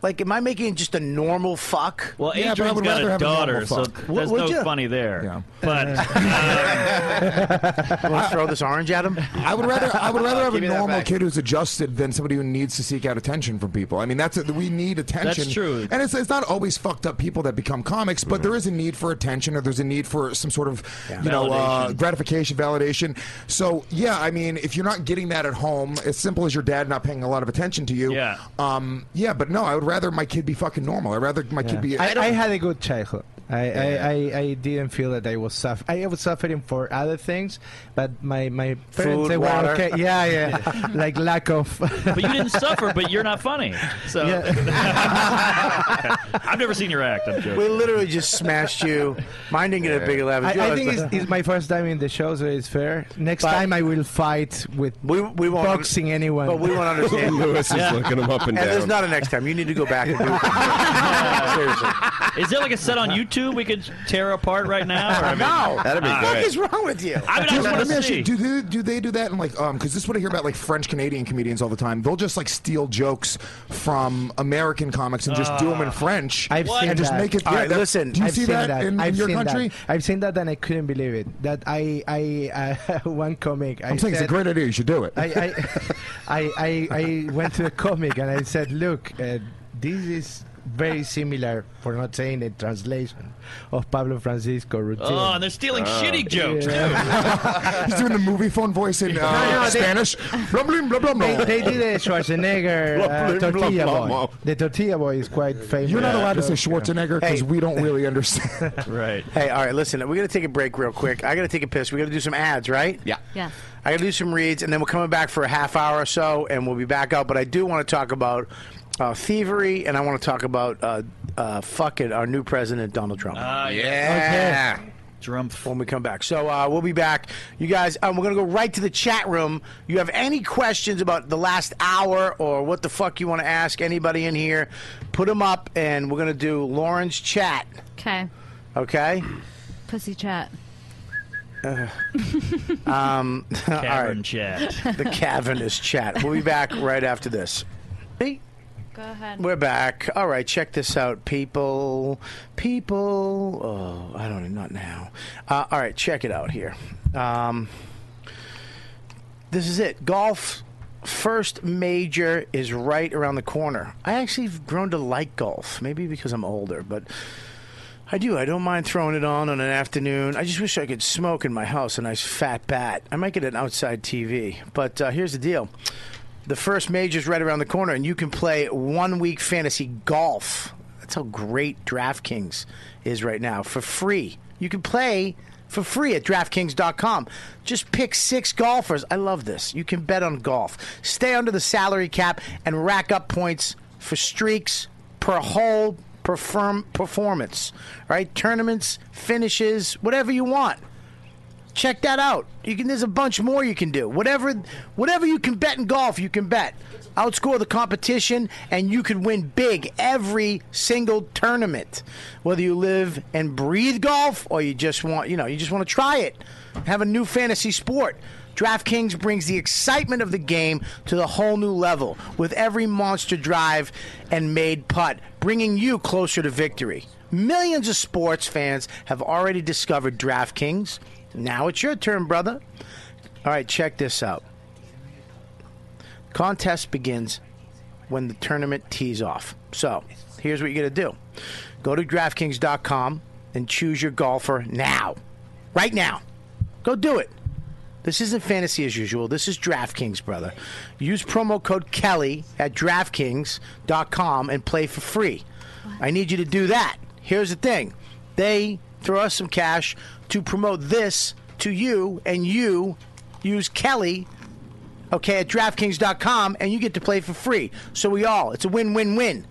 S7: Like, am I making just a normal fuck?
S11: Well, Adrian's got a daughter, so
S7: Would-
S11: there's
S7: would
S11: no
S7: ya?
S11: funny there.
S7: (laughs)
S11: But
S7: Want to throw this orange at him?
S6: I would rather I would
S7: (laughs)
S6: rather have a
S7: Give me that
S6: normal
S7: back.
S6: kid who's adjusted than somebody who needs to seek out attention from people. I mean, that's a, we need attention.
S11: true.
S6: And it's, it's not always fucked up people that become comics,
S7: Mm-hmm.
S6: but there is a need for attention or there's a need for some sort of you know uh, gratification, validation. So yeah, I mean, if you're not getting that at home, as simple as your dad not paying a lot of attention to you. Yeah. Um. Yeah, but no, I would rather my kid be fucking normal. I'd rather my
S10: Yeah.
S6: kid be.
S10: I, I had a good childhood. I, I, I, I didn't feel that I was suffering. I was suffering for other things, but my, my parents
S7: Food,
S10: they were
S7: water.
S10: okay. Yeah, yeah, like lack of.
S11: but you didn't suffer, but you're not funny. So (laughs) I've never seen your act. I'm joking.
S7: We literally just smashed you. Mine didn't get a big
S10: I,
S7: eleven.
S10: I think it's, it's my first time in the show, so it's fair. Next
S7: But-
S10: time I will fight with
S7: we, we won't
S10: boxing anyone.
S7: but we won't (laughs) understand. there's not a next time. You need to go back and do (laughs) seriously.
S11: Is there like a set on YouTube we could tear apart right now? Or, I mean,
S7: Oh,
S6: No. That'd be
S11: Ah.
S6: great.
S7: What is wrong with you?
S11: I mean, I
S6: Dude,
S11: just want
S6: let me
S11: to
S6: ask you,
S11: see.
S6: do they do they do that in like um because this is what I hear about like French Canadian comedians all the time. They'll just like steal jokes from American comics and just do them in
S11: Uh,
S10: Ah.
S6: French.
S10: I've
S6: and
S10: seen
S6: just
S10: that.
S6: make it. yeah, that- do you
S10: (laughs) I've
S6: see
S10: seen
S6: that, in, in
S10: I've
S6: your
S10: seen that.
S6: country?
S10: I've seen that and I couldn't believe it. That I I (laughs) uh, one comic. I
S6: I'm saying
S10: said,
S6: it's a great idea. You should do it.
S10: I, I, I, I, I went to a comic and I said, look, uh, this is very similar, for not saying a translation, of Pablo Francisco routine.
S11: Oh, and they're stealing shitty jokes,
S6: He's doing the movie phone voice in uh,
S10: No, no, they-
S6: Spanish. Blah, blah, blah, blah,
S10: They,
S6: blah.
S10: they did a Schwarzenegger uh,
S6: Blah, blah,
S10: tortilla
S6: blah, blah.
S10: boy. The tortilla boy is quite famous.
S6: You're not allowed to say
S10: joke, you know.
S6: Schwarzenegger because we don't really understand. (laughs)
S11: right.
S7: Hey, all right, listen, we're going to take a break real quick. I got to take a piss. we got to do some ads, right? Yeah.
S12: Yeah.
S7: I got to do some reads, and then we're coming back for a half hour or so, and we'll be back out. But I do want to talk about uh, thievery, and I want to talk about uh, uh, fuck it, our new president, Donald Trump.
S13: Uh.
S11: Ah,
S7: Uh, yeah.
S11: Trump.
S7: When we come back. So uh, we'll be back. You guys, um, we're going to go right to the chat room. You have any questions about the last hour or what the fuck you want to ask anybody in here, put them up, and we're going to do Lauren's chat.
S12: Okay.
S7: Okay?
S12: Pussy chat.
S7: Uh, um,
S11: Cavern
S12: chat.
S7: The cavernous chat. We'll be back right after this. Hey,
S12: Go ahead.
S7: we're back. All right, check this out, people. People. Oh, I don't know. Not now. Uh, all right, check it out here. Um, this is it. Golf first major is right around the corner. I actually have grown to like golf, maybe because I'm older, but I do. I don't mind throwing it on on an afternoon. I just wish I could smoke in my house a nice fat bat. I might get an outside TV, but uh, here's the deal. The first major is right around the corner, and you can play one week fantasy golf. That's how great DraftKings is right now for free. You can play for free at DraftKings.com. Just pick six golfers. I love this. You can bet on golf. Stay under the salary cap and rack up points for streaks per hole, per firm performance, right? Tournaments, finishes, whatever you want. Check that out. You can. There's a bunch more you can do. Whatever, whatever you can bet in golf, you can bet. Outscore the competition, and you could win big every single tournament. Whether you live and breathe golf, or you just want, you know, you just want to try it, have a new fantasy sport. DraftKings brings the excitement of the game to the whole new level with every monster drive and made putt, bringing you closer to victory. Millions of sports fans have already discovered DraftKings. Now it's your turn, brother. All right, check this out. Contest begins when the tournament tees off. So here's what you got to do go to DraftKings.com and choose your golfer now. Right now. Go do it. This isn't fantasy as usual. This is DraftKings, brother. Use promo code Kelly at DraftKings.com and play for free. I need you to do that. Here's the thing they throw us some cash to promote this to you, and you use Kelly okay, at DraftKings.com, and you get to play for free. So we all, it's a win win win.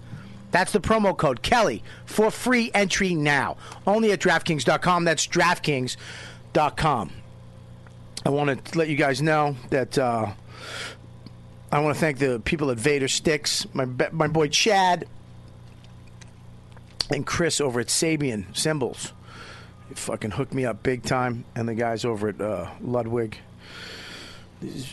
S7: That's the promo code Kelly for free entry now. Only at DraftKings.com. That's DraftKings.com. I want to let you guys know that uh, I want to thank the people at Vader Sticks, my, be- my boy Chad, and Chris over at Sabian Symbols. They fucking hooked me up big time, and the guys over at uh, Ludwig. These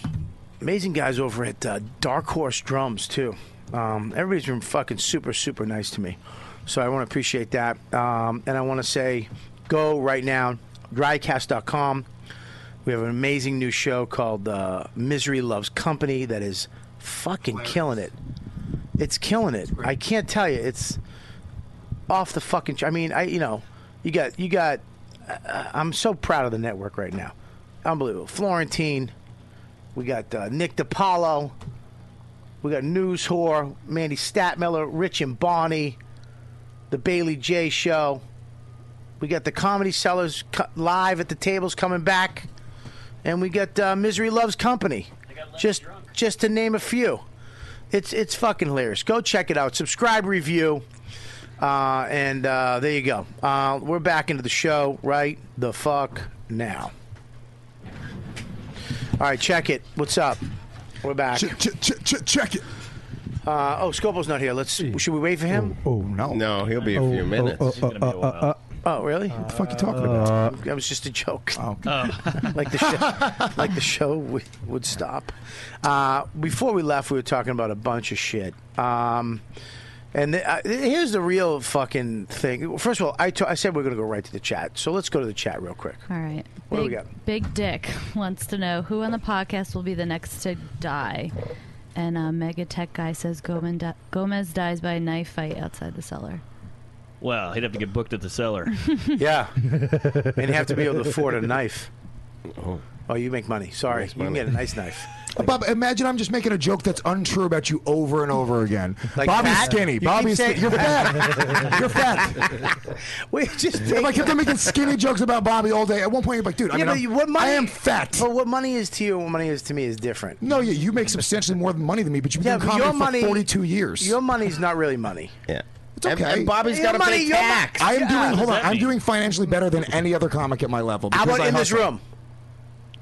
S7: amazing guys over at uh, Dark Horse Drums too. Um, everybody's been fucking super, super nice to me, so I want to appreciate that. Um, and I want to say, go right now, drycast.com. We have an amazing new show called uh, Misery Loves Company that is fucking killing it. It's killing it. I can't tell you. It's off the fucking. Ch- I mean, I you know, you got you got. Uh, I'm so proud of the network right now. Unbelievable. Florentine. We got uh, Nick DiPaolo. We got News Whore, Mandy Statmiller, Rich and Bonnie, The Bailey J Show, We got the Comedy Sellers co- live at the tables coming back, and we got uh, Misery Loves Company. Just just to name a few, it's it's fucking hilarious. Go check it out. Subscribe, review, uh, and uh, there you go. Uh, we're back into the show right the fuck now. All right, check it. What's up? We're back.
S6: check it.
S7: Uh, oh, Scopo's not here. Let's. Should we wait for him?
S6: Oh no.
S13: No, he'll be a
S7: Oh,
S13: few
S7: oh,
S13: minutes.
S7: oh, oh, oh, oh, oh. Oh, really? What
S6: Uh,
S7: the fuck you talking about? That was just a joke.
S6: oh.
S7: (laughs)
S11: Oh,
S7: like the
S6: (laughs)
S7: show, like the show w- would stop. Uh, before we left, we were talking about a bunch of shit. Um, and th- uh, here's the real fucking thing. First of all, I, t- I said we are going to go right to the chat, so let's go to the chat real quick.
S12: All right.
S7: What do
S12: big,
S7: we got?
S12: Big Dick wants to know who on the podcast will be the next to die. And uh, Mega Tech Guy says Gomez, di- Gomez dies by a knife fight outside the cellar.
S11: Well, he'd have to get booked at the cellar.
S7: (laughs) yeah, (laughs) and you have to be able to afford a knife. Oh, you make money. Sorry, you can get a nice knife.
S6: Uh, Bob, imagine I'm just making a joke that's untrue about you over and over again.
S7: (laughs) Like
S6: Bobby's
S7: fat?
S6: skinny.
S7: You keep
S6: Bobby's
S7: saying-
S6: skinny. You're fat.
S7: (laughs)
S6: You're fat.
S7: We (laughs) just
S6: if I kept on making skinny jokes about Bobby all day, at one point you're like, dude, I mean,
S7: but
S6: I'm-
S7: you- what money, Oh.
S6: I am fat.
S7: But what money is to you and what money is to me is different.
S6: No, yeah, you make substantially more than money than me, but you've been
S7: Yeah,
S6: doing
S7: but
S6: comedy
S7: your money-
S6: for 42 years.
S7: Your money's not really
S6: (laughs)
S7: money.
S13: Yeah.
S6: It's okay.
S7: And- and Bobby's Your gotta money- pay your mo- tax.
S6: I am
S7: Yeah,
S6: doing.
S7: what
S6: Hold
S7: does
S6: on.
S7: that
S6: I'm
S7: mean?
S6: doing financially better than any other comic at my level.
S7: How
S6: because
S7: about
S6: I
S7: in this
S6: hustle.
S7: room?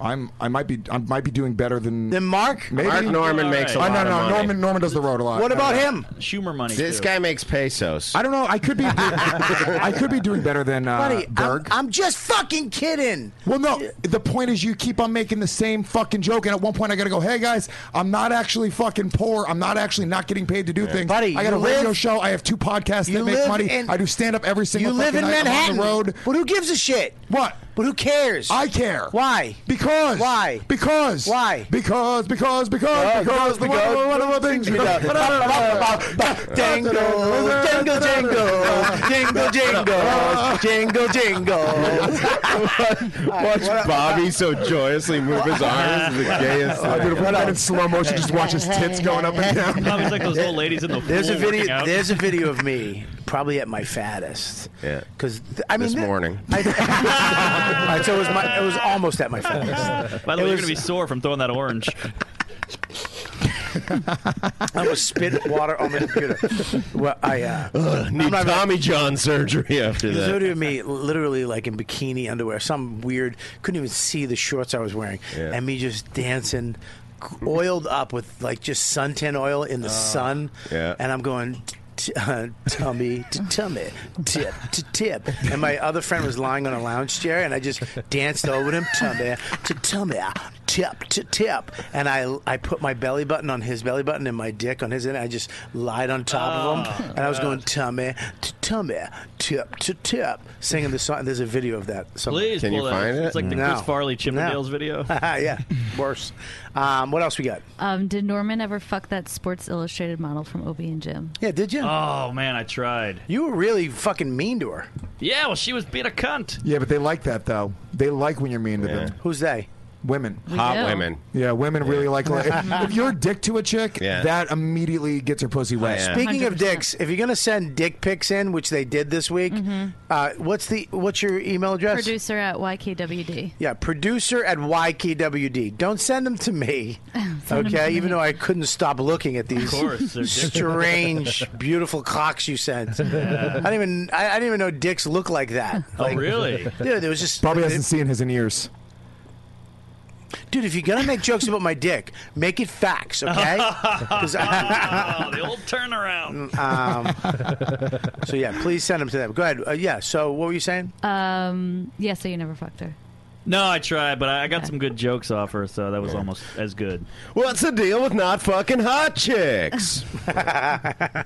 S6: I'm. I might be. I might be doing better than
S7: than Mark.
S6: Maybe.
S13: Mark Norman makes a
S6: Oh,
S13: lot
S6: no,
S13: of
S6: no.
S13: money.
S6: Norman. Norman does the road a lot.
S11: Schumer money.
S13: This
S11: too. (laughs)
S13: guy makes pesos.
S6: I don't know. I could be. I could be doing better than uh,
S7: Buddy, I'm,
S6: Berg.
S7: I'm just fucking kidding.
S6: well, no. The point is, you keep on making the same fucking joke, and at one point, I gotta go. Hey guys, I'm not actually fucking poor. I'm not actually not getting paid to do
S7: Yeah.
S6: things.
S7: Buddy,
S6: I got a
S7: you
S6: radio
S7: live-
S6: show. I have two podcasts
S7: you
S6: that make
S7: live
S6: money.
S7: in-
S6: I do stand up every
S7: You
S6: single.
S7: live in
S6: fucking night. I'm
S7: Manhattan.
S6: on the road.
S7: But who gives a shit?
S6: What?
S7: But who cares?
S6: I care.
S7: Why?
S6: Because.
S7: Why?
S6: Because.
S7: Why? Oh,
S6: Because, because, because, because, the
S7: because-
S6: one, one of the
S7: (laughs)
S6: things.
S7: Dingle, jingle, jingle, jingle, jingle, jingle, jingle.
S13: (laughs) Watch Bobby so joyously move his
S6: (laughs)
S13: arms. is the gayest.
S6: I did a
S13: thing.
S6: in slow motion, just watch his tits going up and down.
S11: Bobby's like those old ladies in the
S7: There's a
S11: pool working
S7: video.
S11: out.
S7: There's a video of me probably at my fattest. Yeah. Because I mean,
S13: This
S7: th-
S13: morning.
S7: (laughs) All right, so it was my. It was almost at my
S13: (laughs)
S7: fattest.
S11: By the
S7: It
S11: way, you're
S7: was-
S11: gonna be sore from throwing that orange.
S7: I almost spit water on my computer. Well, I uh,
S13: Ugh, need
S7: not-
S13: Tommy John surgery after
S7: There's a
S13: that.
S7: video of me literally like in bikini underwear, some weird, couldn't even see the shorts I was wearing,
S13: Yeah.
S7: and me just dancing, oiled up with like just suntan oil in the sun,
S13: Oh. yeah.
S7: and I'm going. T- uh, tummy to tummy, tip to tip, and my other friend was lying on a lounge chair, and I just danced over him, tummy to tummy, tip to tip, and I I put my belly button on his belly button and my dick on his, and I just lied on top of him, and I was going tummy to tummy, tip to tip, singing the song. There's a video of that. somewhere.
S11: Please pull that. It's like the
S7: No.
S11: Chris Farley Chippendales
S7: No.
S11: video.
S7: (laughs) yeah, worse. Um, what else we got?
S12: Um, did Norman ever fuck that Sports Illustrated model from Obie and Jim?
S7: Yeah, did you?
S11: Oh man, I tried.
S7: You were really fucking mean to her.
S11: Yeah, well, she was being a cunt.
S6: Yeah, but they like that though. They like when you're mean to them.
S7: Who's they?
S6: Women.
S11: We Hot do. women.
S6: Yeah, women really like. like if,
S13: (laughs)
S6: if you're a dick to a chick,
S13: Yeah.
S6: that immediately gets her pussy wet.
S7: Speaking of dicks, if you're gonna send dick pics in, which they did this week, uh, what's the what's your email address?
S12: Producer at YKWd.
S7: yeah, producer at YKWD. Don't (laughs) send them to me.
S12: them
S7: okay,
S12: to
S7: even though I couldn't stop looking at these
S11: Of course, they're different.
S7: strange,
S11: (laughs)
S7: beautiful cocks you sent.
S11: Yeah.
S7: I didn't even I, I didn't even know dicks look like
S11: (laughs)
S7: that.
S11: Oh, really?
S7: Dude, there was just
S6: Probably hasn't seen his in years.
S7: dude. If you're gonna make jokes about my dick, make it facts,
S11: (laughs)
S7: okay? 'Cause I- (laughs)
S11: Oh, the old turnaround.
S7: um, so yeah, please send them to them. Go ahead. Uh, yeah. So what were you saying?
S12: Um, yeah, so you never fucked her.
S11: No, I tried, but I I got some good jokes off her, so that was almost as good.
S13: What's the deal with not fucking hot chicks?
S7: uh, That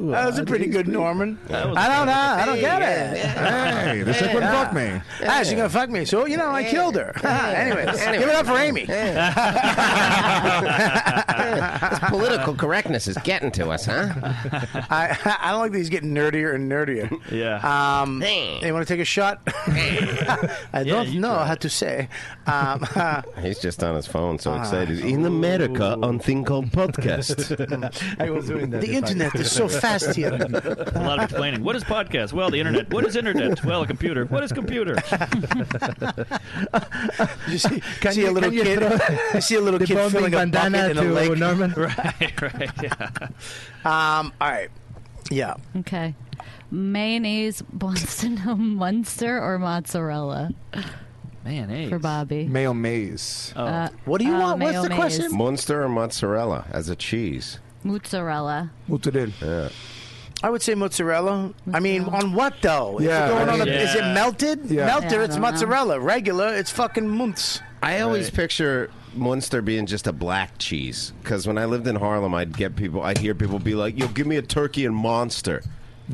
S7: was a pretty good Norman. I don't know. I don't get it.
S6: me. The chick would
S7: Yeah.
S6: fuck me.
S7: Ah, she's gonna fuck me. So you know, I killed her. (laughs) Anyways, give it up for Amy.
S15: this political correctness is getting to us, huh?
S7: I, (laughs) I don't like these getting nerdier and nerdier. Yeah. Um, hey, want to take a shot? (laughs) I don't know how to say. Um, (laughs)
S13: He's just on his phone, so
S7: Ah.
S13: excited. In America, on thing called (laughs) podcast.
S10: I was doing
S7: The internet is so fast
S10: (laughs)
S7: here.
S11: A lot of explaining. What is podcast? Well, the internet. What is internet? Well, a computer. What is computer?
S7: you see, see a little
S10: you
S7: kid.
S10: throw
S7: (laughs) You see a little
S10: the
S7: kid
S10: bombing
S7: filling a bucket
S10: bandana
S7: in a
S10: to
S7: lake.
S10: Norman?
S11: (laughs) Right, right, yeah.
S7: Um, all right. Yeah.
S12: Okay. Mayonnaise wants to know (laughs) Munster or mozzarella
S11: Mayonnaise.
S12: for Bobby.
S6: Mayo maze.
S11: Oh.
S12: Uh, What do you uh, want? What's the mayonnaise. question?
S13: Munster or mozzarella as a cheese?
S12: Mozzarella.
S6: Mozzarella.
S13: Yeah.
S7: I would say mozzarella. I mean, on what though? Is it
S13: Yeah,
S7: going
S13: I
S7: on a-
S13: mean-
S7: Is it
S13: Yeah.
S7: melted?
S13: Yeah.
S7: Melter,
S13: Yeah, I
S7: it's
S13: don't know.
S7: mozzarella. Regular, it's fucking munts.
S13: I always picture Munster being just a black cheese because when I lived in Harlem, I'd get people, I'd hear people be like, "Yo, give me a turkey and monster,"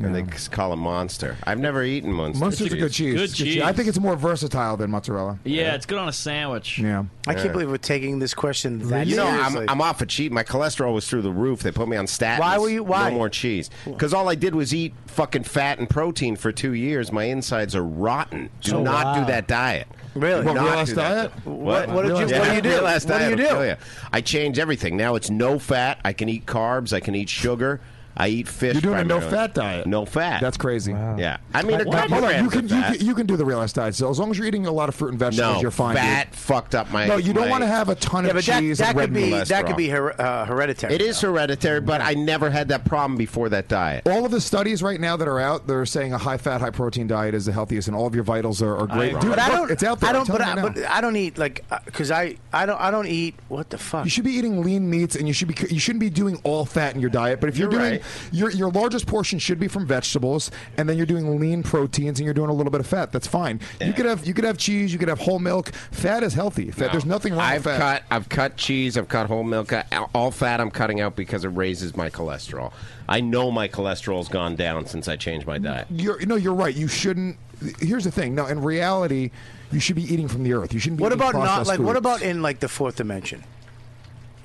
S13: and they just call it monster. I've never eaten monster.
S6: Munster's a good cheese.
S11: Good cheese.
S6: I think it's more versatile than mozzarella.
S11: Yeah, it's good on a sandwich.
S6: Yeah.
S7: I can't
S13: Yeah.
S7: believe we're taking this question that
S13: you know, I'm,
S7: seriously.
S13: I'm off a cheat. My cholesterol was through the roof. They put me on statins.
S7: Why were you- why?
S13: No more cheese. Because all I did was eat fucking fat and protein for two years. My insides are rotten. Do
S7: Oh,
S13: not
S7: wow.
S13: do that diet.
S7: Really?
S13: Do
S7: What,
S13: not
S7: real ass
S13: do that
S7: diet?
S13: di-
S7: What- what did you-
S13: Real ass
S7: what do you
S13: diet.
S7: do?
S13: (laughs) Real ass
S7: What do
S13: diet
S7: you
S13: will
S7: do?
S13: kill ya. I change everything. Now it's no fat. I can eat carbs. I can eat sugar. I eat fish.
S6: You're doing a
S13: primarily.
S6: no-fat diet.
S13: No fat.
S6: That's crazy.
S13: Yeah. I mean, a
S6: Now,
S13: couple
S6: hold on, you
S13: grams
S6: can,
S13: of
S6: you
S13: fat.
S6: can you can do the real ass diet. So as long as you're eating a lot of fruit and vegetables,
S13: No,
S6: you're fine. dude.
S13: fat fucked up my.
S6: No, you don't
S13: my-
S6: want to have a ton
S13: Yeah,
S6: of
S13: but that-
S6: cheese.
S13: that
S6: and
S13: could
S6: red meat.
S13: be- that could be
S7: her- uh, hereditary.
S13: It is hereditary, but I never had that problem before that diet.
S6: All of the studies right now that are out, they're saying a high fat, high protein diet is the healthiest, and all of your vitals are, are great. Dude,
S7: but I
S6: look,
S7: don't.
S6: it's out
S7: I
S6: there. I'm
S7: don't. But
S6: telling
S7: I,
S6: you now.
S7: but I don't eat like because I. I don't. I don't eat. What the fuck?
S6: You should be eating lean meats, and you should be you shouldn't be doing all fat in your diet. But if you're,
S7: You're
S6: doing
S7: right.
S6: your your largest portion should be from vegetables, and then you're doing lean proteins, and you're doing a little bit of fat. That's fine. You could have you could have cheese, you could have whole milk. Fat is healthy. Fat,
S13: No.
S6: There's nothing wrong
S13: I've
S6: with fat.
S13: cut. I've cut cheese. I've cut whole milk. I- All fat I'm cutting out because it raises my cholesterol. I know my cholesterol's gone down since I changed my diet.
S6: You're, no, you're right. You shouldn't. Here's the thing. No, in reality, you should be eating from the earth. You shouldn't. Be
S7: What
S6: eating
S7: about not
S6: processed
S7: like? What
S6: foods.
S7: about in like the fourth dimension?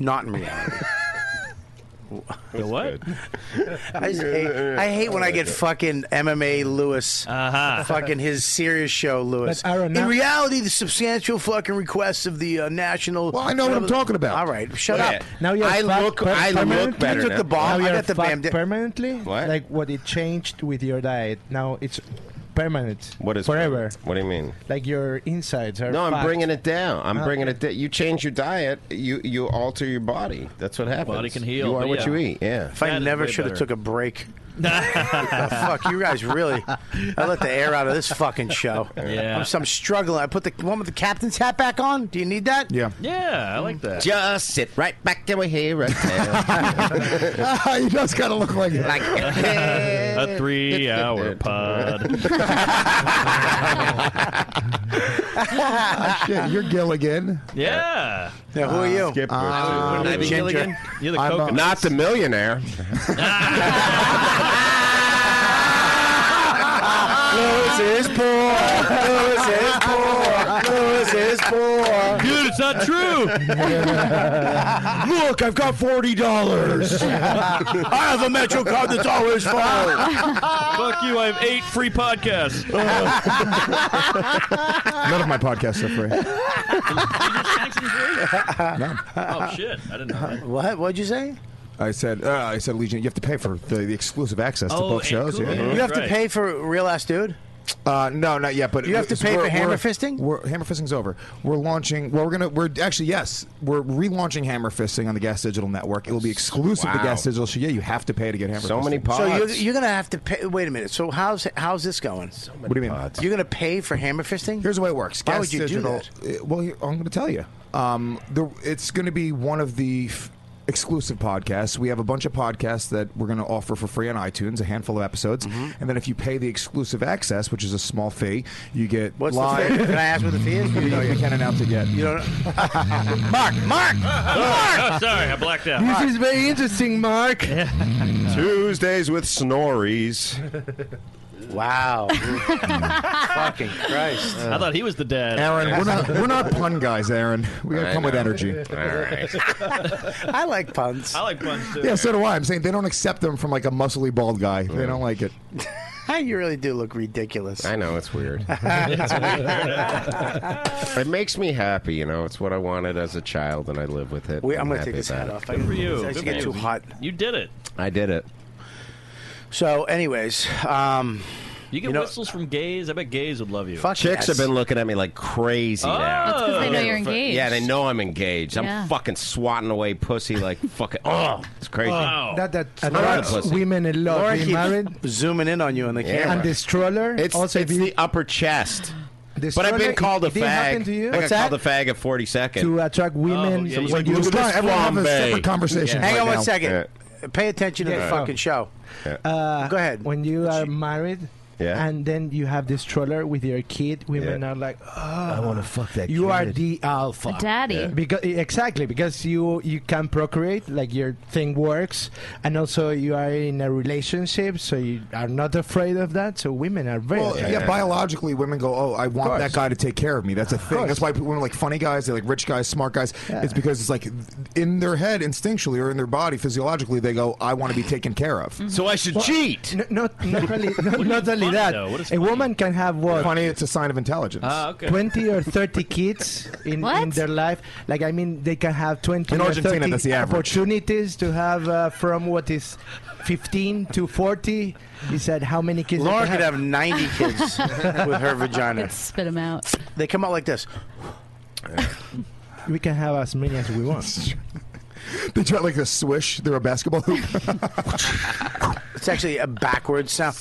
S7: Not in reality.
S11: The what? (laughs)
S7: I, just hate, I hate when I get fucking MMA Lewis,
S11: uh-huh.
S7: (laughs) fucking his serious show Lewis.
S10: But Aaron,
S7: in
S10: now-
S7: reality, the substantial fucking requests of the uh, national.
S6: Well, I know what I'm talking about.
S7: All right, shut
S13: Yeah.
S7: up.
S10: Now you're
S13: I
S10: fat
S13: look-
S10: per-
S13: I look
S10: permanently?
S13: better
S10: You took
S13: now.
S10: the bomb.
S7: Now
S10: I
S7: you're
S10: got the
S7: fat
S10: bam. permanently.
S13: What?
S10: Like what it changed with your diet. Now it's permanent.
S13: What is
S10: forever?
S13: What do you mean?
S10: Like your insides are.
S13: No, I'm
S10: fucked.
S13: bringing it down. I'm
S10: Oh.
S13: bringing it down. You change your diet, you you alter your body. That's what happens.
S11: Body can heal,
S13: You are
S11: but
S13: what
S11: yeah.
S13: you eat. Yeah.
S7: If I
S11: That is
S7: never
S11: way
S7: should have
S11: better.
S7: took a
S11: (laughs)
S7: break. Oh, fuck, you guys really. I let the air out of this fucking show.
S11: Yeah.
S7: I'm, so I'm struggling. I put the one with the captain's hat back on. Do you need that? (laughs)
S6: Yeah.
S11: Yeah, I like that.
S13: Just sit right back to my hair (laughs) right
S6: he does kind of look like it.
S11: A three-hour pod.
S6: Ah, shit, you're Gilligan.
S11: (laughs) Yeah.
S7: Yeah,
S11: Uh,
S7: who are you?
S9: Ah,
S13: Wouldn't I be
S7: Ginger.
S13: Gilligan?
S11: You're the
S13: I'm, uh,
S11: coconut.
S13: not the millionaire.
S11: (laughs)
S7: Lewis is poor. Lewis is poor. Lewis is poor.
S11: Dude, it's not true.
S6: Look, I've got forty (laughs) dollars.
S7: I have a MetroCard that's always full.
S11: Fuck you. I have eight free podcasts.
S6: None of my podcasts are free.
S11: oh shit! I didn't know. That.
S7: What? What'd you say?
S6: I said, uh, I said, Legion, you have to pay for the, the exclusive access to
S11: Oh,
S6: both shows.
S11: cool.
S6: Yeah. Uh-huh.
S7: You have to
S11: Right.
S7: pay for real ass dude.
S6: Uh, no, not yet. But
S7: You have to pay
S6: we're-
S7: for hammer
S6: we're-
S7: fisting?
S6: We're, hammer fisting's over. We're launching. Well, we're gonna. We're actually yes. We're relaunching hammer fisting on the Gas Digital Network. It will be exclusive to
S13: Wow.
S6: Gas Digital. So yeah, you have to pay to get hammer.
S13: So
S6: fisting.
S13: many pods.
S7: So Oh, you're, you're gonna have to pay. Wait a minute. So how's how's this going?
S6: What do you mean?
S7: You're gonna pay for hammer fisting?
S6: Here's the way it works.
S7: Why
S6: Gas
S7: would you do
S6: Digital. uh, well, here- I'm going to tell you. Um, the, it's going to be one of the f- exclusive podcasts. We have a bunch of podcasts that we're going to offer for free on iTunes, a handful of episodes,
S7: Mm-hmm.
S6: and then if you pay the exclusive access, which is a small fee, you get
S7: What's
S6: live.
S7: the fee? Can I ask what the fee is?
S6: (laughs) You know, you can't announce it yet.
S7: You don't. Mark, Mark, Mark.
S11: Oh, sorry, I blacked out.
S10: This is very
S7: (laughs)
S10: interesting, Mark.
S13: Tuesdays with Snorries.
S7: Wow. fucking Christ.
S11: I thought he was the dad.
S6: Aaron, we're not we're not pun guys, Aaron. We gotta
S11: I
S6: come with
S11: know.
S6: energy.
S11: All right.
S7: I like puns.
S11: I like puns too.
S6: Yeah, so do I. I'm saying they don't accept them from like a muscly bald guy. They don't like it.
S7: you really do look ridiculous.
S13: I know it's weird. it makes me happy. You know, it's what I wanted as a child, and I live with it.
S7: Wait, I'm
S13: going
S7: gonna
S13: to
S7: take this hat off. I-
S11: Good for you.
S7: I used to
S11: Good
S7: get
S11: for
S7: too
S11: you.
S7: hot.
S11: You did it.
S13: I did it.
S7: So, anyways, um,
S11: You get
S7: know-
S11: whistles from gays. I bet gays would love you.
S13: Chicks have been looking at me like crazy now.
S12: Uh,
S11: That's 'cause they know you're engaged.
S13: Yeah, they know I'm engaged.
S12: Yeah.
S13: I'm fucking swatting away pussy like fucking. Oh, it's crazy.
S10: That that
S13: I'm not a
S10: attracts
S13: pussy.
S10: women a lot.
S7: Laura
S10: being
S7: keeps
S10: married.
S7: zooming in on you on the
S13: Yeah.
S7: camera.
S10: And the stroller.
S13: It's,
S10: also,
S13: it's the upper chest.
S10: The
S13: but I've
S10: stroller,
S13: been called a
S10: it didn't happen
S13: fag.
S10: to you?
S13: I got
S10: What's that?
S13: called a fag at 42nd.
S10: to attract
S11: Oh,
S10: women.
S13: yeah, you-
S10: when
S13: Look
S10: you
S13: at this
S10: start- everyone have a
S13: flambe.
S10: separate conversation.
S7: Hang
S10: right
S7: on
S10: now.
S7: one second. Pay attention to
S10: Yeah.
S7: the fucking show.
S10: Uh,
S7: Go ahead.
S10: When you are married,
S7: Yeah.
S10: and then you have this stroller with your kid, women are like, oh, I want to fuck that. You are the alpha,
S12: A daddy. Yeah.
S10: Because exactly because you you can procreate, like your thing works, and also you are in a relationship, so you are not afraid of that. So women are very
S6: Well, yeah,
S10: attracted.
S6: biologically, women go, "Oh, I want that guy to take care of me." That's a thing. That's why people are like funny guys, they're like rich guys, smart guys. It's because it's like in their head, instinctually, or in their body, physiologically, they go, "I want to be taken care of."
S13: So I should cheat.
S10: N- not not only,
S13: (laughs)
S10: not, not only that. a woman can have what?
S6: Funny, it's a sign of intelligence.
S10: Ah, 20 or 30 kids in, in their life. Like, I mean, they can have 20
S6: In
S10: or
S6: Argentina,
S10: 30
S6: that's the average.
S10: opportunities to have uh, from what is 15 to 40. He said, how many kids? they (laughs)
S7: Laura
S10: can
S7: could have 90 kids with her vagina.
S12: Spit them out.
S7: They come out like this.
S10: We can have as many as we want.
S6: they try like a swish through a basketball hoop.
S7: It's actually a backwards sound.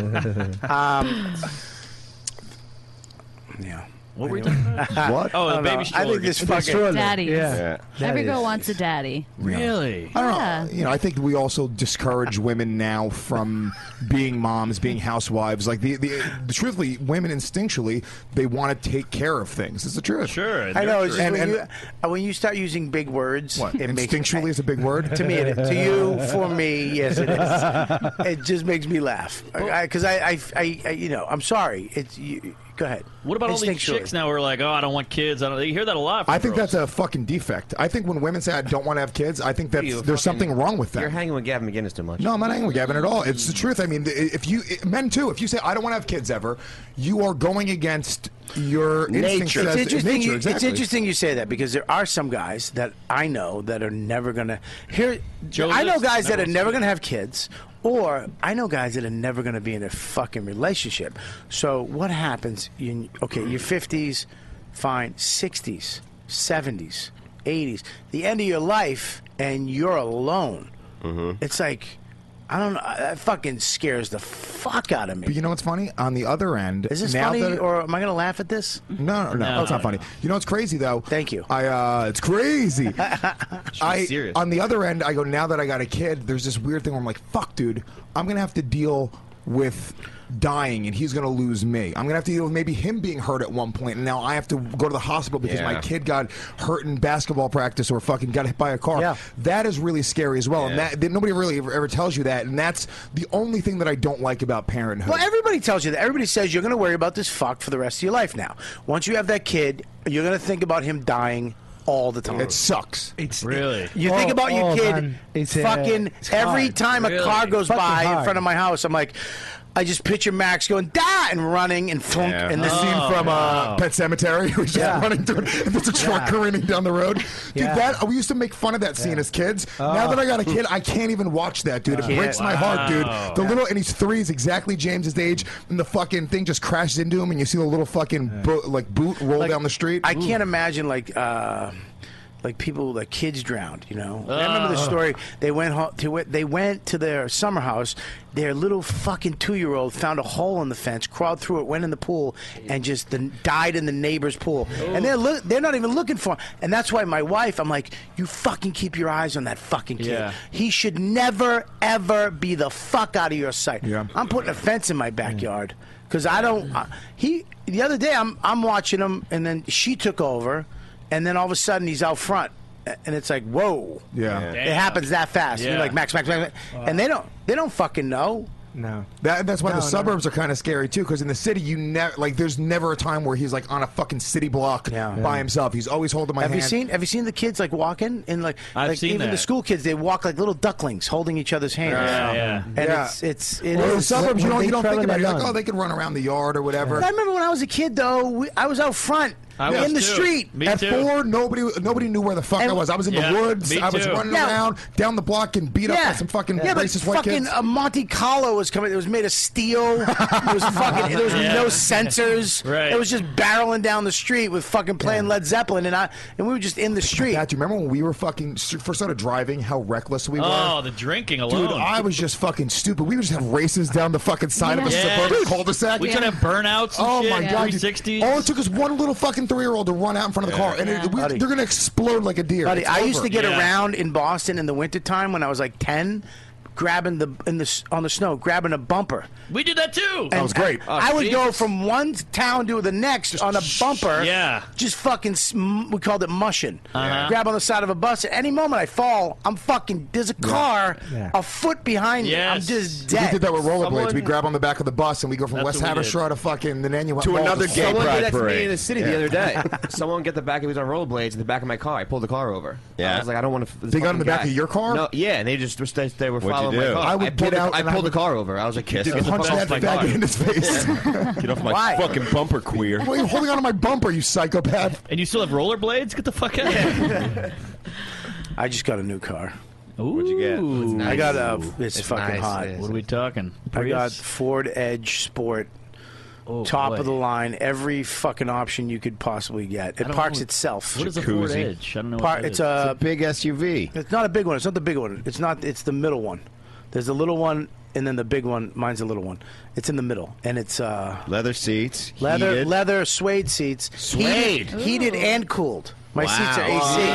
S7: um, yeah.
S11: What were you talking about?
S6: What?
S11: Oh, the
S7: I don't
S11: baby
S7: know.
S11: stroller.
S7: I think this
S11: The
S7: fucking
S12: Daddies. Every
S6: Daddies.
S12: girl wants a daddy.
S11: Really?
S6: I don't
S12: Yeah.
S6: know. You know, I think we
S9: (laughs)
S6: also discourage women now from being moms, being housewives. Like the, the, truthfully, women instinctually they want to take care of things. It's the truth.
S11: Sure.
S7: I know. It's just
S6: And,
S7: when,
S6: and
S7: you, uh, when you start using big words,
S6: what?
S7: it makes
S6: instinctually is a big word
S7: to me, it, to you, for me, yes, it
S6: (laughs)
S7: is. It just makes me laugh because I, I, I, I, you know, I'm sorry. It's you, go ahead.
S11: What about all these
S7: Instinctually.
S11: chicks now who are like, oh, I don't want kids? I don't. You hear that a lot. From
S6: I think
S11: girls.
S6: that's a fucking defect. I think when women say I don't want to have kids, I think that's
S13: You
S6: there's
S13: fucking-
S6: something wrong with
S13: You're
S6: that.
S13: hanging with Gavin McGinnis too much.
S6: No, I'm not angry with Gavin at all. It's the truth. I mean, th- if you i- men too, if you say I don't want to have kids ever, you are going against your
S7: It's
S6: Instinct says-
S7: interesting,
S6: nature,
S7: you, it's
S6: exactly.
S7: interesting you say that because there are some guys that I know that are never going to. Here,
S11: Joseph
S7: I know guys that
S11: never
S7: are
S11: was
S7: never going to have kids, or I know guys that are never going to be in a fucking relationship. So what happens? You, okay, your fifties, fine, sixties, seventies, eighties, the end of your life, and you're alone.
S6: Mm-hmm.
S7: It's like. I don't know. That fucking scares the fuck out of me.
S6: But you know what's funny? On the other end,
S7: Is this
S6: now
S7: funny,
S6: that-
S7: or am I going to laugh at this?
S6: No, no, no,
S7: No,
S6: it's not
S7: no,
S6: funny.
S7: no.
S6: You know what's crazy though? Thank you. I uh it's crazy. I
S13: serious.
S6: on the other end, I go now that I got a kid, there's this weird thing where I'm like, fuck dude, I'm going to have to deal with dying and he's going to lose me. I'm going to have to deal with maybe him being hurt at one point and now I have to go to the hospital because
S13: Yeah.
S6: my kid got hurt in basketball practice or fucking got hit by a car. That is really scary as well. And
S13: Yeah.
S6: that, that nobody really ever, ever tells you that and that's the only thing that I don't like about parenthood.
S7: Well, everybody tells you that. Everybody says you're going to worry about this fuck for the rest of your life now. Once you have that kid, you're going to think about him dying all the time.
S6: It sucks.
S10: It's
S11: really.
S7: You
S10: Oh,
S7: think about your
S10: oh,
S7: kid
S10: man. It's, uh,
S7: fucking
S10: it's
S7: every
S10: hard.
S7: time a
S10: Really?
S7: car goes
S10: Fucking
S7: by in
S10: hard.
S7: front of my house. I'm like, I just picture Max going da and running and thunk
S6: Yeah.
S7: and
S6: the
S10: Oh,
S6: scene from uh, Pet Cemetery, (laughs) where he's just
S7: Yeah.
S6: running through, it, and there's a truck
S7: Yeah.
S6: careening down the road. Dude,
S7: Yeah.
S6: that we used to make fun of that scene as kids. now
S7: Oh.
S6: that I got a kid, I can't even watch that, dude. It
S7: Can't.
S6: breaks my heart, dude.
S7: Wow.
S6: The little, and he's three, is exactly James's age, and the fucking thing just crashes into him, and you see the little fucking bo- like boot roll down the street.
S7: I can't imagine like uh, like people like kids drowned. You know, I remember the
S6: Ah.
S7: story. They went ho- to it. They went to their summer house. Their little fucking two year old found a hole in the fence, crawled through it, went in the pool, and just the, died in the neighbor's pool. And they're look they're not even looking for. Him. And that's why my wife, I'm like, you fucking keep your eyes on that fucking kid.
S11: Yeah.
S7: He should never ever be the fuck out of your sight. I'm putting a fence in my backyard because I don't. I, he the other day I'm I'm watching him and then she took over, and then all of a sudden he's out front, a- and it's like whoa,
S6: Yeah.
S7: it happens that fast. You're
S11: Yeah.
S7: like Max, Max, Max, Max," and they don't they don't fucking know.
S10: No.
S6: That, that's why
S10: No,
S6: the
S10: no.
S6: suburbs are kind of scary too, because in the city you never like. There's never a time where he's like on a fucking city block by himself. He's always holding my
S7: have
S6: hand.
S7: you seen Have you seen the kids like walking and like
S6: I've
S7: like
S6: seen
S7: even the
S6: that.
S7: school kids they walk like little ducklings holding each other's hands.
S6: Yeah, yeah.
S7: And
S6: Yeah.
S7: it's it's it
S6: Well, in the
S7: is-
S6: suburbs, you don't you don't think about it. You're like, oh, they can run around the yard or whatever.
S7: I remember when I was a kid though, we, I was out front
S6: I
S7: in
S6: was
S7: the
S6: too.
S7: street
S6: Me At too. four, nobody nobody knew where the fuck
S7: And-
S6: I was. I was in
S7: Yeah,
S6: the woods.
S7: me
S6: I was
S7: too.
S6: running
S7: Yeah.
S6: around down the block and beat up by some fucking
S7: yeah,
S6: racist
S7: but
S6: white
S7: fucking
S6: kids.
S7: A Monte Carlo was coming. It was made of steel. It was fucking. There was
S6: (laughs) Yeah.
S7: no sensors.
S6: Right.
S7: It was just barreling down the street with fucking playing Led Zeppelin, and I and we were just in the street.
S6: God, do you remember when we were fucking first started driving? How reckless we were.
S11: Oh, the drinking alone.
S6: Dude, I was just fucking stupid. We would just have races down the fucking side of a
S11: Yes.
S6: suburban cul-de-sac.
S11: We could have burnouts and
S6: oh
S11: shit,
S6: my
S11: yeah.
S6: god! dude. Oh.
S11: 360s.
S6: All it took is one little fucking three-year-old to run out in front of the car, and it, we, they're gonna explode like a deer.
S7: Buddy,
S6: It's
S7: I used
S6: over.
S7: to get around in Boston in the wintertime when I was like ten, grabbing the in the s- on the snow, grabbing a bumper.
S11: We did that too.
S7: And
S11: Oh,
S7: I, I would go from one town to the next on a bumper.
S11: yeah.
S7: Just fucking. sm- We called it mushing.
S11: Uh-huh.
S7: Grab on the side of a bus. At any moment I fall, I'm fucking. There's a car
S6: Yeah.
S7: a foot behind me. I'm just dead.
S6: We did that with rollerblades.
S7: Someone-
S6: We grab on the back of the bus and we go from
S7: That's
S6: West
S7: what we did.
S6: Haverstraw to fucking the Nanuet Mall
S9: Someone did that to me in the city the other day.
S13: (laughs)
S9: Someone got the back. He was on rollerblades in the back of my car. I pulled the car over.
S13: Yeah.
S9: I was like, I don't want to.
S13: They got in the back of your car?
S9: No. Yeah, and they just were- they, they were
S13: What'd you
S9: following
S13: do?
S9: my car.
S13: I
S9: pulled
S13: would get
S9: the-
S13: out
S9: I
S13: and I
S9: pulled
S13: would-
S9: the car over. I was like,
S13: Kiss
S9: get
S13: him.
S9: the
S13: Punch
S9: fuck off
S13: that
S9: my
S13: faggot
S9: car.
S13: in
S6: (laughs)
S13: his face.
S6: Get
S13: off my
S11: Why?
S13: fucking bumper, queer.
S6: What are you holding onto my bumper, you psychopath?
S11: And you still have rollerblades? Get the fuck out!
S6: (laughs)
S7: I just got a new car.
S11: Ooh. What'd you get?
S7: I got a. It's,
S11: It's
S7: fucking
S11: nice.
S7: hot.
S11: What are we talking?
S7: I got
S11: Prius? Oh,
S7: Ford Edge Sport. Top
S11: boy.
S7: of the line, every fucking option you could possibly get. It
S11: don't
S7: parks
S11: know-
S7: itself.
S11: What is a Ford Jacuzzi. Edge? I don't know what that
S7: it's
S11: is.
S7: a
S11: It's a
S7: big SUV. It's not a big one. It's not the big one. It's not. It's the middle one. There's the little one and then the big one. Mine's the little one. It's in the middle, and it's uh,
S13: Leather seats.
S7: leather,
S13: heated.
S7: leather suede seats,
S13: Suede.
S7: heated, heated and cooled. My
S13: Wow.
S7: seats are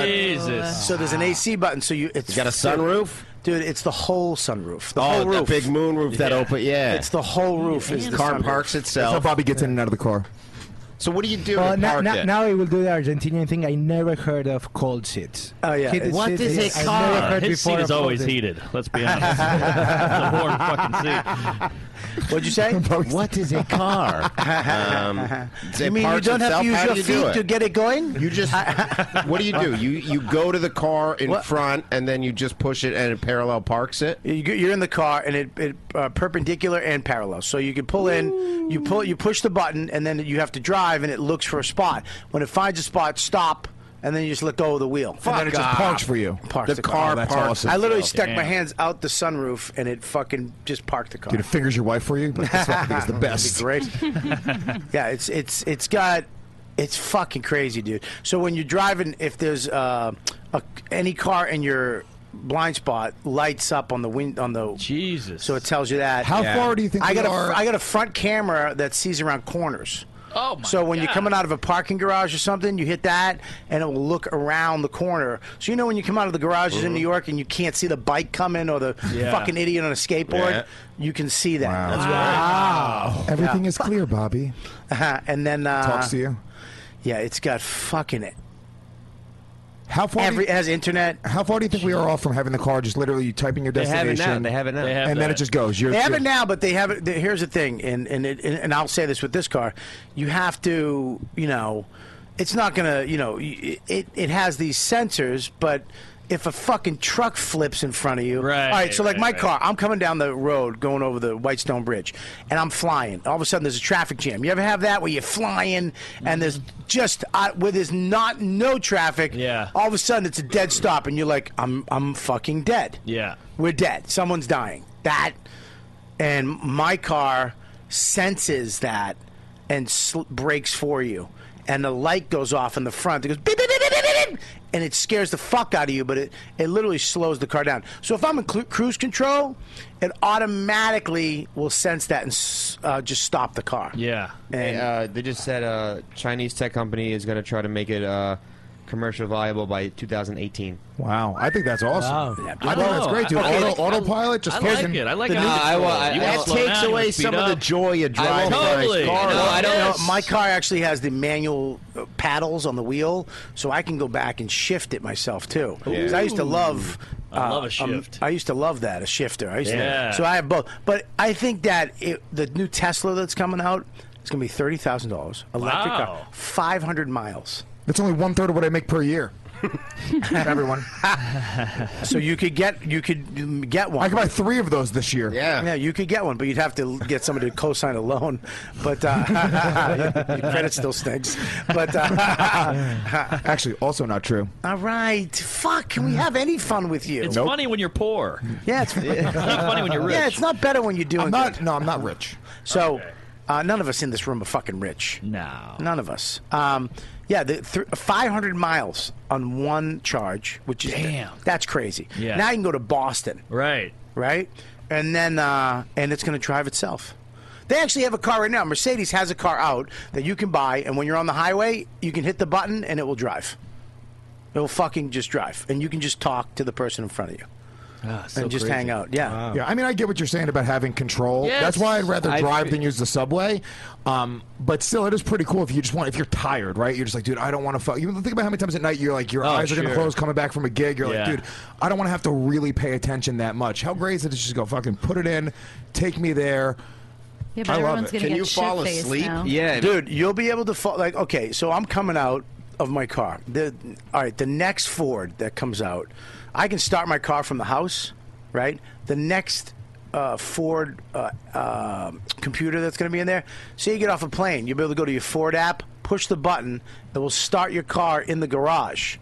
S7: AC.
S13: Jesus.
S7: So there's an AC button. So you it's
S13: You got a sunroof?
S7: dude. It's the whole sunroof. The
S13: Oh,
S7: whole
S13: the
S7: roof.
S13: big moon roof that open- yeah.
S7: It's the whole roof. Is the
S13: Car
S7: sunroof.
S13: parks
S6: That's how
S13: itself.
S6: Bobby gets in and out of the car.
S13: So what do you do
S10: Well,
S13: to
S10: now,
S13: park
S10: now,
S13: it?
S10: now I will do the Argentinian thing. I never heard of cold seats.
S7: Oh yeah.
S10: Heated
S7: What
S10: seats
S7: is a
S10: I've
S7: car?
S10: never heard
S11: His
S10: before
S11: seat
S10: of
S11: is
S10: cold
S11: always
S10: seats.
S11: heated. Let's be honest. it's a warm fucking seat.
S7: What'd you
S13: (laughs)
S7: say?
S13: what is a car?
S7: (laughs)
S13: um,
S7: You mean you don't have to use your feet to get it going? (laughs)
S13: You just what do you do? You you go to the car in
S7: What?
S13: front and then you just push it and it parallel parks it.
S7: You get- You're in the car, and it, it uh, perpendicular and parallel. So you can pull in, you pull, you push the button, and then you have to drive, and it looks for a spot. When it finds a spot, stop, and then you just let go of the wheel.
S6: And then it just parks for you.
S7: Parks
S6: The
S7: the,
S6: car Oh, that's
S7: parks.
S6: awesome.
S7: I literally stuck
S6: Damn.
S7: my hands out the sunroof, and it fucking just parked the car.
S6: Dude, it fingers your wife for you. But that's fucking is the best.
S7: (laughs)
S6: (laughs)
S7: That'd be great. yeah, it's it's it's got it's fucking crazy, dude. So when you're driving, if there's uh, a, any car in your blind spot lights up on the wind on the
S11: Jesus,
S7: so it tells you that.
S6: How Yeah. far do you think
S7: I
S6: we
S7: got a
S6: are-
S7: I got a front camera that sees around corners.
S11: Oh my
S7: so when you're
S11: God.
S7: coming out of a parking garage or something, you hit that, and it will look around the corner. So you know when you come out of the garages in New York and you can't see the bike coming or the
S6: Uh-huh. Yeah.
S7: fucking idiot on a skateboard,
S6: Yeah.
S7: you can see that. That's
S6: Wow.
S7: Yeah.
S6: Everything is clear, Bobby.
S7: Uh-huh. (laughs) And then uh,
S6: Talks to you.
S7: Yeah, it's got fucking it.
S6: How far?
S7: Every it has internet.
S6: How far do you think we are off from having the car? Just literally you typing your
S7: They have
S6: destination.
S7: it now. They have it now. They have
S6: and then
S7: that.
S6: it just goes. You're,
S7: they have
S6: you're-
S7: it now, but they have it. Here's the thing, and and it, and and I'll say this with this car, you have to, you know, it's not gonna, you know, y- it it has these sensors, but. If a fucking truck flips in front of you,
S11: Right,
S7: all right. So like
S11: right,
S7: my
S11: right.
S7: car, I'm coming down the road, going over the Whitestone Bridge, and I'm flying. All of a sudden, there's a traffic jam. You ever have that where you're flying and there's just uh, where there's not no traffic? Yeah. All of a sudden, it's a dead stop, and you're like, I'm I'm fucking dead.
S11: Yeah.
S7: We're dead. Someone's dying. That, and my car senses that and sl- brakes for you. And the light goes off in the front. It goes beep, beep, beep, beep, beep, beep, and it scares the fuck out of you. But it, it literally slows the car down. So if I'm in cru- cruise control, it automatically will sense that and s- uh, just stop the car.
S11: Yeah.
S9: Hey, uh, they just said uh, Chinese tech company is going to try to make it uh, commercial viable by 2018.
S6: Wow, I think that's awesome.
S9: Wow.
S6: I think that's great, dude.
S9: Okay.
S6: Auto, autopilot, just
S9: I like
S6: fucking-
S9: it. I like
S6: The
S9: how
S6: new-
S9: it's
S13: I, well, I,
S9: You
S13: that
S9: want to slow
S13: takes
S9: down, you
S13: away
S9: can
S13: some
S9: speed
S13: of the
S9: up.
S13: joy of driving. a nice car.
S7: No, I don't know. My car actually has the manual uh, paddles on the wheel, so I can go back and shift it myself too. 'Cause I used to love.
S11: Ooh. I love a
S7: um,
S11: shift.
S7: I used to love that a shifter. I used
S11: Yeah.
S7: to. So I have both, but I think that it, the new Tesla that's coming out is going to be thirty thousand dollars electric
S6: Wow.
S7: car, five hundred miles.
S6: That's only one third of what I make per
S13: (laughs)
S6: year. Everyone.
S7: so you could get you could um, get one. I could
S6: buy three of those this year.
S7: Yeah, yeah, you could get one, but you'd have to l- get somebody to co-sign a loan. But uh, (laughs) your credit still stinks. But uh,
S6: (laughs)
S7: (laughs)
S6: Actually, also not true.
S7: all right, fuck. Can we have any fun with you?
S11: Mm. It's funny when you're poor.
S7: (laughs) Yeah,
S11: (laughs)
S7: it's,
S11: It's not funny when you're rich.
S7: Yeah, it's not better when you're doing.
S11: I'm not-
S6: No, I'm not rich.
S7: So, uh, none of us in this room are fucking rich.
S11: No,
S7: none of us. Um, yeah, the th- 500 miles on one charge, which is
S11: Damn.
S7: that's crazy.
S11: Yeah.
S7: Now you can go to Boston.
S11: Right.
S7: Right. And then uh, and it's going to drive itself. They actually have a car right now. Mercedes has a car out that you can buy, and when you're on the highway, you can hit the button and it will drive. It will fucking just drive, and you can just talk to the person in front of you. so And just crazy. hang out, yeah. Wow.
S6: Yeah, I mean, I get what you're saying about having control.
S7: Oh. Yes.
S6: That's why I'd rather
S7: I
S6: drive
S7: agree.
S6: than use the subway. Um, but still, it is pretty cool if you just want, if you're tired, right? You're just like, dude, I don't want to fuck. You think about how many times at night you're like, your
S11: Oh,
S6: eyes are going
S11: sure.
S6: to close coming back from a gig. You're
S11: Yeah.
S6: like, dude, I don't want to have to really pay attention that much. How great is it to just go fucking put it in, take me there?
S12: Yeah,
S6: I
S12: but
S6: love
S12: everyone's
S6: it.
S12: gonna
S6: Can
S12: get
S6: you fall
S12: shit-faced
S6: asleep?
S12: Now.
S7: dude, you'll be able to fall. Like, okay, so I'm coming out of my car. The all right, the next Ford that comes out, I can start my car from the house, right? The next uh, Ford uh, uh, computer that's going to be in there. Say you get off a plane, you'll be able to go to your Ford app, push the button, it will start your car in the garage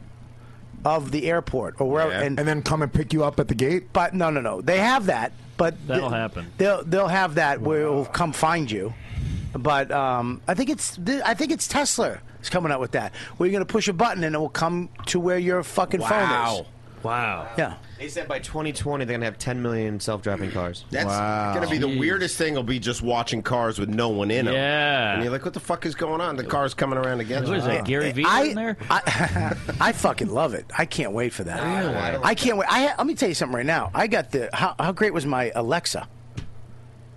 S7: of the airport or wherever, and,
S6: and then come and pick you up at the gate.
S7: But no, no, no, they have that, but
S11: That'll
S7: the-
S11: happen.
S7: They'll they'll have that where it'll come find you. But um, I think it's th- I think it's Tesla is coming out with that. Where you're going to push a button and it will come to where your fucking phone is.
S11: Wow.
S7: Yeah.
S9: They said by 2020 they're gonna have 10 million self-driving cars.
S13: That's going to be the weirdest thing. Will be just watching cars with no one in them.
S9: Yeah.
S13: and you're like, what the fuck is going on? The car's coming around again.
S7: What is
S11: Uh,
S7: that, Gary Vee I- in there? I (laughs) fucking love it. I can't wait for that.
S13: Really?
S7: I, can't wait. I ha- let me tell you something right now. I got the how, how great was my Alexa?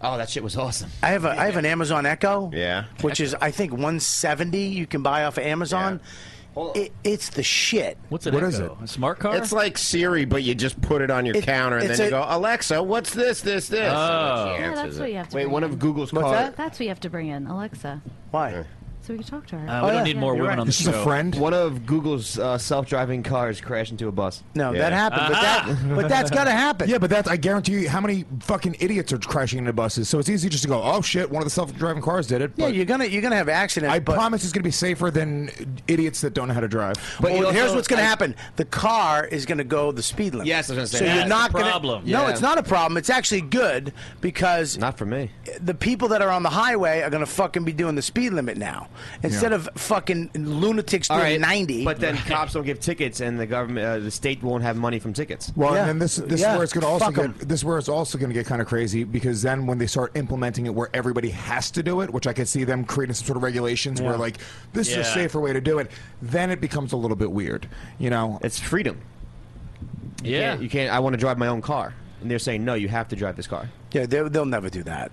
S9: Oh, that shit was awesome.
S7: I have a I have an Amazon Echo.
S13: Yeah.
S7: Which is I think 170 you can buy off of Amazon. It, it's the shit.
S11: What's
S13: an What is Echo?
S11: A smart car?
S13: It's like Siri, but you just put it on your
S7: It-
S13: counter and
S7: it's
S13: then you
S7: a-
S13: go, Alexa, what's this, this, this?
S11: Oh.
S12: Yeah, that's what you have to
S13: Wait,
S12: bring
S13: one
S12: in.
S13: of Google's What's car- that?
S12: That's what you have to bring in, Alexa.
S7: Why?
S12: So we can talk to her.
S11: Oh,
S9: Uh, we don't need more women on the show.
S6: friend.
S9: One of Google's uh, self-driving cars crashed into a bus.
S7: No, that happened, but
S6: Ah.
S7: that but that's got to happen.
S6: Yeah, but that's I guarantee you how many fucking idiots are crashing into buses. So it's easy just to go, oh shit, one of the self-driving cars did it.
S7: Yeah,
S6: but
S7: you're gonna you're gonna have accidents.
S6: I
S7: but-
S6: promise it's gonna be safer than idiots that don't know how to drive.
S7: But here's what's going to happen: the car is going to go the speed limit.
S6: Yes, I was gonna say
S7: So
S6: that.
S7: you're not
S6: That's a
S7: gonna-
S6: problem.
S7: No,
S6: Yeah.
S7: it's not a problem. It's actually good because
S9: not for me.
S7: The people that are on the highway are going to fucking be doing the speed limit now instead
S9: Yeah.
S7: of fucking lunatics
S9: All
S7: doing
S9: right,
S7: 90.
S9: But
S12: (laughs)
S9: then cops don't give tickets, and the government, uh, the state won't have money from tickets.
S6: Well, and then this this is where it's going to also get this is where it's also going to get kind of crazy because then when they start implementing it where everybody has to do it, which I could see them creating some sort of regulations
S13: Yeah.
S6: where like this is a
S13: Yeah.
S6: safer way to do it, then it becomes a little bit weird. You know,
S9: it's freedom. You
S6: Yeah.
S9: can't, you can't. I want to drive my own car, and they're saying no, you have to drive this car.
S7: Yeah, they'll, they'll never do that.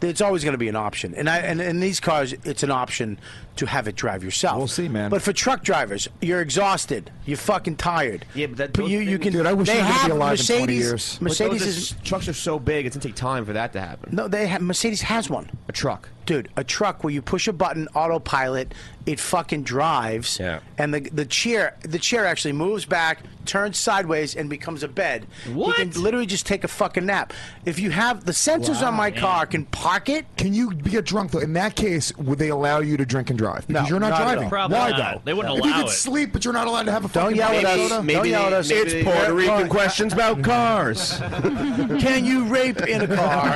S7: It's always going to be an option, and I and in these cars, it's an option to have it drive yourself. We'll see, man. But for truck drivers, you're exhausted, you're fucking tired. Yeah,
S9: but, that,
S7: you you can. they have Mercedes, Mercedes is
S9: trucks are so big; it's gonna take time for that to happen.
S7: No, they have Mercedes has one.
S9: A truck,
S7: dude. A truck where you push a button, autopilot, it fucking drives. Yeah. And the the chair the chair actually moves back, turns sideways, and becomes a bed. What? You can literally just take a fucking nap. If you have the sensors on my car, can park it.
S6: Can you get drunk though? In that case, would they allow you to drink and drive? Because
S7: No,
S6: you're not,
S7: not at all.
S6: driving.
S7: Probably
S6: Why
S7: not.
S6: though?
S7: They wouldn't
S6: if you
S7: allow
S6: could
S7: it.
S6: sleep, but you're not allowed to have a
S7: Don't
S6: fucking
S7: yell at
S6: baby
S7: us.
S6: soda?
S7: Don't yell at us.
S13: questions (laughs) about cars.
S7: Can you rape in a car?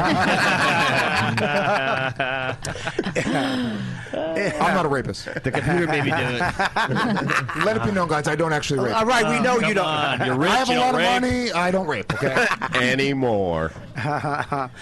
S6: I'm not a
S7: (laughs)
S6: rapist. The
S11: (laughs)
S9: computer made me do
S6: it. Let it be known, guys, I don't actually rape.
S7: All right, we Oh, know you come don't.
S11: (laughs)
S13: on. You're rich,
S6: I have
S13: you
S6: a lot
S13: don't rape.
S6: of money. I don't rape. Okay.
S13: Anymore.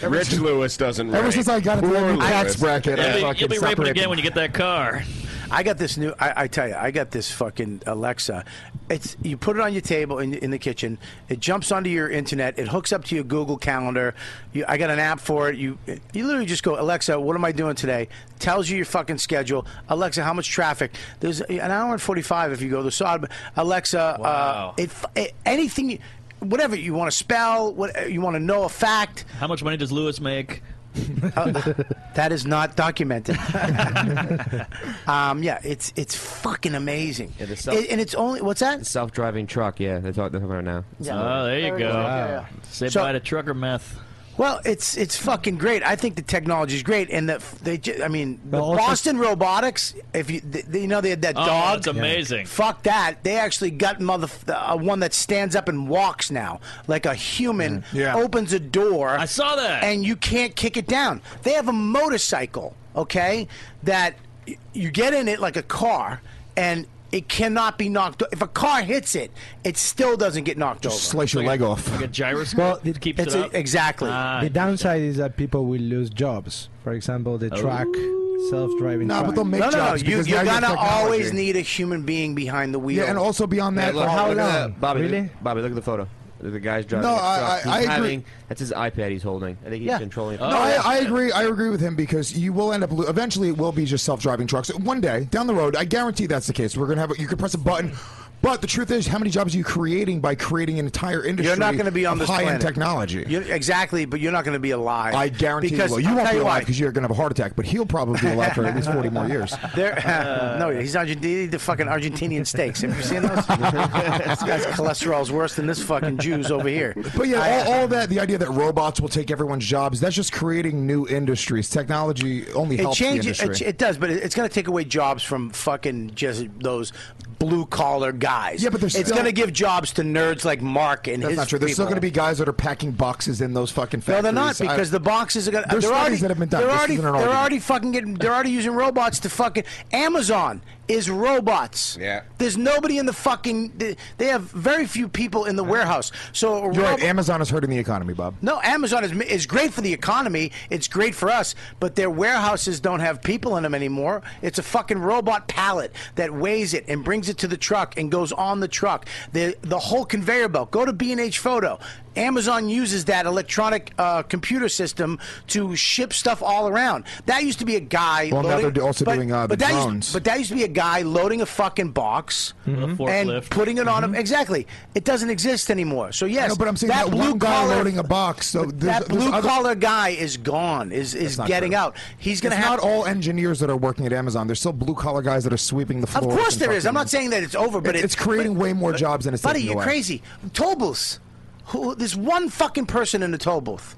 S13: Rich Lewis doesn't
S6: Ever
S13: rape.
S6: since I got into
S13: Poor
S6: that new
S13: Lewis.
S6: tax bracket,
S11: You'll
S6: I
S11: be-
S6: fucking
S11: you'll be
S6: stopped
S11: raping
S6: raping.
S11: again when you get that car.
S7: I got this new. I, I tell you, I got this fucking Alexa. It's you put it on your table in, in the kitchen. It jumps onto your internet. It hooks up to your Google Calendar. You, I got an app for it. You you literally just go, Alexa, what am I doing today? Tells you your fucking schedule. Alexa, how much traffic? There's an hour and forty five if you go to the side. Alexa, uh, it, it, anything, you- whatever you want to spell, what you want to know a fact.
S11: How much money does Lewis make?
S7: Uh, that is not
S11: (laughs)
S7: documented. um, yeah, it's it's fucking amazing.
S9: self-
S7: It- and it's only what's that?
S9: Self-driving truck. Yeah, they talk they're talking about it now.
S7: Yeah.
S11: Oh, there you go.
S7: Yeah, yeah.
S11: Say
S7: So-
S11: bye to trucker meth.
S7: Well, it's it's fucking great. I think the technology is great, and the they. ju- I mean, the
S11: Well, also-
S7: Boston Robotics. If you th th- you know they had that
S11: Oh,
S7: dog.
S11: that's amazing.
S7: Fuck that. They actually got mother uh, one that stands up and walks now, like a human.
S11: Yeah.
S7: Opens a door. I
S11: saw that.
S7: And you can't kick it down. They have a motorcycle, okay, that y- you get in it like a car, and. It cannot be knocked. o- If a car hits it, it still doesn't get knocked over.
S6: slice your leg off. Like
S11: a gyroscope.
S10: Well,
S11: it keeps
S7: it's
S11: it
S7: a-
S11: up. Ah.
S7: exactly.
S10: the downside is that people will lose jobs. For example, the truck,
S11: Oh.
S10: self-driving. truck.
S7: no, no, No, you, you're gonna always need a human being behind the wheel.
S10: Yeah, and also beyond
S9: Yeah, look, look at that. Bobby, look- Bobby, look at the photo. Look at The guy's driving.
S6: No,
S9: the
S6: I-
S9: truck.
S6: I-
S9: He's
S6: I agree.
S9: having- That's his iPad he's holding. I think he's controlling it.
S13: Oh.
S6: No, I, I agree. I agree with him because you will end up lo- eventually. It will be just self-driving trucks. One day down the road, I guarantee that's the case. We're gonna have. A, you can press a button, but the truth is, how many jobs are you creating by creating an entire industry?
S7: You're not going to be on
S6: of
S7: this
S6: high-end
S7: planet.
S6: technology.
S7: You're- exactly, but you're not going to be alive.
S6: I guarantee
S7: because,
S6: you will. You
S7: I'll
S6: won't
S7: tell
S6: be
S7: you
S6: alive
S7: why.
S6: because you're going to have a heart attack, but he'll probably be alive for at least 40
S7: (laughs)
S6: more years. (laughs)
S7: There, no, he's Argentinian. The fucking Argentinian steaks. Have you seen
S6: (laughs)
S7: those? this guy's cholesterol's worse than this fucking Jews over here.
S6: But yeah, all, all that, the idea that robots will take everyone's jobs, that's just creating new industries. Technology only
S7: It
S6: helps
S7: changes. It,
S6: the industry.
S7: it does, but it- it's going to take away jobs from fucking just those blue collar guys.
S6: Yeah, but there's
S7: it's
S6: still-
S7: going to give jobs to nerds like Mark and
S6: that's
S7: his
S6: not true. There's still
S7: people.
S6: going to be guys that are packing boxes in those fucking
S7: No,
S6: factories.
S7: they're not
S6: I-
S7: because the boxes are going.
S6: There's
S7: they're already,
S6: studies that have been done.
S7: They're
S6: This
S7: already,
S6: isn't an
S7: they're
S6: argument.
S7: already fucking getting. They're already using robots to fucking. Amazon is robots.
S6: Yeah.
S7: There's nobody in the fucking. They, they have very few people in the warehouse. So a
S6: You're right.
S7: robo-
S6: Amazon is hurting the economy, Bob.
S7: no, Amazon is is great for the economy. It's great for us, but their warehouses don't have people in them anymore. It's a fucking robot pallet that weighs it and brings it to the truck and goes on the truck. The the whole conveyor belt. Go to B and H Photo. Amazon uses that electronic uh, computer system to ship stuff all around. That used to be a guy.
S6: Well, now
S7: loading,
S6: they're do- also
S7: but,
S6: doing, uh, the
S7: but that
S6: drones.
S7: Used, but that used to be a guy loading a fucking box
S11: Hmm.
S6: Mhm. With a
S7: and
S6: forklift.
S7: putting it on him. Exactly. It doesn't exist anymore. So yes,
S6: Mm-hmm. No, but I'm saying that,
S7: blue
S6: one guy
S7: collar
S6: loading a box. So there's-
S7: that
S6: there's
S7: blue
S6: other-
S7: collar guy is gone. Is is
S6: That's not
S7: getting
S6: true.
S7: out. He's going to
S6: It's
S7: have.
S6: not all engineers that are working at Amazon. There's still blue collar guys that are sweeping the
S7: of
S6: floor.
S7: course there is. I'm not saying that it's over, but
S6: It-
S7: it-
S6: it's creating way more jobs than it's
S7: Buddy,
S6: taking
S7: you're
S6: away.
S7: crazy. Toll booths. Who? There's one fucking person in the toll booth,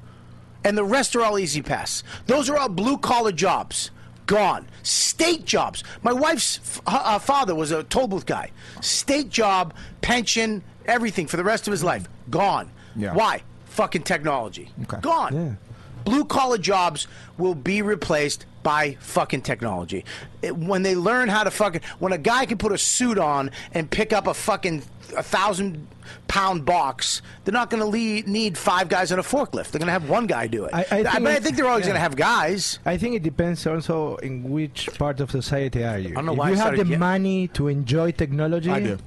S7: and the rest are all easy pass. Those are all blue collar jobs. Gone. State jobs. My wife's f- uh, uh, father was a toll booth guy. State job, pension, everything for the rest of his life. Gone.
S6: Yeah.
S7: Why? Fucking technology. Gone. Blue collar jobs will be replaced by fucking technology. It- when they learn how to fucking, when a guy can put a suit on and pick up a fucking a thousand pound box, they're not going to need five guys on a forklift. They're going to have one guy do it. but I
S10: it-
S7: think they're always
S10: yeah.
S7: going to have guys.
S10: I think it depends also in which part of society are you.
S7: I don't know
S10: if
S7: why I
S10: you have
S7: started
S10: the
S7: get-
S10: money to enjoy technology.
S7: I do.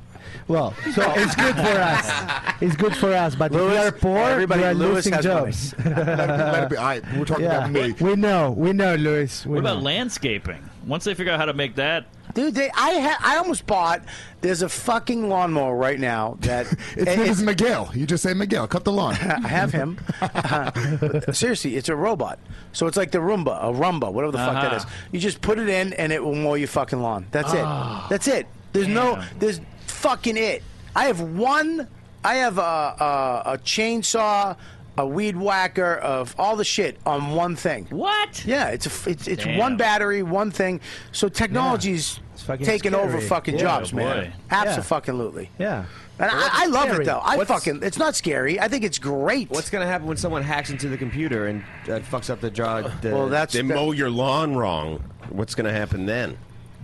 S10: Well,
S7: (laughs)
S10: so it's good for us. It's good for us, but if
S7: Lewis,
S10: we are poor,
S7: everybody-
S10: we are
S7: Lewis
S10: losing
S7: has
S10: jobs.
S7: money. (laughs) Let it be- let it be.
S6: All right, we're talking
S10: yeah.
S6: about me.
S10: We know, we know, Lewis. We
S11: What about
S10: know.
S11: landscaping? Once they figure out how to make that,
S7: Dude, they, I ha- I almost bought. There's a fucking lawnmower right now
S10: (laughs)
S7: that
S6: It's,
S7: and
S6: it's Miguel. You just say Miguel. Cut
S7: (laughs)
S6: the lawn.
S7: I have him. Uh, seriously, it's a robot. So it's like the Roomba, a Rumba, whatever the fuck that
S11: Uh-huh.
S7: is. You just put it in, and it will mow your fucking lawn. That's
S11: Ah.
S7: it. That's it. There's no. There's fucking it. I have one. I have a, a, a chainsaw, a weed whacker, of all the shit on one thing.
S11: What?
S7: Yeah, it's a, f- it's it's
S11: Damn.
S7: one battery, one thing. So technology's
S10: fucking
S7: taking over
S10: scary.
S7: fucking
S10: Yeah,
S7: jobs,
S10: boy.
S7: man.
S10: Yeah.
S7: Absolutely.
S10: Yeah.
S7: And I, I love it though. I
S9: What's-
S7: fucking. It's not scary. I think it's great.
S9: What's gonna happen when someone hacks into the computer and uh, fucks up the draw? The,
S13: Well, that's they mow your lawn wrong. What's going to happen then?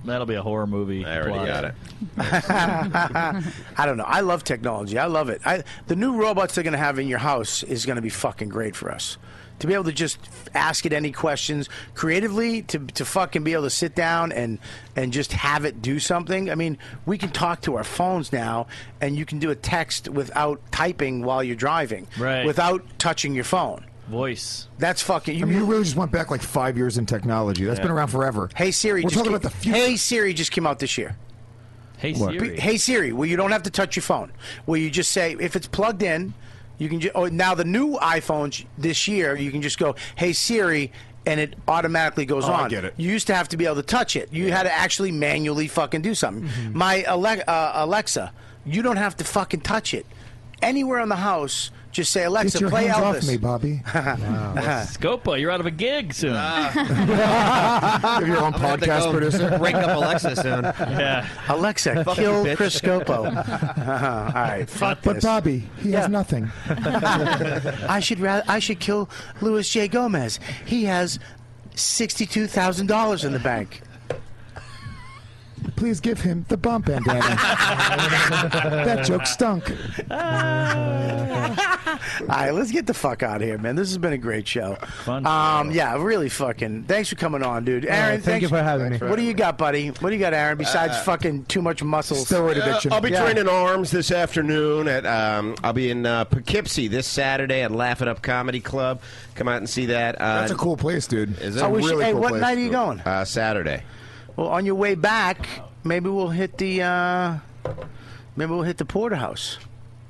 S11: That'll be a horror movie.
S13: I already
S11: plot.
S13: got it.
S7: I don't know. I love technology. I love it. I, the new robots they're going to have in your house is going to be fucking great for us. to be able to just ask it any questions creatively, to, to fucking be able to sit down and and just have it do something. I mean, we can talk to our phones now, and you can do a text without typing while you're driving,
S11: Right.
S7: Without touching your phone.
S11: Voice.
S7: That's fucking.
S6: I mean, you really just went back like five years in technology. That's
S7: Yeah.
S6: been around forever.
S7: Hey Siri,
S6: We're
S7: just
S6: talking
S7: came,
S6: about the
S7: Hey Siri just came out this year.
S11: Hey
S6: What?
S7: Be-
S6: Siri.
S7: Hey Siri, where you don't have to touch your phone. Where you just say if it's plugged in, you can just oh, now the new iPhones this year, you can just go, "Hey Siri," and it automatically goes
S6: Oh, I
S7: on.
S6: get it.
S7: You used to have to be able to touch it. You had to actually manually fucking do something.
S6: Mm-hmm.
S7: My Ale- uh, Alexa, you don't have to fucking touch it. Anywhere in the house, just say Alexa,
S6: Get your
S7: play
S6: hands
S7: Elvis.
S6: off
S7: (laughs)
S6: me, Bobby.
S11: Scopa, you're out of a gig soon.
S6: Give your own I'm gonna have to podcast
S7: (laughs)
S6: go
S13: (laughs)
S6: producer. break up Alexa soon.
S11: (laughs) Yeah.
S7: Alexa,
S6: Fuck
S7: kill
S6: you, bitch.
S7: Chris
S6: (laughs)
S7: Scopo. (laughs) All right, fuck
S6: But
S7: this.
S6: Bobby, he has nothing.
S7: I should rather I should kill Luis J. Gomez. He has sixty-two thousand dollars in the bank.
S6: Please give him the
S7: (laughs)
S6: bump bandana. that joke stunk.
S7: All right, let's get the fuck out of here, man. This has been a great show. Fun. Um, yeah, really fucking. Thanks for coming on, dude.
S10: Yeah,
S7: Aaron,
S10: thank you for having me.
S7: What do you got, buddy? What do you got, Aaron? Besides
S13: Uh,
S7: fucking too much muscles,
S13: Uh, I'll be
S7: Yeah.
S13: training arms this afternoon. At um, I'll be in uh, Poughkeepsie this Saturday at Laugh It Up Comedy Club. Come out and see that. Uh,
S6: That's a cool place, dude.
S13: Is
S7: I wish- hey, what night are you going?
S13: Uh, Saturday.
S7: Well, on your way back, maybe we'll hit the. Uh, maybe we'll hit the porterhouse.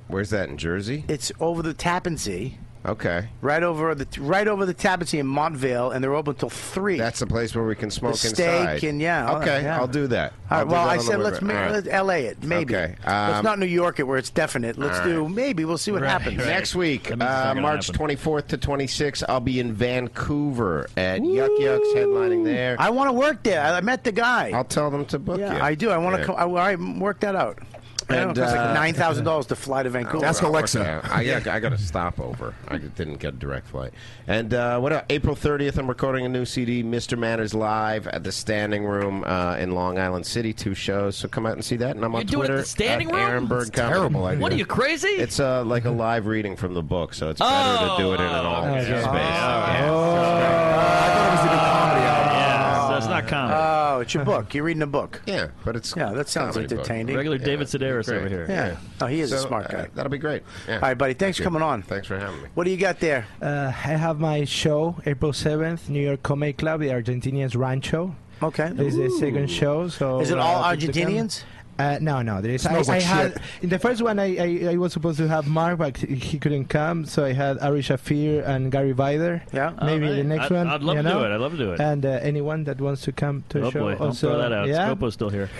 S13: Where's that in Jersey?
S7: It's over the Tappan Sea.
S13: Okay.
S7: Right over the right over the Tappan Sea in Montvale, and they're open till three. That's
S13: the place where we can smoke
S7: steak
S13: inside.
S7: and yeah. all that,
S13: Okay,
S7: yeah.
S13: I'll do that.
S7: All
S13: I'll
S7: right.
S13: do
S7: Well,
S13: that
S7: I
S13: on the
S7: said
S13: way
S7: let's
S13: back.
S7: ma-
S13: All right. (laughs)
S7: let's L.A. it maybe.
S13: Okay,
S7: let's
S13: um,
S7: not New York it where it's definite. Let's
S13: All right.
S7: do maybe. We'll see what happens
S13: Next week,
S7: That means it's not
S13: uh,
S7: gonna
S13: March
S7: happen.
S13: 24th to 26th, I'll be in Vancouver at Yuck Yucks headlining there.
S7: I want to work there. I I met the guy. I'll
S13: tell them to book
S7: yeah,
S13: you.
S7: I do. I want to
S13: Yeah.
S7: come. I, all right, work that out. I know it
S13: And,
S7: costs
S13: uh,
S7: like nine thousand dollars to fly to Vancouver.
S13: Oh, okay. I, yeah, I got a stopover. I didn't get a direct flight. And uh, what? Else? April 30th, I'm recording a new CD, Mr. Manners Live, at the Standing Room uh, in Long Island City. Two shows, so come out and see that. And I'm on
S11: You're doing it at
S13: Twitter.
S11: the Standing Room?
S13: Aaron Berg
S11: That's
S13: Comedy.
S11: terrible idea. What, are you crazy?
S13: It's uh, like a live reading from the book, so it's better to do it in an all
S11: okay.
S13: space.
S11: Oh,
S13: Yeah.
S11: That's not common.
S7: Oh, it's your book. You're reading a book.
S13: Yeah, but it's
S7: yeah. That sounds
S11: comedy book.
S7: entertaining.
S11: Regular David Sedaris
S13: great.
S11: over here.
S7: Yeah. Oh, he is a
S13: So,
S7: smart
S13: uh,
S7: guy.
S13: that'll be great. Yeah.
S7: All right, buddy. Thanks
S13: Thank you.
S7: for coming on.
S13: Thanks for having me.
S7: What do you got there?
S10: Uh, I have my show April 7th, New York Comedy Club, the Argentinians Rancho.
S7: Okay.
S10: This is the second show. So
S7: Is it all
S10: uh, people can-
S7: Argentinians?
S10: Uh, no, no. There is. I,
S7: Smells
S10: I
S7: like
S10: had
S7: shit.
S10: in the first one. I, I, I was supposed to have Mark, but he- he couldn't come, so I had Ari Shafir and Gary Vider.
S7: Yeah.
S10: Maybe
S11: All right.
S10: the next
S11: I'd-
S10: one.
S11: I'd love
S10: you
S11: to do
S10: know?
S11: it. I'd love to do it.
S10: And uh, anyone that wants to come to
S11: Oh
S10: a show,
S11: boy, I'll
S10: also,
S11: throw that out.
S10: Yeah?
S11: Scopo's still here.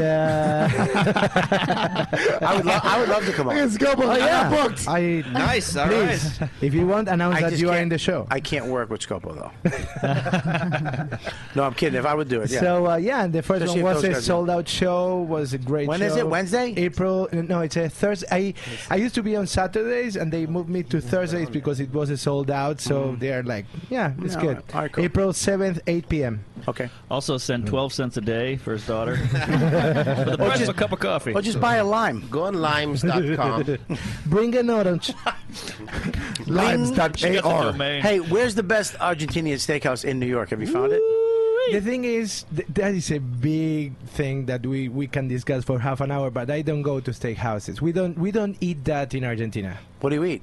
S11: (laughs)
S10: uh,
S7: I would, lo- I would love to
S13: (laughs)
S7: come on.
S6: Let's go,
S10: Oh,
S6: boy.
S10: yeah.
S6: Booked.
S10: I,
S7: Nice, all
S10: please,
S7: right.
S10: If you want, announce
S7: I
S10: that
S7: just
S10: you are
S7: can't-
S10: in the show.
S7: I can't work with Scopo though.
S10: (laughs)
S7: no, I'm kidding. If I would do it, yeah.
S10: So uh, yeah, and the first
S7: Let's see
S10: one
S7: if
S10: was
S7: those
S10: a
S7: guys-
S10: sold out show. Was a great.
S7: When
S10: show.
S7: is it? Wednesday?
S10: April? uh, No, it's a Thursday. I I used to be on Saturdays, and they moved me to Thursdays because it was a sold out. So
S7: Mm.
S10: they are like, yeah, it's
S11: Yeah,
S10: good.
S11: all right, cool.
S10: April seventh, eight p.m.
S7: Okay.
S11: Also send 12 cents a day for his daughter. for the price of a cup of coffee.
S7: Or just buy a lime.
S13: Go
S7: (laughs)
S13: on limes.com.
S10: Bring an orange.
S11: Oh,
S7: Limes.ar. Hey, where's the best Argentinian steakhouse in New York? Have you found it?
S10: The thing is, th- that is a big thing that we, we can discuss for half an hour. But I don't go to steakhouses. We don't we don't eat that in Argentina.
S7: What do you eat?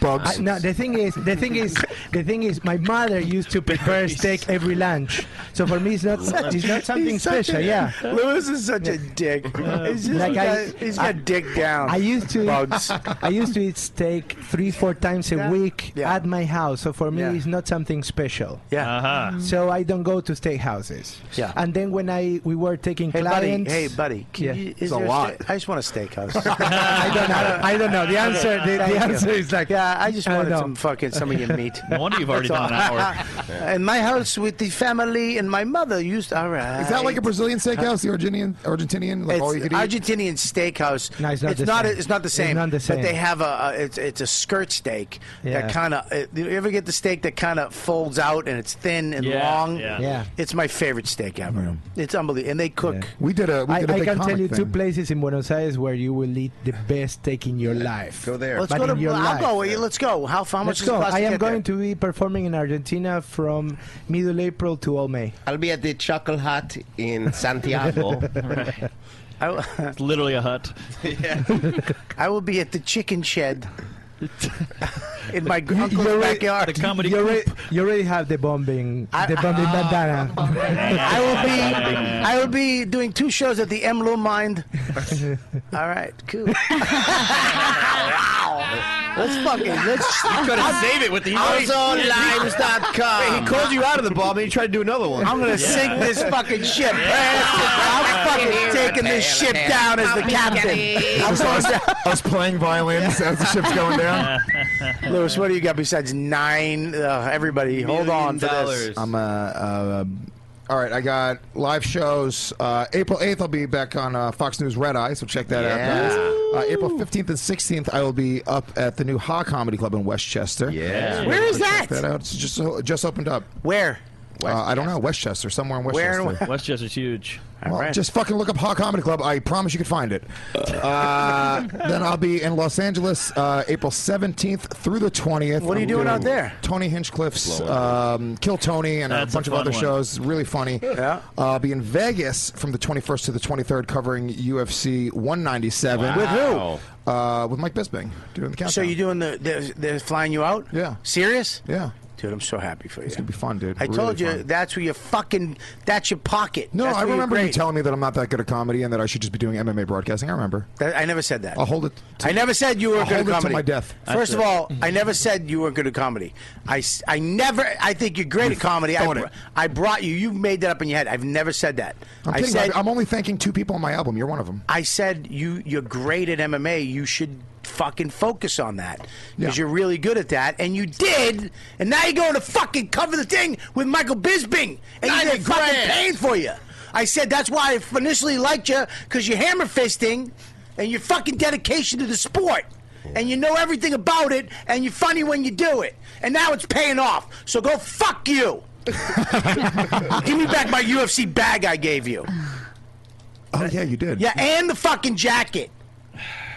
S10: I, no, the thing is, the thing is, the thing is, my mother used to prepare steak every lunch. So for me, it's not it's not something
S7: He's such a-
S10: special. yeah.
S7: Lewis is such a dick. He's just
S10: Like I-
S7: got, he's got dick down.
S10: I used to (laughs)
S7: Bugs.
S10: I used to eat steak three four times a week at my house. So for me, it's not something special.
S7: Yeah.
S11: Uh-huh.
S10: (laughs) So I don't go to steak houses.
S7: Yeah.
S10: And then when I we were taking
S7: Hey buddy,
S10: clients,
S7: hey buddy, can
S10: Yeah.
S7: you, is
S10: It's a
S7: there
S10: lot.
S7: steak- I just want a steakhouse.
S10: (laughs) I don't know. I don't know. The answer the,
S7: Thank
S10: the
S7: you.
S10: answer is like
S7: (laughs) yeah. I just
S10: I
S7: wanted
S10: know.
S7: some fucking some of your
S10: (laughs)
S7: meat.
S11: No wonder you've already
S7: That's
S11: done
S7: all.
S11: an hour.
S7: In my house with the family and my mother used. All right.
S6: Is that like a Brazilian steakhouse, the Argentinian, Argentinian, like
S7: It's
S6: all you could eat?
S7: Argentinian steakhouse.
S10: No, it's not
S7: it's
S10: the
S7: not.
S10: same.
S7: A, it's not the
S10: It's
S7: same.
S10: not the
S7: But
S10: same.
S7: they have a. a it's, it's a skirt steak
S10: Yeah.
S7: that kind of. You ever get the steak that kind of folds out and it's thin and
S10: Yeah,
S7: long?
S10: yeah. Yeah.
S7: It's my favorite steak ever.
S10: Mm.
S7: It's unbelievable, and they cook.
S6: We did a.
S7: we
S10: I,
S7: did a
S10: I
S7: big
S10: can
S7: comic
S10: tell you two
S7: thing.
S10: places in Buenos Aires where you will eat the best steak in your life.
S13: Go there.
S7: Let's go to. I'll go. well, let's go. How, how much
S10: Let's
S7: does it
S10: go.
S7: cost
S10: I
S7: to
S10: am
S7: get
S10: going to be performing in Argentina from middle April to all May.
S13: I'll be at the Chuckle Hut in Santiago.
S11: (laughs)
S7: it's
S11: literally a hut.
S7: I will be at the chicken
S10: (laughs)
S7: shed in my uncle's
S10: You're already-
S7: backyard.
S10: (laughs) you already, you already have the bombing, the bombing bandana.
S7: I will be. I will be doing two shows at the Emlo (laughs) Mind. All right, cool. (laughs) wow. Let's fucking. Let's.
S15: You could've saved it with the-
S7: Wait,
S15: he called you out of the bomb and you tried to do another one.
S7: I'm gonna sink this fucking ship. I'm fucking taking this ship down as the captain. I'm
S6: Just
S7: going
S6: us,
S7: down.
S10: (laughs)
S6: us (laughs) playing violins as the ship's going down.
S7: Lewis, what do you got besides nine? Uh, everybody, hold on for this.
S6: (laughs) I'm uh, uh, all right. I got live shows. Uh, April 8th, I'll be back on uh, Fox News Red Eye, so check that
S7: Yeah.
S6: out, guys. Uh, April 15th and 16th, I will be up at the new Ha Comedy Club in Westchester.
S7: Yeah.
S6: So
S7: Where is
S6: check
S7: that?
S6: that out. It's just just opened up.
S7: Where?
S6: Uh, I don't know. Westchester, somewhere in Westchester.
S11: Westchester's huge.
S6: Well, Just fucking look up Hot Comedy Club. I promise you could find it. Uh, then I'll be in Los Angeles uh, April 17th through the 20th.
S7: What are you
S6: I'm
S7: doing out
S6: doing
S7: there?
S6: Tony Hinchcliffe's um, Kill Tony and
S7: That's
S6: a bunch
S7: a
S6: of
S7: fun
S6: other
S7: one.
S6: shows. Really funny. Yeah. Uh, I'll be in Vegas from the 21st to the 23rd covering UFC 197.
S7: With who?
S6: who? Uh, with Mike Bisping doing the countdown.
S7: So you doing the they're, they're flying you out? Yeah. Serious?
S6: Yeah.
S7: Dude, I'm so happy for you. It's
S6: gonna be fun, dude.
S7: I
S6: Really
S7: told you
S6: fun.
S7: that's where you fucking that's your pocket.
S6: No,
S7: That's
S6: I
S7: where you're
S6: remember you
S7: great.
S6: telling me that I'm not that good at comedy and that I should just be doing MMA broadcasting. I remember.
S7: That- I never said that.
S6: I'll hold it. to-
S7: I never said you were
S6: I'll
S7: good at
S6: hold it to
S7: comedy.
S6: my death.
S7: First of all, I never said you weren't good at comedy. I, s- I never. I think you're great at comedy. I,
S6: thought
S7: br-
S6: it.
S7: I brought you. You made that up in your head. I've never said that.
S6: I'm
S7: I
S6: kidding.
S7: said
S6: I- I'm only thanking two people on my album. You're one of them.
S7: I said you you're great at MMA. You should fucking focus on that because you're really good at that, and you did. And now you're going to fucking cover the thing with Michael Bisping, and you did fucking paying for you. I said that's why I initially liked you because you're hammer fisting, and your fucking dedication to the sport. And you know everything about it, and you're funny when you do it. And now it's paying off. So go fuck you. (laughs) Give me back my UFC bag I gave you.
S6: Oh yeah, you did.
S7: Yeah, and the fucking jacket.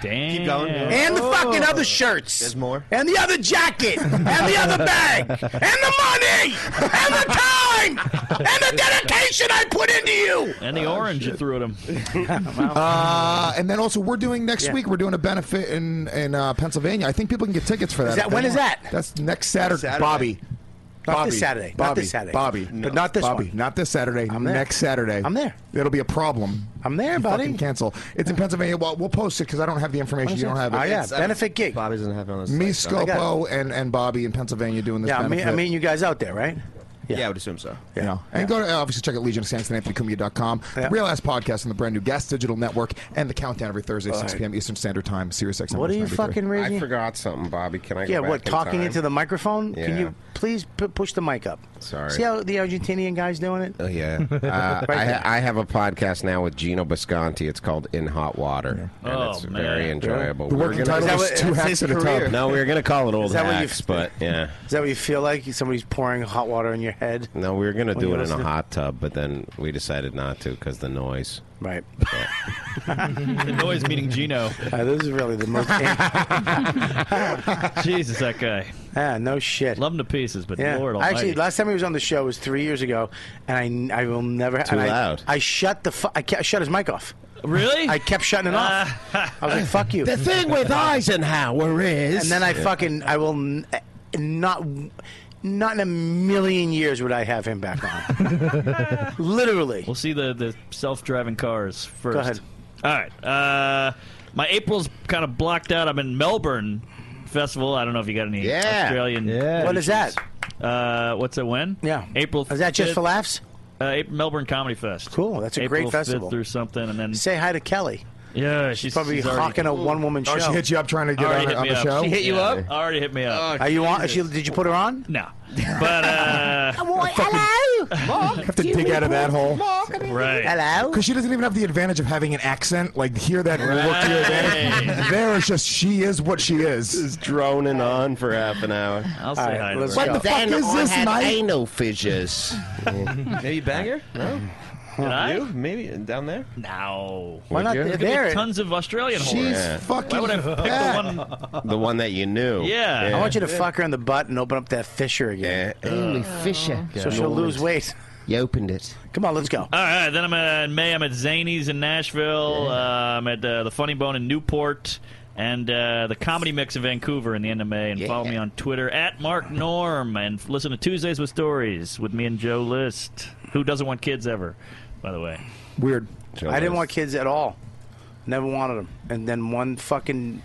S11: Damn.
S7: Keep going. And the fucking other shirts.
S9: There's more.
S7: And the other jacket. and the other bag. And the money. And the time. And the dedication I put into you.
S11: And the orange you threw at him.
S6: Uh, and then also we're doing next
S11: Yeah.
S6: week. We're doing a benefit in in uh, Pennsylvania. I think people can get tickets for that.
S7: Is that-
S6: if they
S7: when is
S6: want.
S7: that?
S6: That's next Saturday.
S7: Saturday.
S6: Bobby.
S7: Not
S6: Bobby.
S7: this Saturday.
S6: Bobby.
S7: Not this Saturday.
S6: Bobby.
S7: But not this
S6: Bobby.
S7: one.
S6: Not this Saturday.
S7: I'm there.
S6: next Saturday.
S7: I'm there.
S6: It'll be a problem.
S7: I'm there,
S6: you
S7: buddy.
S6: Fucking cancel. It's in Pennsylvania. Well, we'll post it because I don't have the information.
S7: What is
S6: You don't
S7: it?
S6: have it.
S7: Oh, yeah.
S6: It's, uh,
S7: Benefit gig.
S9: Bobby doesn't have it on his
S6: Me,
S9: site, so- I got
S6: Scopo, and, and Bobby in Pennsylvania doing this.
S7: Yeah, I mean,
S6: benefit.
S7: I mean, you guys out there, right?
S9: it. Yeah, I would assume so.
S6: Yeah. And go to uh, obviously check out Legion of Saints and AnthonyCumia.com. Real Ass Podcast on the brand new Gas Digital Network and the countdown every Thursday,
S13: All
S6: 6
S13: right.
S6: p.m. Eastern Standard Time, Sirius XM.
S13: I forgot something, Bobby. Can I?
S7: Yeah,
S13: go back
S7: what,
S13: in
S7: talking
S13: time?
S7: into the microphone? Can
S13: Yeah.
S7: you please p- push the mic up?
S13: Sorry.
S7: See how the Argentinian guy's doing it?
S15: (laughs)
S13: Oh yeah, uh,
S7: Right
S13: I,
S7: there.
S13: ha- I have a podcast now with Gino Bisconti. It's called In Hot Water, and
S7: Oh,
S13: it's
S7: man.
S13: very enjoyable.
S7: The working title Is that is what- Two Hacks his at a Time. career.
S13: No, we were gonna call it
S7: Is
S13: Old
S7: that what you-
S15: (laughs)
S13: Hacks, but yeah,
S7: Is that what you feel like? Somebody's pouring hot water in your head?
S13: no, we were gonna
S7: When
S13: do
S7: you
S13: it in
S7: listen
S13: a
S7: to-
S13: hot tub, but then we decided not to because the noise.
S7: Right. Uh,
S11: the noise meeting Gino.
S7: this is really the most.
S11: Jesus, that guy.
S7: Yeah, Ah, no shit.
S11: Love him to pieces, but Lord
S7: I Actually,
S11: Almighty.
S7: last time he was on the show was three years ago, and I, I will never.
S11: Too
S7: and I,
S11: loud.
S7: I shut the fu- I, kept, I shut his mic off.
S11: Really? Uh,
S7: I kept shutting it
S11: (laughs)
S7: off. I was like, "Fuck you."
S15: The thing with Eisenhower is.
S7: And then I fucking I will n- not not in a million years would I have him back on.
S11: (laughs)
S7: Literally.
S11: We'll see the, the self driving cars first.
S7: Go ahead.
S11: All right. Uh, my April's kind of blocked out. I'm in Melbourne Festival. I don't know if you got any
S7: Yeah.
S11: Australian.
S7: Yeah. What is
S11: traditions. Uh, what's it when? Yeah. April.
S7: Is that just
S11: 5th.
S7: for laughs?
S11: Uh, April- Melbourne Comedy Fest.
S7: Cool. That's a
S11: April
S7: great festival.
S11: 5th through something, and then
S7: Say hi to Kelly.
S11: yeah, she's,
S7: probably
S11: she's already-
S7: hawking a one-woman
S11: Oh,
S7: show.
S11: she hit you up
S6: trying
S11: to get Already on- hit on me the up. show? She hit you up? Already hit me up. Oh,
S7: Are you on?
S11: Jesus.
S7: She, did you put her on? (laughs)
S11: No. But uh,
S14: hello, Mark.
S6: have to dig out of that hole.
S11: Right.
S7: Hello?
S6: Because she doesn't even have the advantage of having an accent. Like, hear that and look to your advantage. There is just, she is what she is.
S13: It's droning on for half an hour.
S11: I'll
S6: say All right, hi to let's her. go. What the fuck is this,
S13: I had
S6: mate?
S15: (laughs)
S13: anal fissures.
S9: Maybe banger? No. Did I? You? Maybe down there?
S11: No.
S13: Why Would not you?
S11: There could be
S13: there?
S11: tons of Australian
S13: She's
S11: whores.
S13: fucking
S11: Why would I pick
S13: fat.
S11: the
S6: (laughs)
S11: one?
S13: The one that you knew.
S6: Oh,
S7: I want you to fuck her in the butt and open up that Fisher again.
S13: Holy Eh, Fisher.
S7: So she'll lose weight. (laughs)
S13: You opened it.
S7: Come on, let's
S6: (laughs)
S7: go.
S11: All right, then I'm uh, in May. I'm at Zany's in Nashville. Uh, I'm at uh, the Funny Bone in Newport, and uh, the Comedy Mix in Vancouver in the end of May. And follow me on Twitter at Mark Norm, and f- listen to Tuesdays with Stories with me and Joe List. Who doesn't want kids ever? By the
S6: (laughs)
S11: way,
S6: Weird.
S7: I didn't want kids at all. Never wanted them. And then one fucking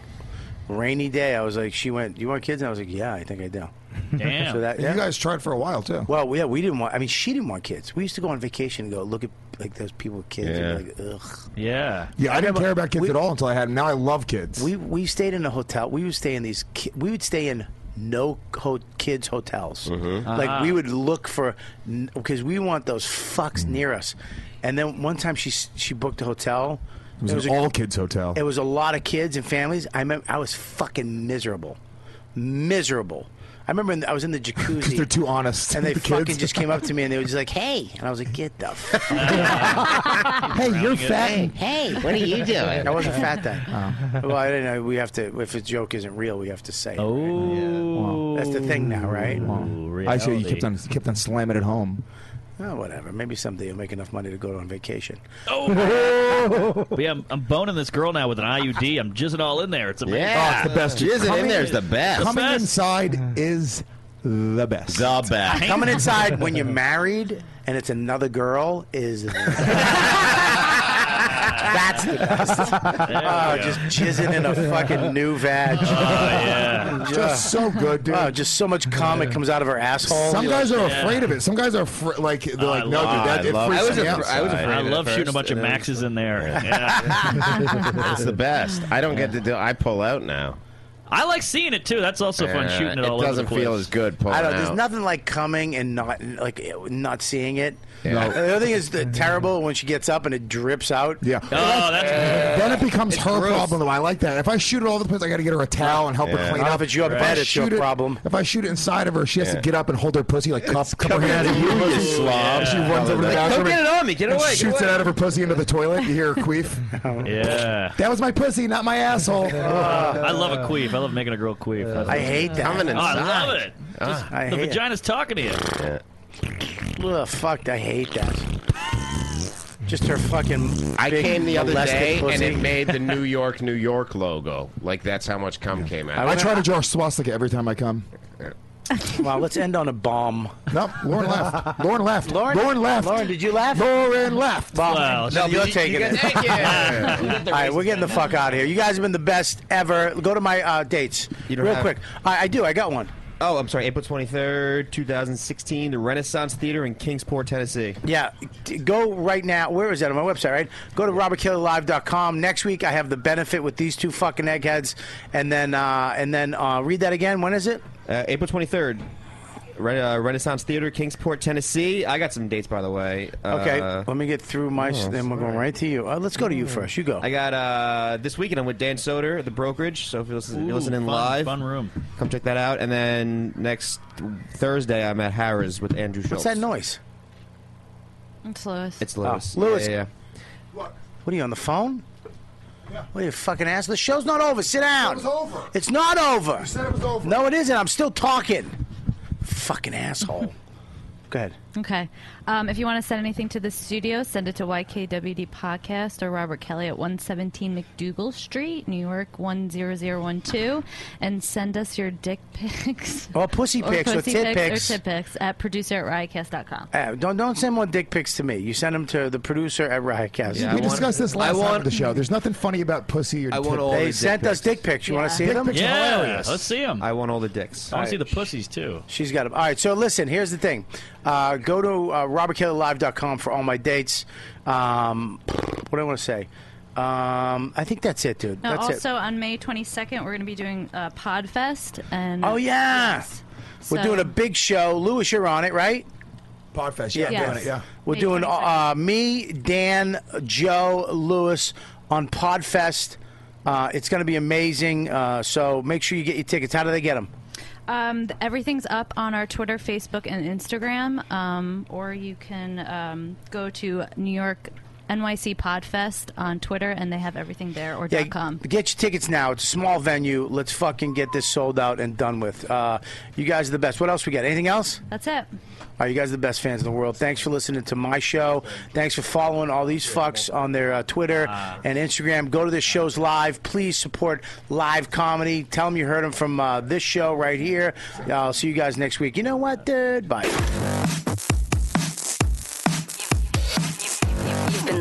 S7: rainy day, I was like, she went, "You want kids?" And I was like, "Yeah, I think I do."
S6: Damn.
S7: So that,
S6: You guys tried for a while too.
S7: Well, yeah, we didn't want. I mean, she didn't want kids. We used to go on vacation and go look at like those people with kids. And be like, ugh.
S11: Yeah.
S6: Yeah, I, didn't care about kids at all until I had them. Now I love kids.
S7: We we stayed in a hotel. We would stay in these. ki- We would stay in no ho- kids hotels. Like
S6: Mm-hmm.
S11: Uh-huh.
S7: we would look for because we want those
S6: Mm.
S7: fucks near us. And then one time she s- she booked a hotel.
S6: It was,
S7: a-
S6: an all kids hotel.
S7: it was a lot of kids and families. I remember I was fucking miserable, miserable. I remember in the, I was in the jacuzzi.
S6: They're too honest.
S7: and they
S6: the
S7: fucking
S6: (laughs) kids.
S7: just came up to me and they were just like, "Hey," and I was like, "Get the (laughs) fuck."
S15: Hey, you're fat.
S7: Hey,
S15: Hey, what are
S13: (laughs)
S15: you doing?
S7: I
S13: Oh,
S7: wasn't fat then. (laughs)
S6: Oh.
S7: Well, I didn't know. We have to. If a joke isn't real, we have to say. Oh, that's the thing
S6: Oh.
S7: now, right?
S6: I see you kept on kept on slamming it home.
S7: Oh, whatever. Maybe someday you'll make enough money to go on vacation.
S11: Oh, but yeah, I'm, I'm boning this girl now with an IUD. I'm jizzing all in there. It's amazing.
S13: Yeah. Oh, it's the best. Jizzing in Coming there is the best.
S6: Coming inside is the best.
S13: The best.
S7: Coming inside
S6: (laughs)
S7: when you're married and it's another girl is. That's the best. Oh,
S11: go.
S7: just jizzing in a fucking new vag.
S13: (laughs)
S7: Oh,
S11: yeah.
S6: Just so good, dude.
S7: Oh, just so much cum it comes out of her asshole.
S6: Some
S7: You're
S6: guys
S7: like,
S6: are
S7: yeah.
S6: afraid of it. Some guys are afra- like they're like, no,
S7: love-
S6: Oh, dude, that it
S7: I love-
S6: freaks
S7: I was
S6: me
S7: af-
S6: out.
S13: I was afraid
S11: I
S13: of it
S11: love
S13: at
S11: shooting a
S13: first,
S11: bunch of
S13: and then-
S11: maxes in there. Yeah.
S13: It's the best. I don't get to do. I pull out now.
S11: I like seeing it too. That's also fun
S13: Yeah,
S11: shooting it,
S13: it
S11: all over the
S13: doesn't feel
S11: place.
S13: as good pulling
S7: I don't. There's
S13: out.
S7: nothing like coming and not like not seeing it.
S13: Yeah.
S7: The other thing is the terrible when she gets up and it drips out.
S6: Yeah.
S11: Oh,
S6: then it becomes her problem. Though I like that. If I shoot it all over the place, I got to get her a towel and help
S7: Yeah.
S6: her clean
S7: Well,
S6: up.
S7: if it's your
S6: I
S7: bed, it's your
S6: shoot it-
S7: problem.
S6: If I shoot it inside of her, she has
S13: Yeah.
S6: to get up and hold her pussy like cup, cup her hand.
S13: you, you
S6: Pussy.
S13: slob.
S6: She runs over to the
S13: Like,
S6: bathroom.
S13: don't get
S6: and-
S13: it on me. Get
S6: and
S13: away, get
S6: Shoots
S13: away.
S6: it out of her pussy into the toilet. You hear her queef.
S11: Yeah.
S6: That was my pussy, not my asshole.
S11: I love a queef. I love making a girl queef.
S7: I hate that. Coming
S11: Oh, I
S7: inside.
S11: love it. Just,
S7: Ah. I
S11: the
S7: hate it.
S11: vagina's talking to you.
S7: Ugh, fuck, I hate that. Just her fucking.
S13: I
S7: big
S13: came the other
S7: molested
S13: day and
S7: pussy.
S13: it made the New York, New York logo. Like that's how much cum came out.
S6: I try to draw a swastika every time I (laughs) come.
S7: Well, let's end on a bomb.
S6: No, Lauren left. Lauren left. Lauren, left.
S7: Lauren, did you laugh?
S6: Lauren left.
S7: Well,
S11: Well,
S7: no,
S11: so
S7: you're
S11: you-
S7: taking
S11: you
S7: it.
S11: guys- Thank
S7: (laughs) All
S11: you.
S7: right, we're getting the fuck out of here. You guys have been the best ever. Go to my uh, dates
S9: don't
S7: real
S9: have-
S7: quick. I, I do. I got one.
S9: Oh, I'm sorry. April 23rd, 2016, the Renaissance Theater in Kingsport, Tennessee.
S7: Yeah, t- go right now. Where is that on my website? Right, go to robertkellylive.com. Next week, I have the benefit with these two fucking eggheads, and then uh, and then uh, read that again. When is it?
S9: Uh, April 23rd, Re- uh, Renaissance Theater, Kingsport, Tennessee. I got some dates, by the way.
S7: Okay,
S9: Uh,
S7: let me get through my. s
S9: oh,
S7: then we're going right to you. Uh, let's go to you first. You go.
S9: I got uh, this weekend. I'm with Dan Soder at the brokerage. So if you're listening, you're
S11: Ooh,
S9: listening
S11: fun-
S9: live,
S11: fun room.
S9: Come check that out. And then next Thursday, I'm at Harris with Andrew Schultz.
S7: What's that noise?
S12: It's Lois.
S9: It's Lewis.
S7: Oh, Lewis.
S9: Yeah, yeah,
S7: What are you on the phone? What are you fucking ass? The show's not over. Sit down.
S6: It was over.
S7: It's not over.
S6: You said it was over.
S7: No, it isn't. I'm still talking. Fucking asshole. (laughs) Go ahead.
S12: Okay. Um, if you want to send anything to the studio, send it to YKWD Podcast or Robert Kelly at 117 McDougal Street, New York 10012. And send us your dick pics.
S7: Or pussy pics or tit pics.
S12: Or tit pics at producer at riotcast.com.
S7: Uh, don't don't send more dick pics to me. You send them to the producer at Riotcast.
S6: we discussed this last time of the show. There's nothing funny about pussy or tit.
S7: They sent us dick pics. You want to see
S6: Dick
S7: them?
S6: pics are Yeah, hilarious.
S11: let's see them.
S9: I want all the dicks.
S11: I want to see the pussies too.
S7: She's got them. All right, so listen, here's the thing. Uh, go to uh, robertkellylive.com for all my dates. Um, what do I want to say? Um, I think that's it, dude.
S12: No,
S7: that's it.
S12: also on May 22nd, we're going to be doing uh, Podfest. And
S7: Oh yeah, we're
S12: So-
S7: doing a big show. Lewis, you're on it, right?
S6: Podfest, yeah,
S12: I'm doing Yes. it, yeah.
S7: We're
S12: May
S7: doing uh, me, Dan, Joe, Lewis on Podfest. Uh, it's going to be amazing. Uh, so make sure you get your tickets. How do they get them?
S12: Um, th- everything's up on our Twitter, Facebook, and Instagram. Um, or you can um, go to New York NYC Podfest on Twitter, and they have everything there or
S7: Yeah,
S12: dot .com.
S7: Get your tickets now. It's a small venue. Let's fucking get this sold out and done with. Uh, you guys are the best. What else we got? Anything else?
S12: That's it.
S7: All right, you guys are the best fans in the world. Thanks for listening to my show. Thanks for following all these fucks on their uh, Twitter and Instagram. Go to their shows live. Please support live comedy. Tell them you heard them from uh, this show right here. I'll see you guys next week. You know what, dude? Bye.
S10: You've been